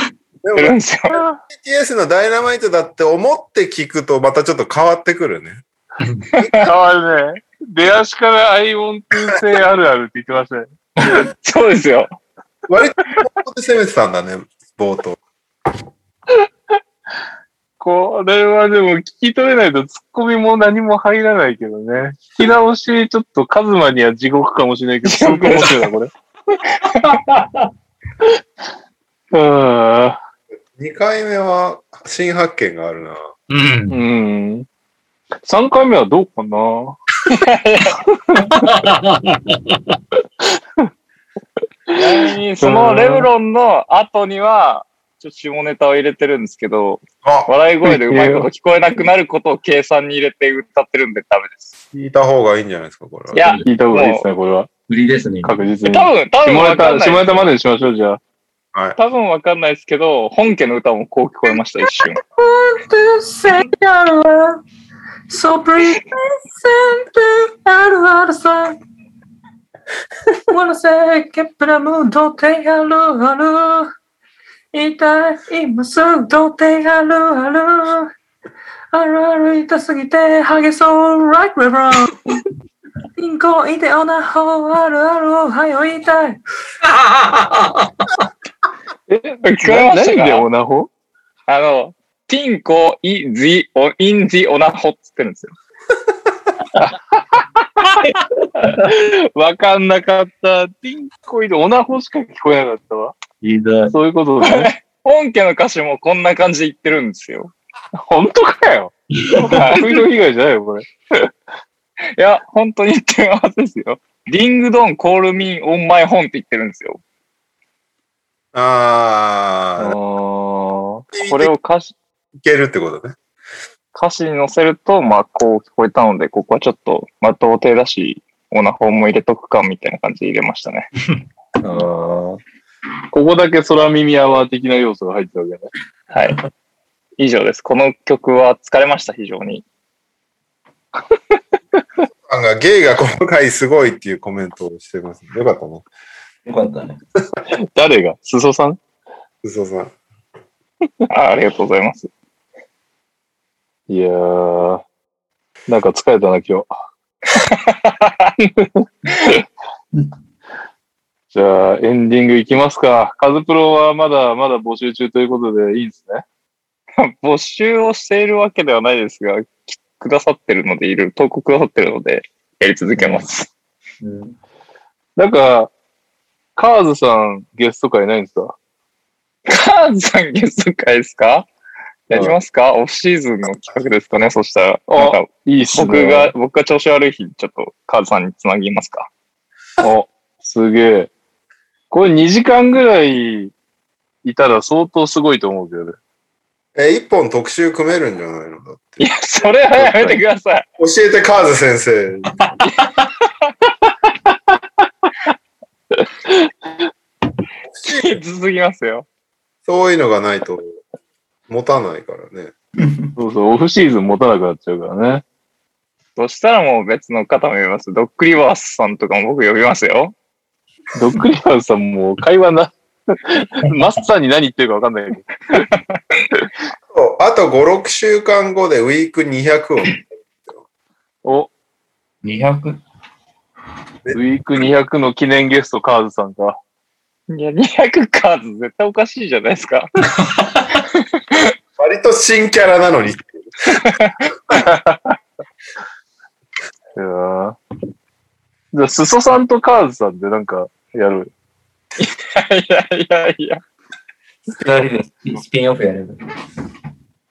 [SPEAKER 2] い。
[SPEAKER 7] で
[SPEAKER 2] いるん
[SPEAKER 7] も、
[SPEAKER 2] ですよ。
[SPEAKER 7] BTS のダイナマイトだって思って聞くと、またちょっと変わってくるね。
[SPEAKER 9] 変わるね。出足から I want to say あるあるって言ってましたね。
[SPEAKER 2] そうですよ。
[SPEAKER 7] 割と、ここで攻めてたんだね、冒頭。
[SPEAKER 9] これはでも聞き取れないとツッコミも何も入らないけどね。聞き直し、ちょっとカズマには地獄かもしれないけど、すごく面白いな、これ。う
[SPEAKER 7] 2回目は新発見があるな。
[SPEAKER 22] うん。
[SPEAKER 9] ん。うん。3回目はどうかな
[SPEAKER 2] ちなみに、そのレブロンの後には、ちょっと下ネタを入れてるんですけど、
[SPEAKER 7] あ、
[SPEAKER 2] 笑い声でうまいこと聞こえなくなることを計算に入れて歌ってるんでダメ です。
[SPEAKER 7] 聞いた方がいいんじゃないですか、これは。
[SPEAKER 2] いや、
[SPEAKER 9] 聞いた方がいいですね、これは。
[SPEAKER 8] 無理ですね。
[SPEAKER 9] 確実
[SPEAKER 2] 多
[SPEAKER 9] に。下
[SPEAKER 2] 分、多分わ
[SPEAKER 9] ネ
[SPEAKER 2] かん
[SPEAKER 9] タ、
[SPEAKER 2] ない
[SPEAKER 9] 下ネタまでにしましょう、じゃあ。
[SPEAKER 2] 多分わかんないですけど、本家の歌もこう聞こえました、一 瞬。
[SPEAKER 21] want to say I love. So please listen to our our song. Wanna say, get better mood, don't take a look, a look. 痛い、今すぐ、don't take a look, a look. あるある痛すぎて、激そう、like Lebron。銀行いてよな、ほう、あるある、 おはよ、痛い。
[SPEAKER 2] 聞こえました
[SPEAKER 9] 何で
[SPEAKER 2] か
[SPEAKER 9] オナホ
[SPEAKER 2] あの、ティンコ、イ、ジ、オ、インジ、オナホっつってるんですよ。
[SPEAKER 9] わかんなかった。ティンコイでオナホしか聞こえなかったわ。
[SPEAKER 23] 言いたい。
[SPEAKER 9] そういうことね。
[SPEAKER 2] 本家の歌詞もこんな感じで言ってるんですよ。
[SPEAKER 9] 本当かよ。風評被害じゃないよ、こ れ。
[SPEAKER 2] いや、本当に言ってるはずですよ。リングドン、コールミン、オンマイホンって言ってるんですよ。
[SPEAKER 9] あ
[SPEAKER 7] ああ、
[SPEAKER 9] ー
[SPEAKER 2] これを歌詞、
[SPEAKER 7] いけるってことね。
[SPEAKER 2] 歌詞に載せると、まあ、こう聞こえたので、ここはちょっと、まあ、童貞だし、オナホンも入れとくか、みたいな感じで入れました ね。
[SPEAKER 9] ここだけ空耳アワー的な要素が入ってたわけね。
[SPEAKER 2] はい。以上です。この曲は疲れました、非常に。
[SPEAKER 7] あがゲイが今回すごいっていうコメントをしてます、ね。よかったね。
[SPEAKER 8] よかったね。
[SPEAKER 9] 誰が裾さん
[SPEAKER 7] 嘘さん。
[SPEAKER 2] あありがとうございます。
[SPEAKER 9] いやー、なんか疲れたな、今日。 じゃあ、エンディングいきますか。カズプロはまだまだ募集中ということでいいんですね。
[SPEAKER 2] 募集をしているわけではないですが、きくださってるので、いる、投稿くださってるので、やり続けます。
[SPEAKER 8] うん
[SPEAKER 9] なんか、カーズさんゲスト会ないんですか
[SPEAKER 2] カーズさんゲスト会ですかやりますか、オフシーズンの企画ですかねそしたら、
[SPEAKER 9] あ
[SPEAKER 2] なんか、
[SPEAKER 9] いいっすね。
[SPEAKER 2] 僕が、僕が調子悪い日、ちょっとカーズさんにつなぎますか
[SPEAKER 9] あ、すげえ。これ2時間ぐらいいたら相当すごいと思うけどね。
[SPEAKER 7] え、一本特集組めるんじゃないのだって。
[SPEAKER 2] いや、それはやめてください。
[SPEAKER 7] 教えて、カーズ先生。
[SPEAKER 2] きつすぎますよ。
[SPEAKER 7] そういうのがないと持たないからね。
[SPEAKER 9] そうそう、オフシーズン持たなくなっちゃうからね。
[SPEAKER 2] そしたらもう別の方も呼びます。ドックリバースさんとかも僕呼びますよ。
[SPEAKER 9] ドックリハウスさんも会話な、 マスターに何言ってるかわかんないけど。
[SPEAKER 7] そうあと5、6週間後でウィーク200を。
[SPEAKER 9] お、
[SPEAKER 8] 200?
[SPEAKER 9] ウィーク200の記念ゲスト、カーズさんか。
[SPEAKER 2] いや、200カーズ絶対おかしいじゃないですか。
[SPEAKER 7] 割と新キャラなのに。
[SPEAKER 9] いやーじゃあ、裾さんとカーズさんでなんかやる。
[SPEAKER 2] いやいやいや。
[SPEAKER 8] 2人でスピンオフやれる。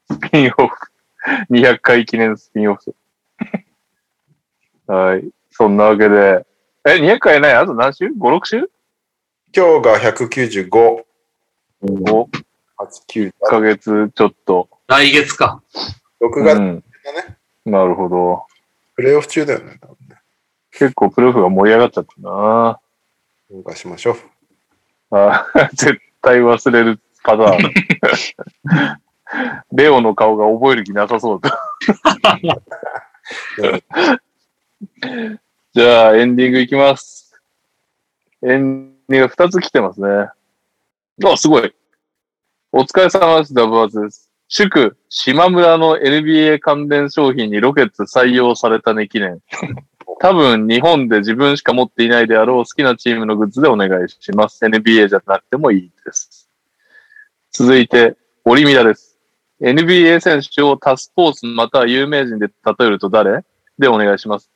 [SPEAKER 9] スピンオフ。200回記念スピンオフ。はい。そんなわけで。え、200回ないあと何週 ?5、6週
[SPEAKER 7] 今日が195、
[SPEAKER 9] ?5
[SPEAKER 7] 89、
[SPEAKER 9] ヶ月ちょっと。
[SPEAKER 4] 来月か。
[SPEAKER 7] 6
[SPEAKER 9] う
[SPEAKER 7] 月、
[SPEAKER 9] ん。なるほど。
[SPEAKER 7] プレイオフ中だよね。多分ね
[SPEAKER 9] 結構プルーフが盛り上がっちゃったな
[SPEAKER 7] どうかしましょう。
[SPEAKER 9] あー絶対忘れるパターン。レオの顔が覚える気なさそうだ。 じゃあ、エンディングいきます。エンディングが2つ来てますね。あ、すごい。お疲れ様です。ダブアツです。祝、島村の NBA 関連商品にロケッツ採用されたね記念。多分日本で自分しか持っていないであろう好きなチームのグッズでお願いします。NBA じゃなくてもいいです。続いて、オリミラです。NBA 選手を他スポーツまたは有名人で例えると誰でお願いします。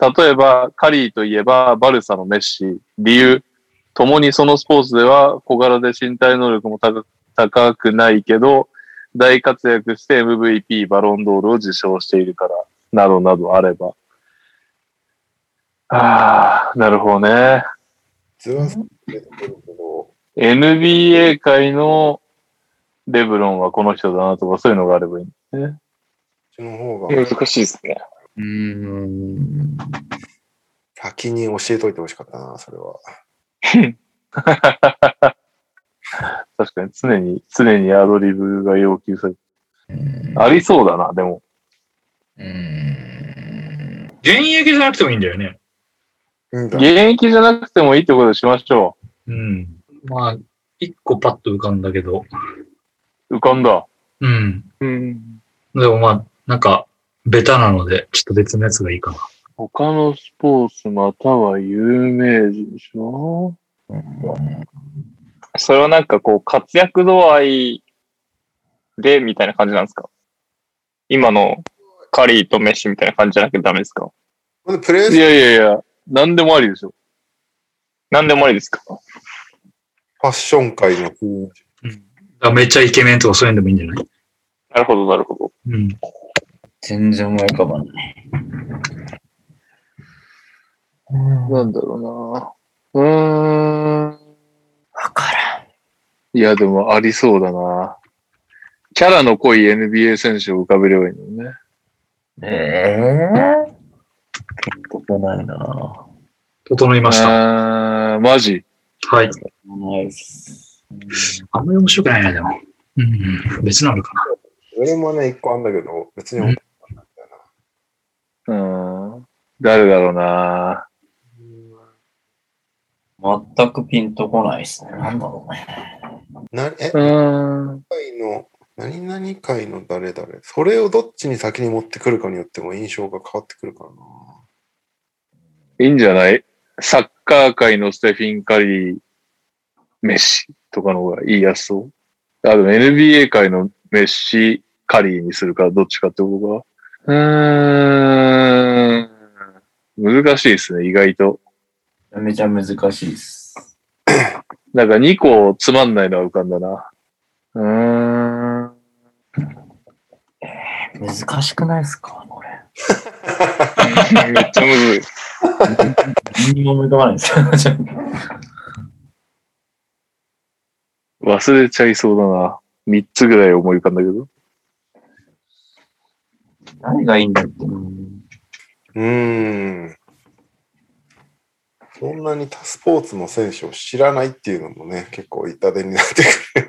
[SPEAKER 9] 例えば、カリーといえばバルサのメッシ。理由、共にそのスポーツでは小柄で身体能力も高く高くないけど、大活躍して MVP バロンドールを受賞しているから、などなどあれば。ああ、なるほどね。
[SPEAKER 7] ズワさん出てくるけど
[SPEAKER 9] NBA 界のレブロンはこの人だなとか、そういうのがあればいい。
[SPEAKER 7] こっちの方が
[SPEAKER 2] 難しいですね。
[SPEAKER 8] うーん。
[SPEAKER 7] 先に教えといてほしかったな、それは。
[SPEAKER 9] 確かに常に、常にアドリブが要求される。ありそうだな、でも。
[SPEAKER 8] うーん。
[SPEAKER 4] 現役じゃなくてもいいんだよね。
[SPEAKER 7] いいんだ。
[SPEAKER 9] 現役じゃなくてもいいってことにしましょ
[SPEAKER 4] うん。まあ、一個パッと浮かんだけど。
[SPEAKER 9] う。浮かんだ。
[SPEAKER 4] うん。
[SPEAKER 5] うん。
[SPEAKER 4] でもまあ、なんか、ベタなので、ちょっと別のやつがいいかな。
[SPEAKER 9] 他のスポーツまたは有名人でしょ
[SPEAKER 5] それはなんかこう、活躍度合いで、みたいな感じなんですか今のカリーとメッシみたいな感じじゃなくてダメですか
[SPEAKER 7] ほんでプレ
[SPEAKER 9] い
[SPEAKER 7] ー
[SPEAKER 9] やいやいや、なんでもありですよ。
[SPEAKER 5] 何でもありですか
[SPEAKER 7] ファッション界の風雲児
[SPEAKER 4] だからめっちゃイケメンとかそういうのでもいいんじゃない
[SPEAKER 5] なるほど、なるほど。
[SPEAKER 4] うん。
[SPEAKER 8] 全然思い浮かばない。
[SPEAKER 9] なんだろうな。うーん。
[SPEAKER 8] わからん。
[SPEAKER 9] いや、でもありそうだな。キャラの濃い NBA 選手を浮かべればいいのね。
[SPEAKER 8] ええー。ことないなぁ。
[SPEAKER 4] 整いました。
[SPEAKER 9] あーマジ。
[SPEAKER 4] はい。
[SPEAKER 8] ないっす。
[SPEAKER 4] あんまり面白くないな、でも。うん。別なのあるかな。
[SPEAKER 7] 俺もね、一個あんだけど、別に思ってなかったんだよ
[SPEAKER 9] うーん。誰だろうな。
[SPEAKER 8] 全くピンとこないっすね。なんだろうね。
[SPEAKER 7] な。なえ、
[SPEAKER 9] うーん。
[SPEAKER 7] 界の、何々界の誰々。それをどっちに先に持ってくるかによっても印象が変わってくるからな。
[SPEAKER 9] いいんじゃないサッカー界のステフィン・カリー、メッシとかの方が言いやすそう。あ、でも NBA 界のメッシ、カリーにするか、どっちかってことか。うーん。難しいですね、意外と。
[SPEAKER 8] めちゃめちゃ難しいっす。
[SPEAKER 9] なんか2個つまんないのは浮かんだな。うーん。
[SPEAKER 8] 難しくないっすかこれ。
[SPEAKER 5] めっちゃむずい。
[SPEAKER 8] 何にも思い浮かばないっす。
[SPEAKER 9] 忘れちゃいそうだな。3つぐらい思い浮かんだけど。
[SPEAKER 8] 何がいいんだろう
[SPEAKER 7] うーん。そんなに他スポーツの選手を知らないっていうのもね、結構痛手になって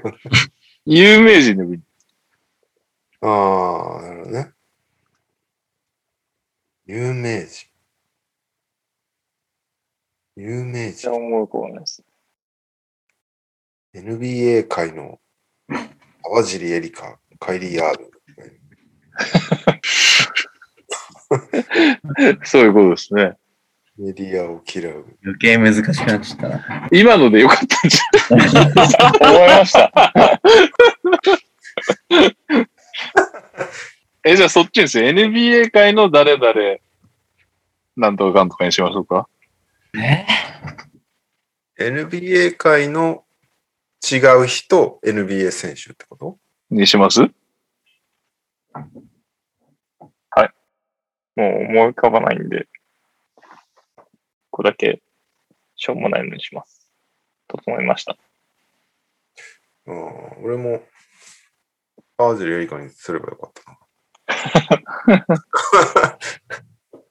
[SPEAKER 7] くる。
[SPEAKER 9] 有名人でもいい。
[SPEAKER 7] ああ、なるほどね。有名人。有名
[SPEAKER 5] じゃ
[SPEAKER 7] 人
[SPEAKER 5] あ。思う子はないです。
[SPEAKER 7] NBA 界の川尻エリカ、カイリー・アーブ。
[SPEAKER 9] そういうことですね。
[SPEAKER 7] メディアを嫌う。
[SPEAKER 8] 余計難しくなっちゃったな。
[SPEAKER 9] 今のでよかったんじゃ
[SPEAKER 5] 思いました。
[SPEAKER 9] ん。え、じゃあそっちにする。NBA 界の誰々、なんとかかんとかにしましょうか。
[SPEAKER 7] NBA 界の違う人、NBA 選手ってこと
[SPEAKER 9] にします
[SPEAKER 5] もう思い浮かばないんで、ここだけ、しょうもないのにします。整いました。
[SPEAKER 7] うん、俺も川尻エリカにすればよかったな。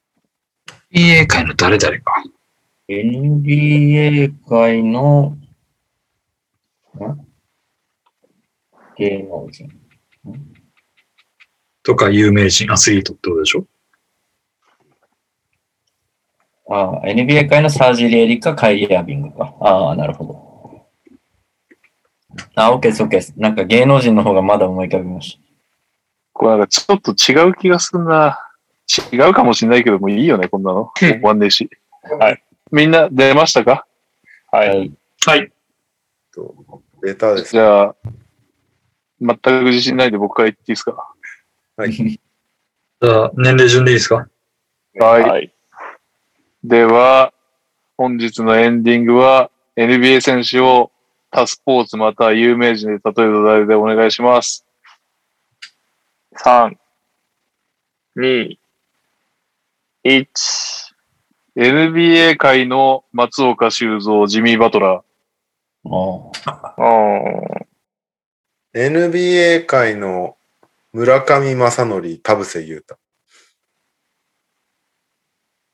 [SPEAKER 4] PA 界の誰々か。
[SPEAKER 8] NBA 界の、ん芸能人。
[SPEAKER 4] とか、有名人、アスリートってことでしょ
[SPEAKER 8] ああ、NBA 界のサージリエリか、カイリー・アービングか。ああ、なるほど。あ、オッケーです、オッケーです。なんか芸能人の方がまだ思い浮かびました。
[SPEAKER 9] これなんかちょっと違う気がするな。違うかもしれないけど、もういいよね、こんなの。終わんねえし。はい。みんな出ましたか
[SPEAKER 5] はい。
[SPEAKER 8] い。
[SPEAKER 4] はい。
[SPEAKER 7] ベタです。
[SPEAKER 9] じゃあ、全く自信ないんで僕から言っていいですか
[SPEAKER 4] じゃあ、年齢順でいいですか
[SPEAKER 9] はい
[SPEAKER 5] はい。
[SPEAKER 9] では、本日のエンディングは NBA 選手を他スポーツまたは有名人で例えた誰でお願いします。
[SPEAKER 5] 3、2、1、
[SPEAKER 9] NBA 界の松岡修造、ジミー・バトラー。
[SPEAKER 8] お
[SPEAKER 5] あー
[SPEAKER 7] NBA 界の村上正則、田臥勇太。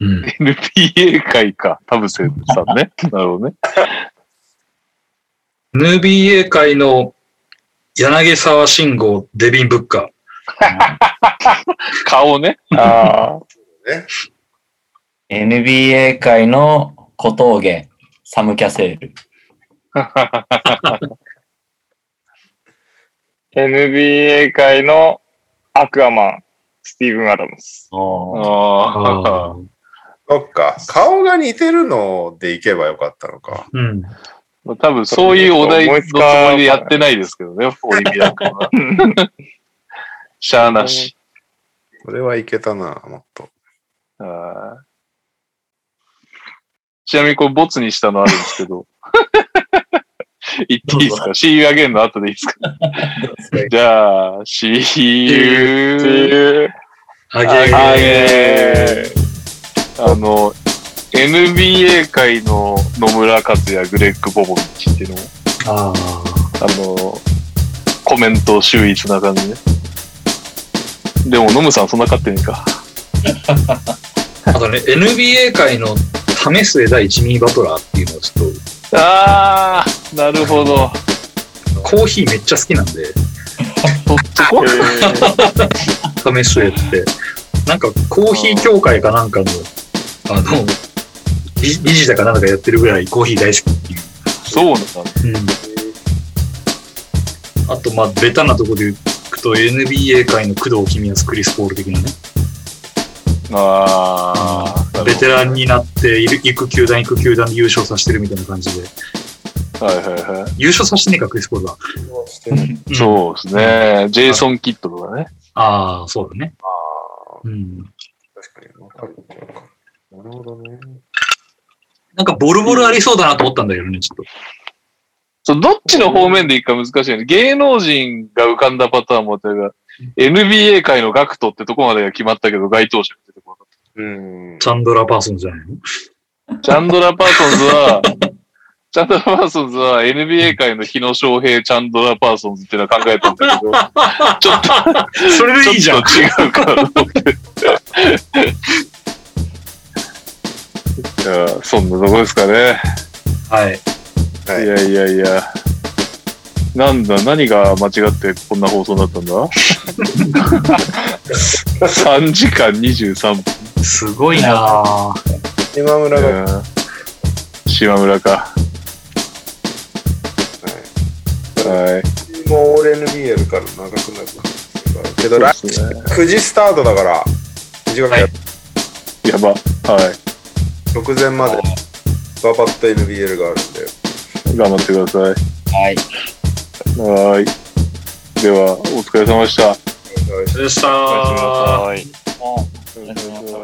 [SPEAKER 4] うん。
[SPEAKER 9] NBA 界か。田臥さんね。なるほどね。
[SPEAKER 4] NBA 界の柳沢慎吾、デビン・ブッカー。
[SPEAKER 9] 顔ね。
[SPEAKER 5] あー、
[SPEAKER 8] NBA 界の小峠、サム・キャセール。
[SPEAKER 24] NBA 界のアクアマン、スティーブン・アダムス。
[SPEAKER 8] おー
[SPEAKER 2] ああ。
[SPEAKER 7] そっか。顔が似てるのでいけばよかったのか。
[SPEAKER 4] うん。
[SPEAKER 2] 多分そういうお題のつもりでやってないですけど ね、オリンピアックは。しゃあな し。
[SPEAKER 7] これはいけたな、もっと。
[SPEAKER 2] あーちなみにこれボツにしたのあるんですけ ど。言っていいですか ?See you again の後でいい ですかじゃあ、See you
[SPEAKER 4] あげ
[SPEAKER 2] あげあの、NBA 界の野村克也、グレッグ・ボボビッチっていうのも
[SPEAKER 4] あ
[SPEAKER 2] あの、コメント秀逸な感じね。でも、ノムさんそんな勝ってねえか。
[SPEAKER 4] あ。あとね、NBA 界の為末大ジミー・バトラーっていうのをちょっ
[SPEAKER 2] あー、なるほど。
[SPEAKER 4] と、コーヒーめっちゃ好きなんで、
[SPEAKER 2] そっちこ
[SPEAKER 4] 為末って。なんかコーヒー協会かなんかの、あの、理理事だかなんだかやってるぐらいコーヒー大好きっていう。
[SPEAKER 2] そうなんだ。
[SPEAKER 4] あと、まあ、ベタなとこでいくと、NBA 界の工藤公康、クリス・ポール的なね、
[SPEAKER 2] あー、
[SPEAKER 4] ベテランになって、いる行く球団行く球団で優勝させてるみたいな感じで、
[SPEAKER 2] はいはいは
[SPEAKER 4] 優勝させてねえか、クリス・ポールは。
[SPEAKER 2] い。そうですね。ジェイソン・キッドとかね。
[SPEAKER 4] ああ、そうだね。うん。
[SPEAKER 7] 確かに分かるのか。なるほどね。
[SPEAKER 4] なんかボルボルありそうだなと思ったんだけどね、ちょっ
[SPEAKER 2] そうどっちの方面でいくか難しいよね。芸能人が浮かんだパターンもあったが、NBA 界のガクトってとこまでが決まったけど、該当者ってとこ
[SPEAKER 7] うん
[SPEAKER 4] と。。チャンドラー・パーソンじゃないの
[SPEAKER 2] チャンドラ・パーソンズ は、チャンドラ・パーソンズは NBA 界の日野翔平チャンドラ・パーソンズっていうのは考えたんだけど、ちょっと、
[SPEAKER 4] それでいい
[SPEAKER 2] ち
[SPEAKER 4] じ
[SPEAKER 2] ょ
[SPEAKER 4] ゃ
[SPEAKER 2] っ
[SPEAKER 4] ん。
[SPEAKER 2] と違うからと思って。いやそんなとこですかね。
[SPEAKER 4] はい。
[SPEAKER 2] い
[SPEAKER 7] はい。
[SPEAKER 2] やいやいや。なんだ、何が間違ってこんな放送になったんだ ?3 時間23分。
[SPEAKER 4] すごいなぁ。
[SPEAKER 7] 今村が、はい
[SPEAKER 2] うん島村か。はい。
[SPEAKER 7] もう俺 NBL から長くなるからけど、来
[SPEAKER 2] そうですね
[SPEAKER 7] 9時スタートだから、短くやっ
[SPEAKER 2] やば。は
[SPEAKER 7] 直前まで、ババッと NBL があるんで、
[SPEAKER 2] い。頑張ってください。
[SPEAKER 8] はい。
[SPEAKER 2] はーい。では、お疲れ様でした。
[SPEAKER 4] それでした
[SPEAKER 25] おやすみなさい。
[SPEAKER 8] もう
[SPEAKER 2] お疲れ様でした。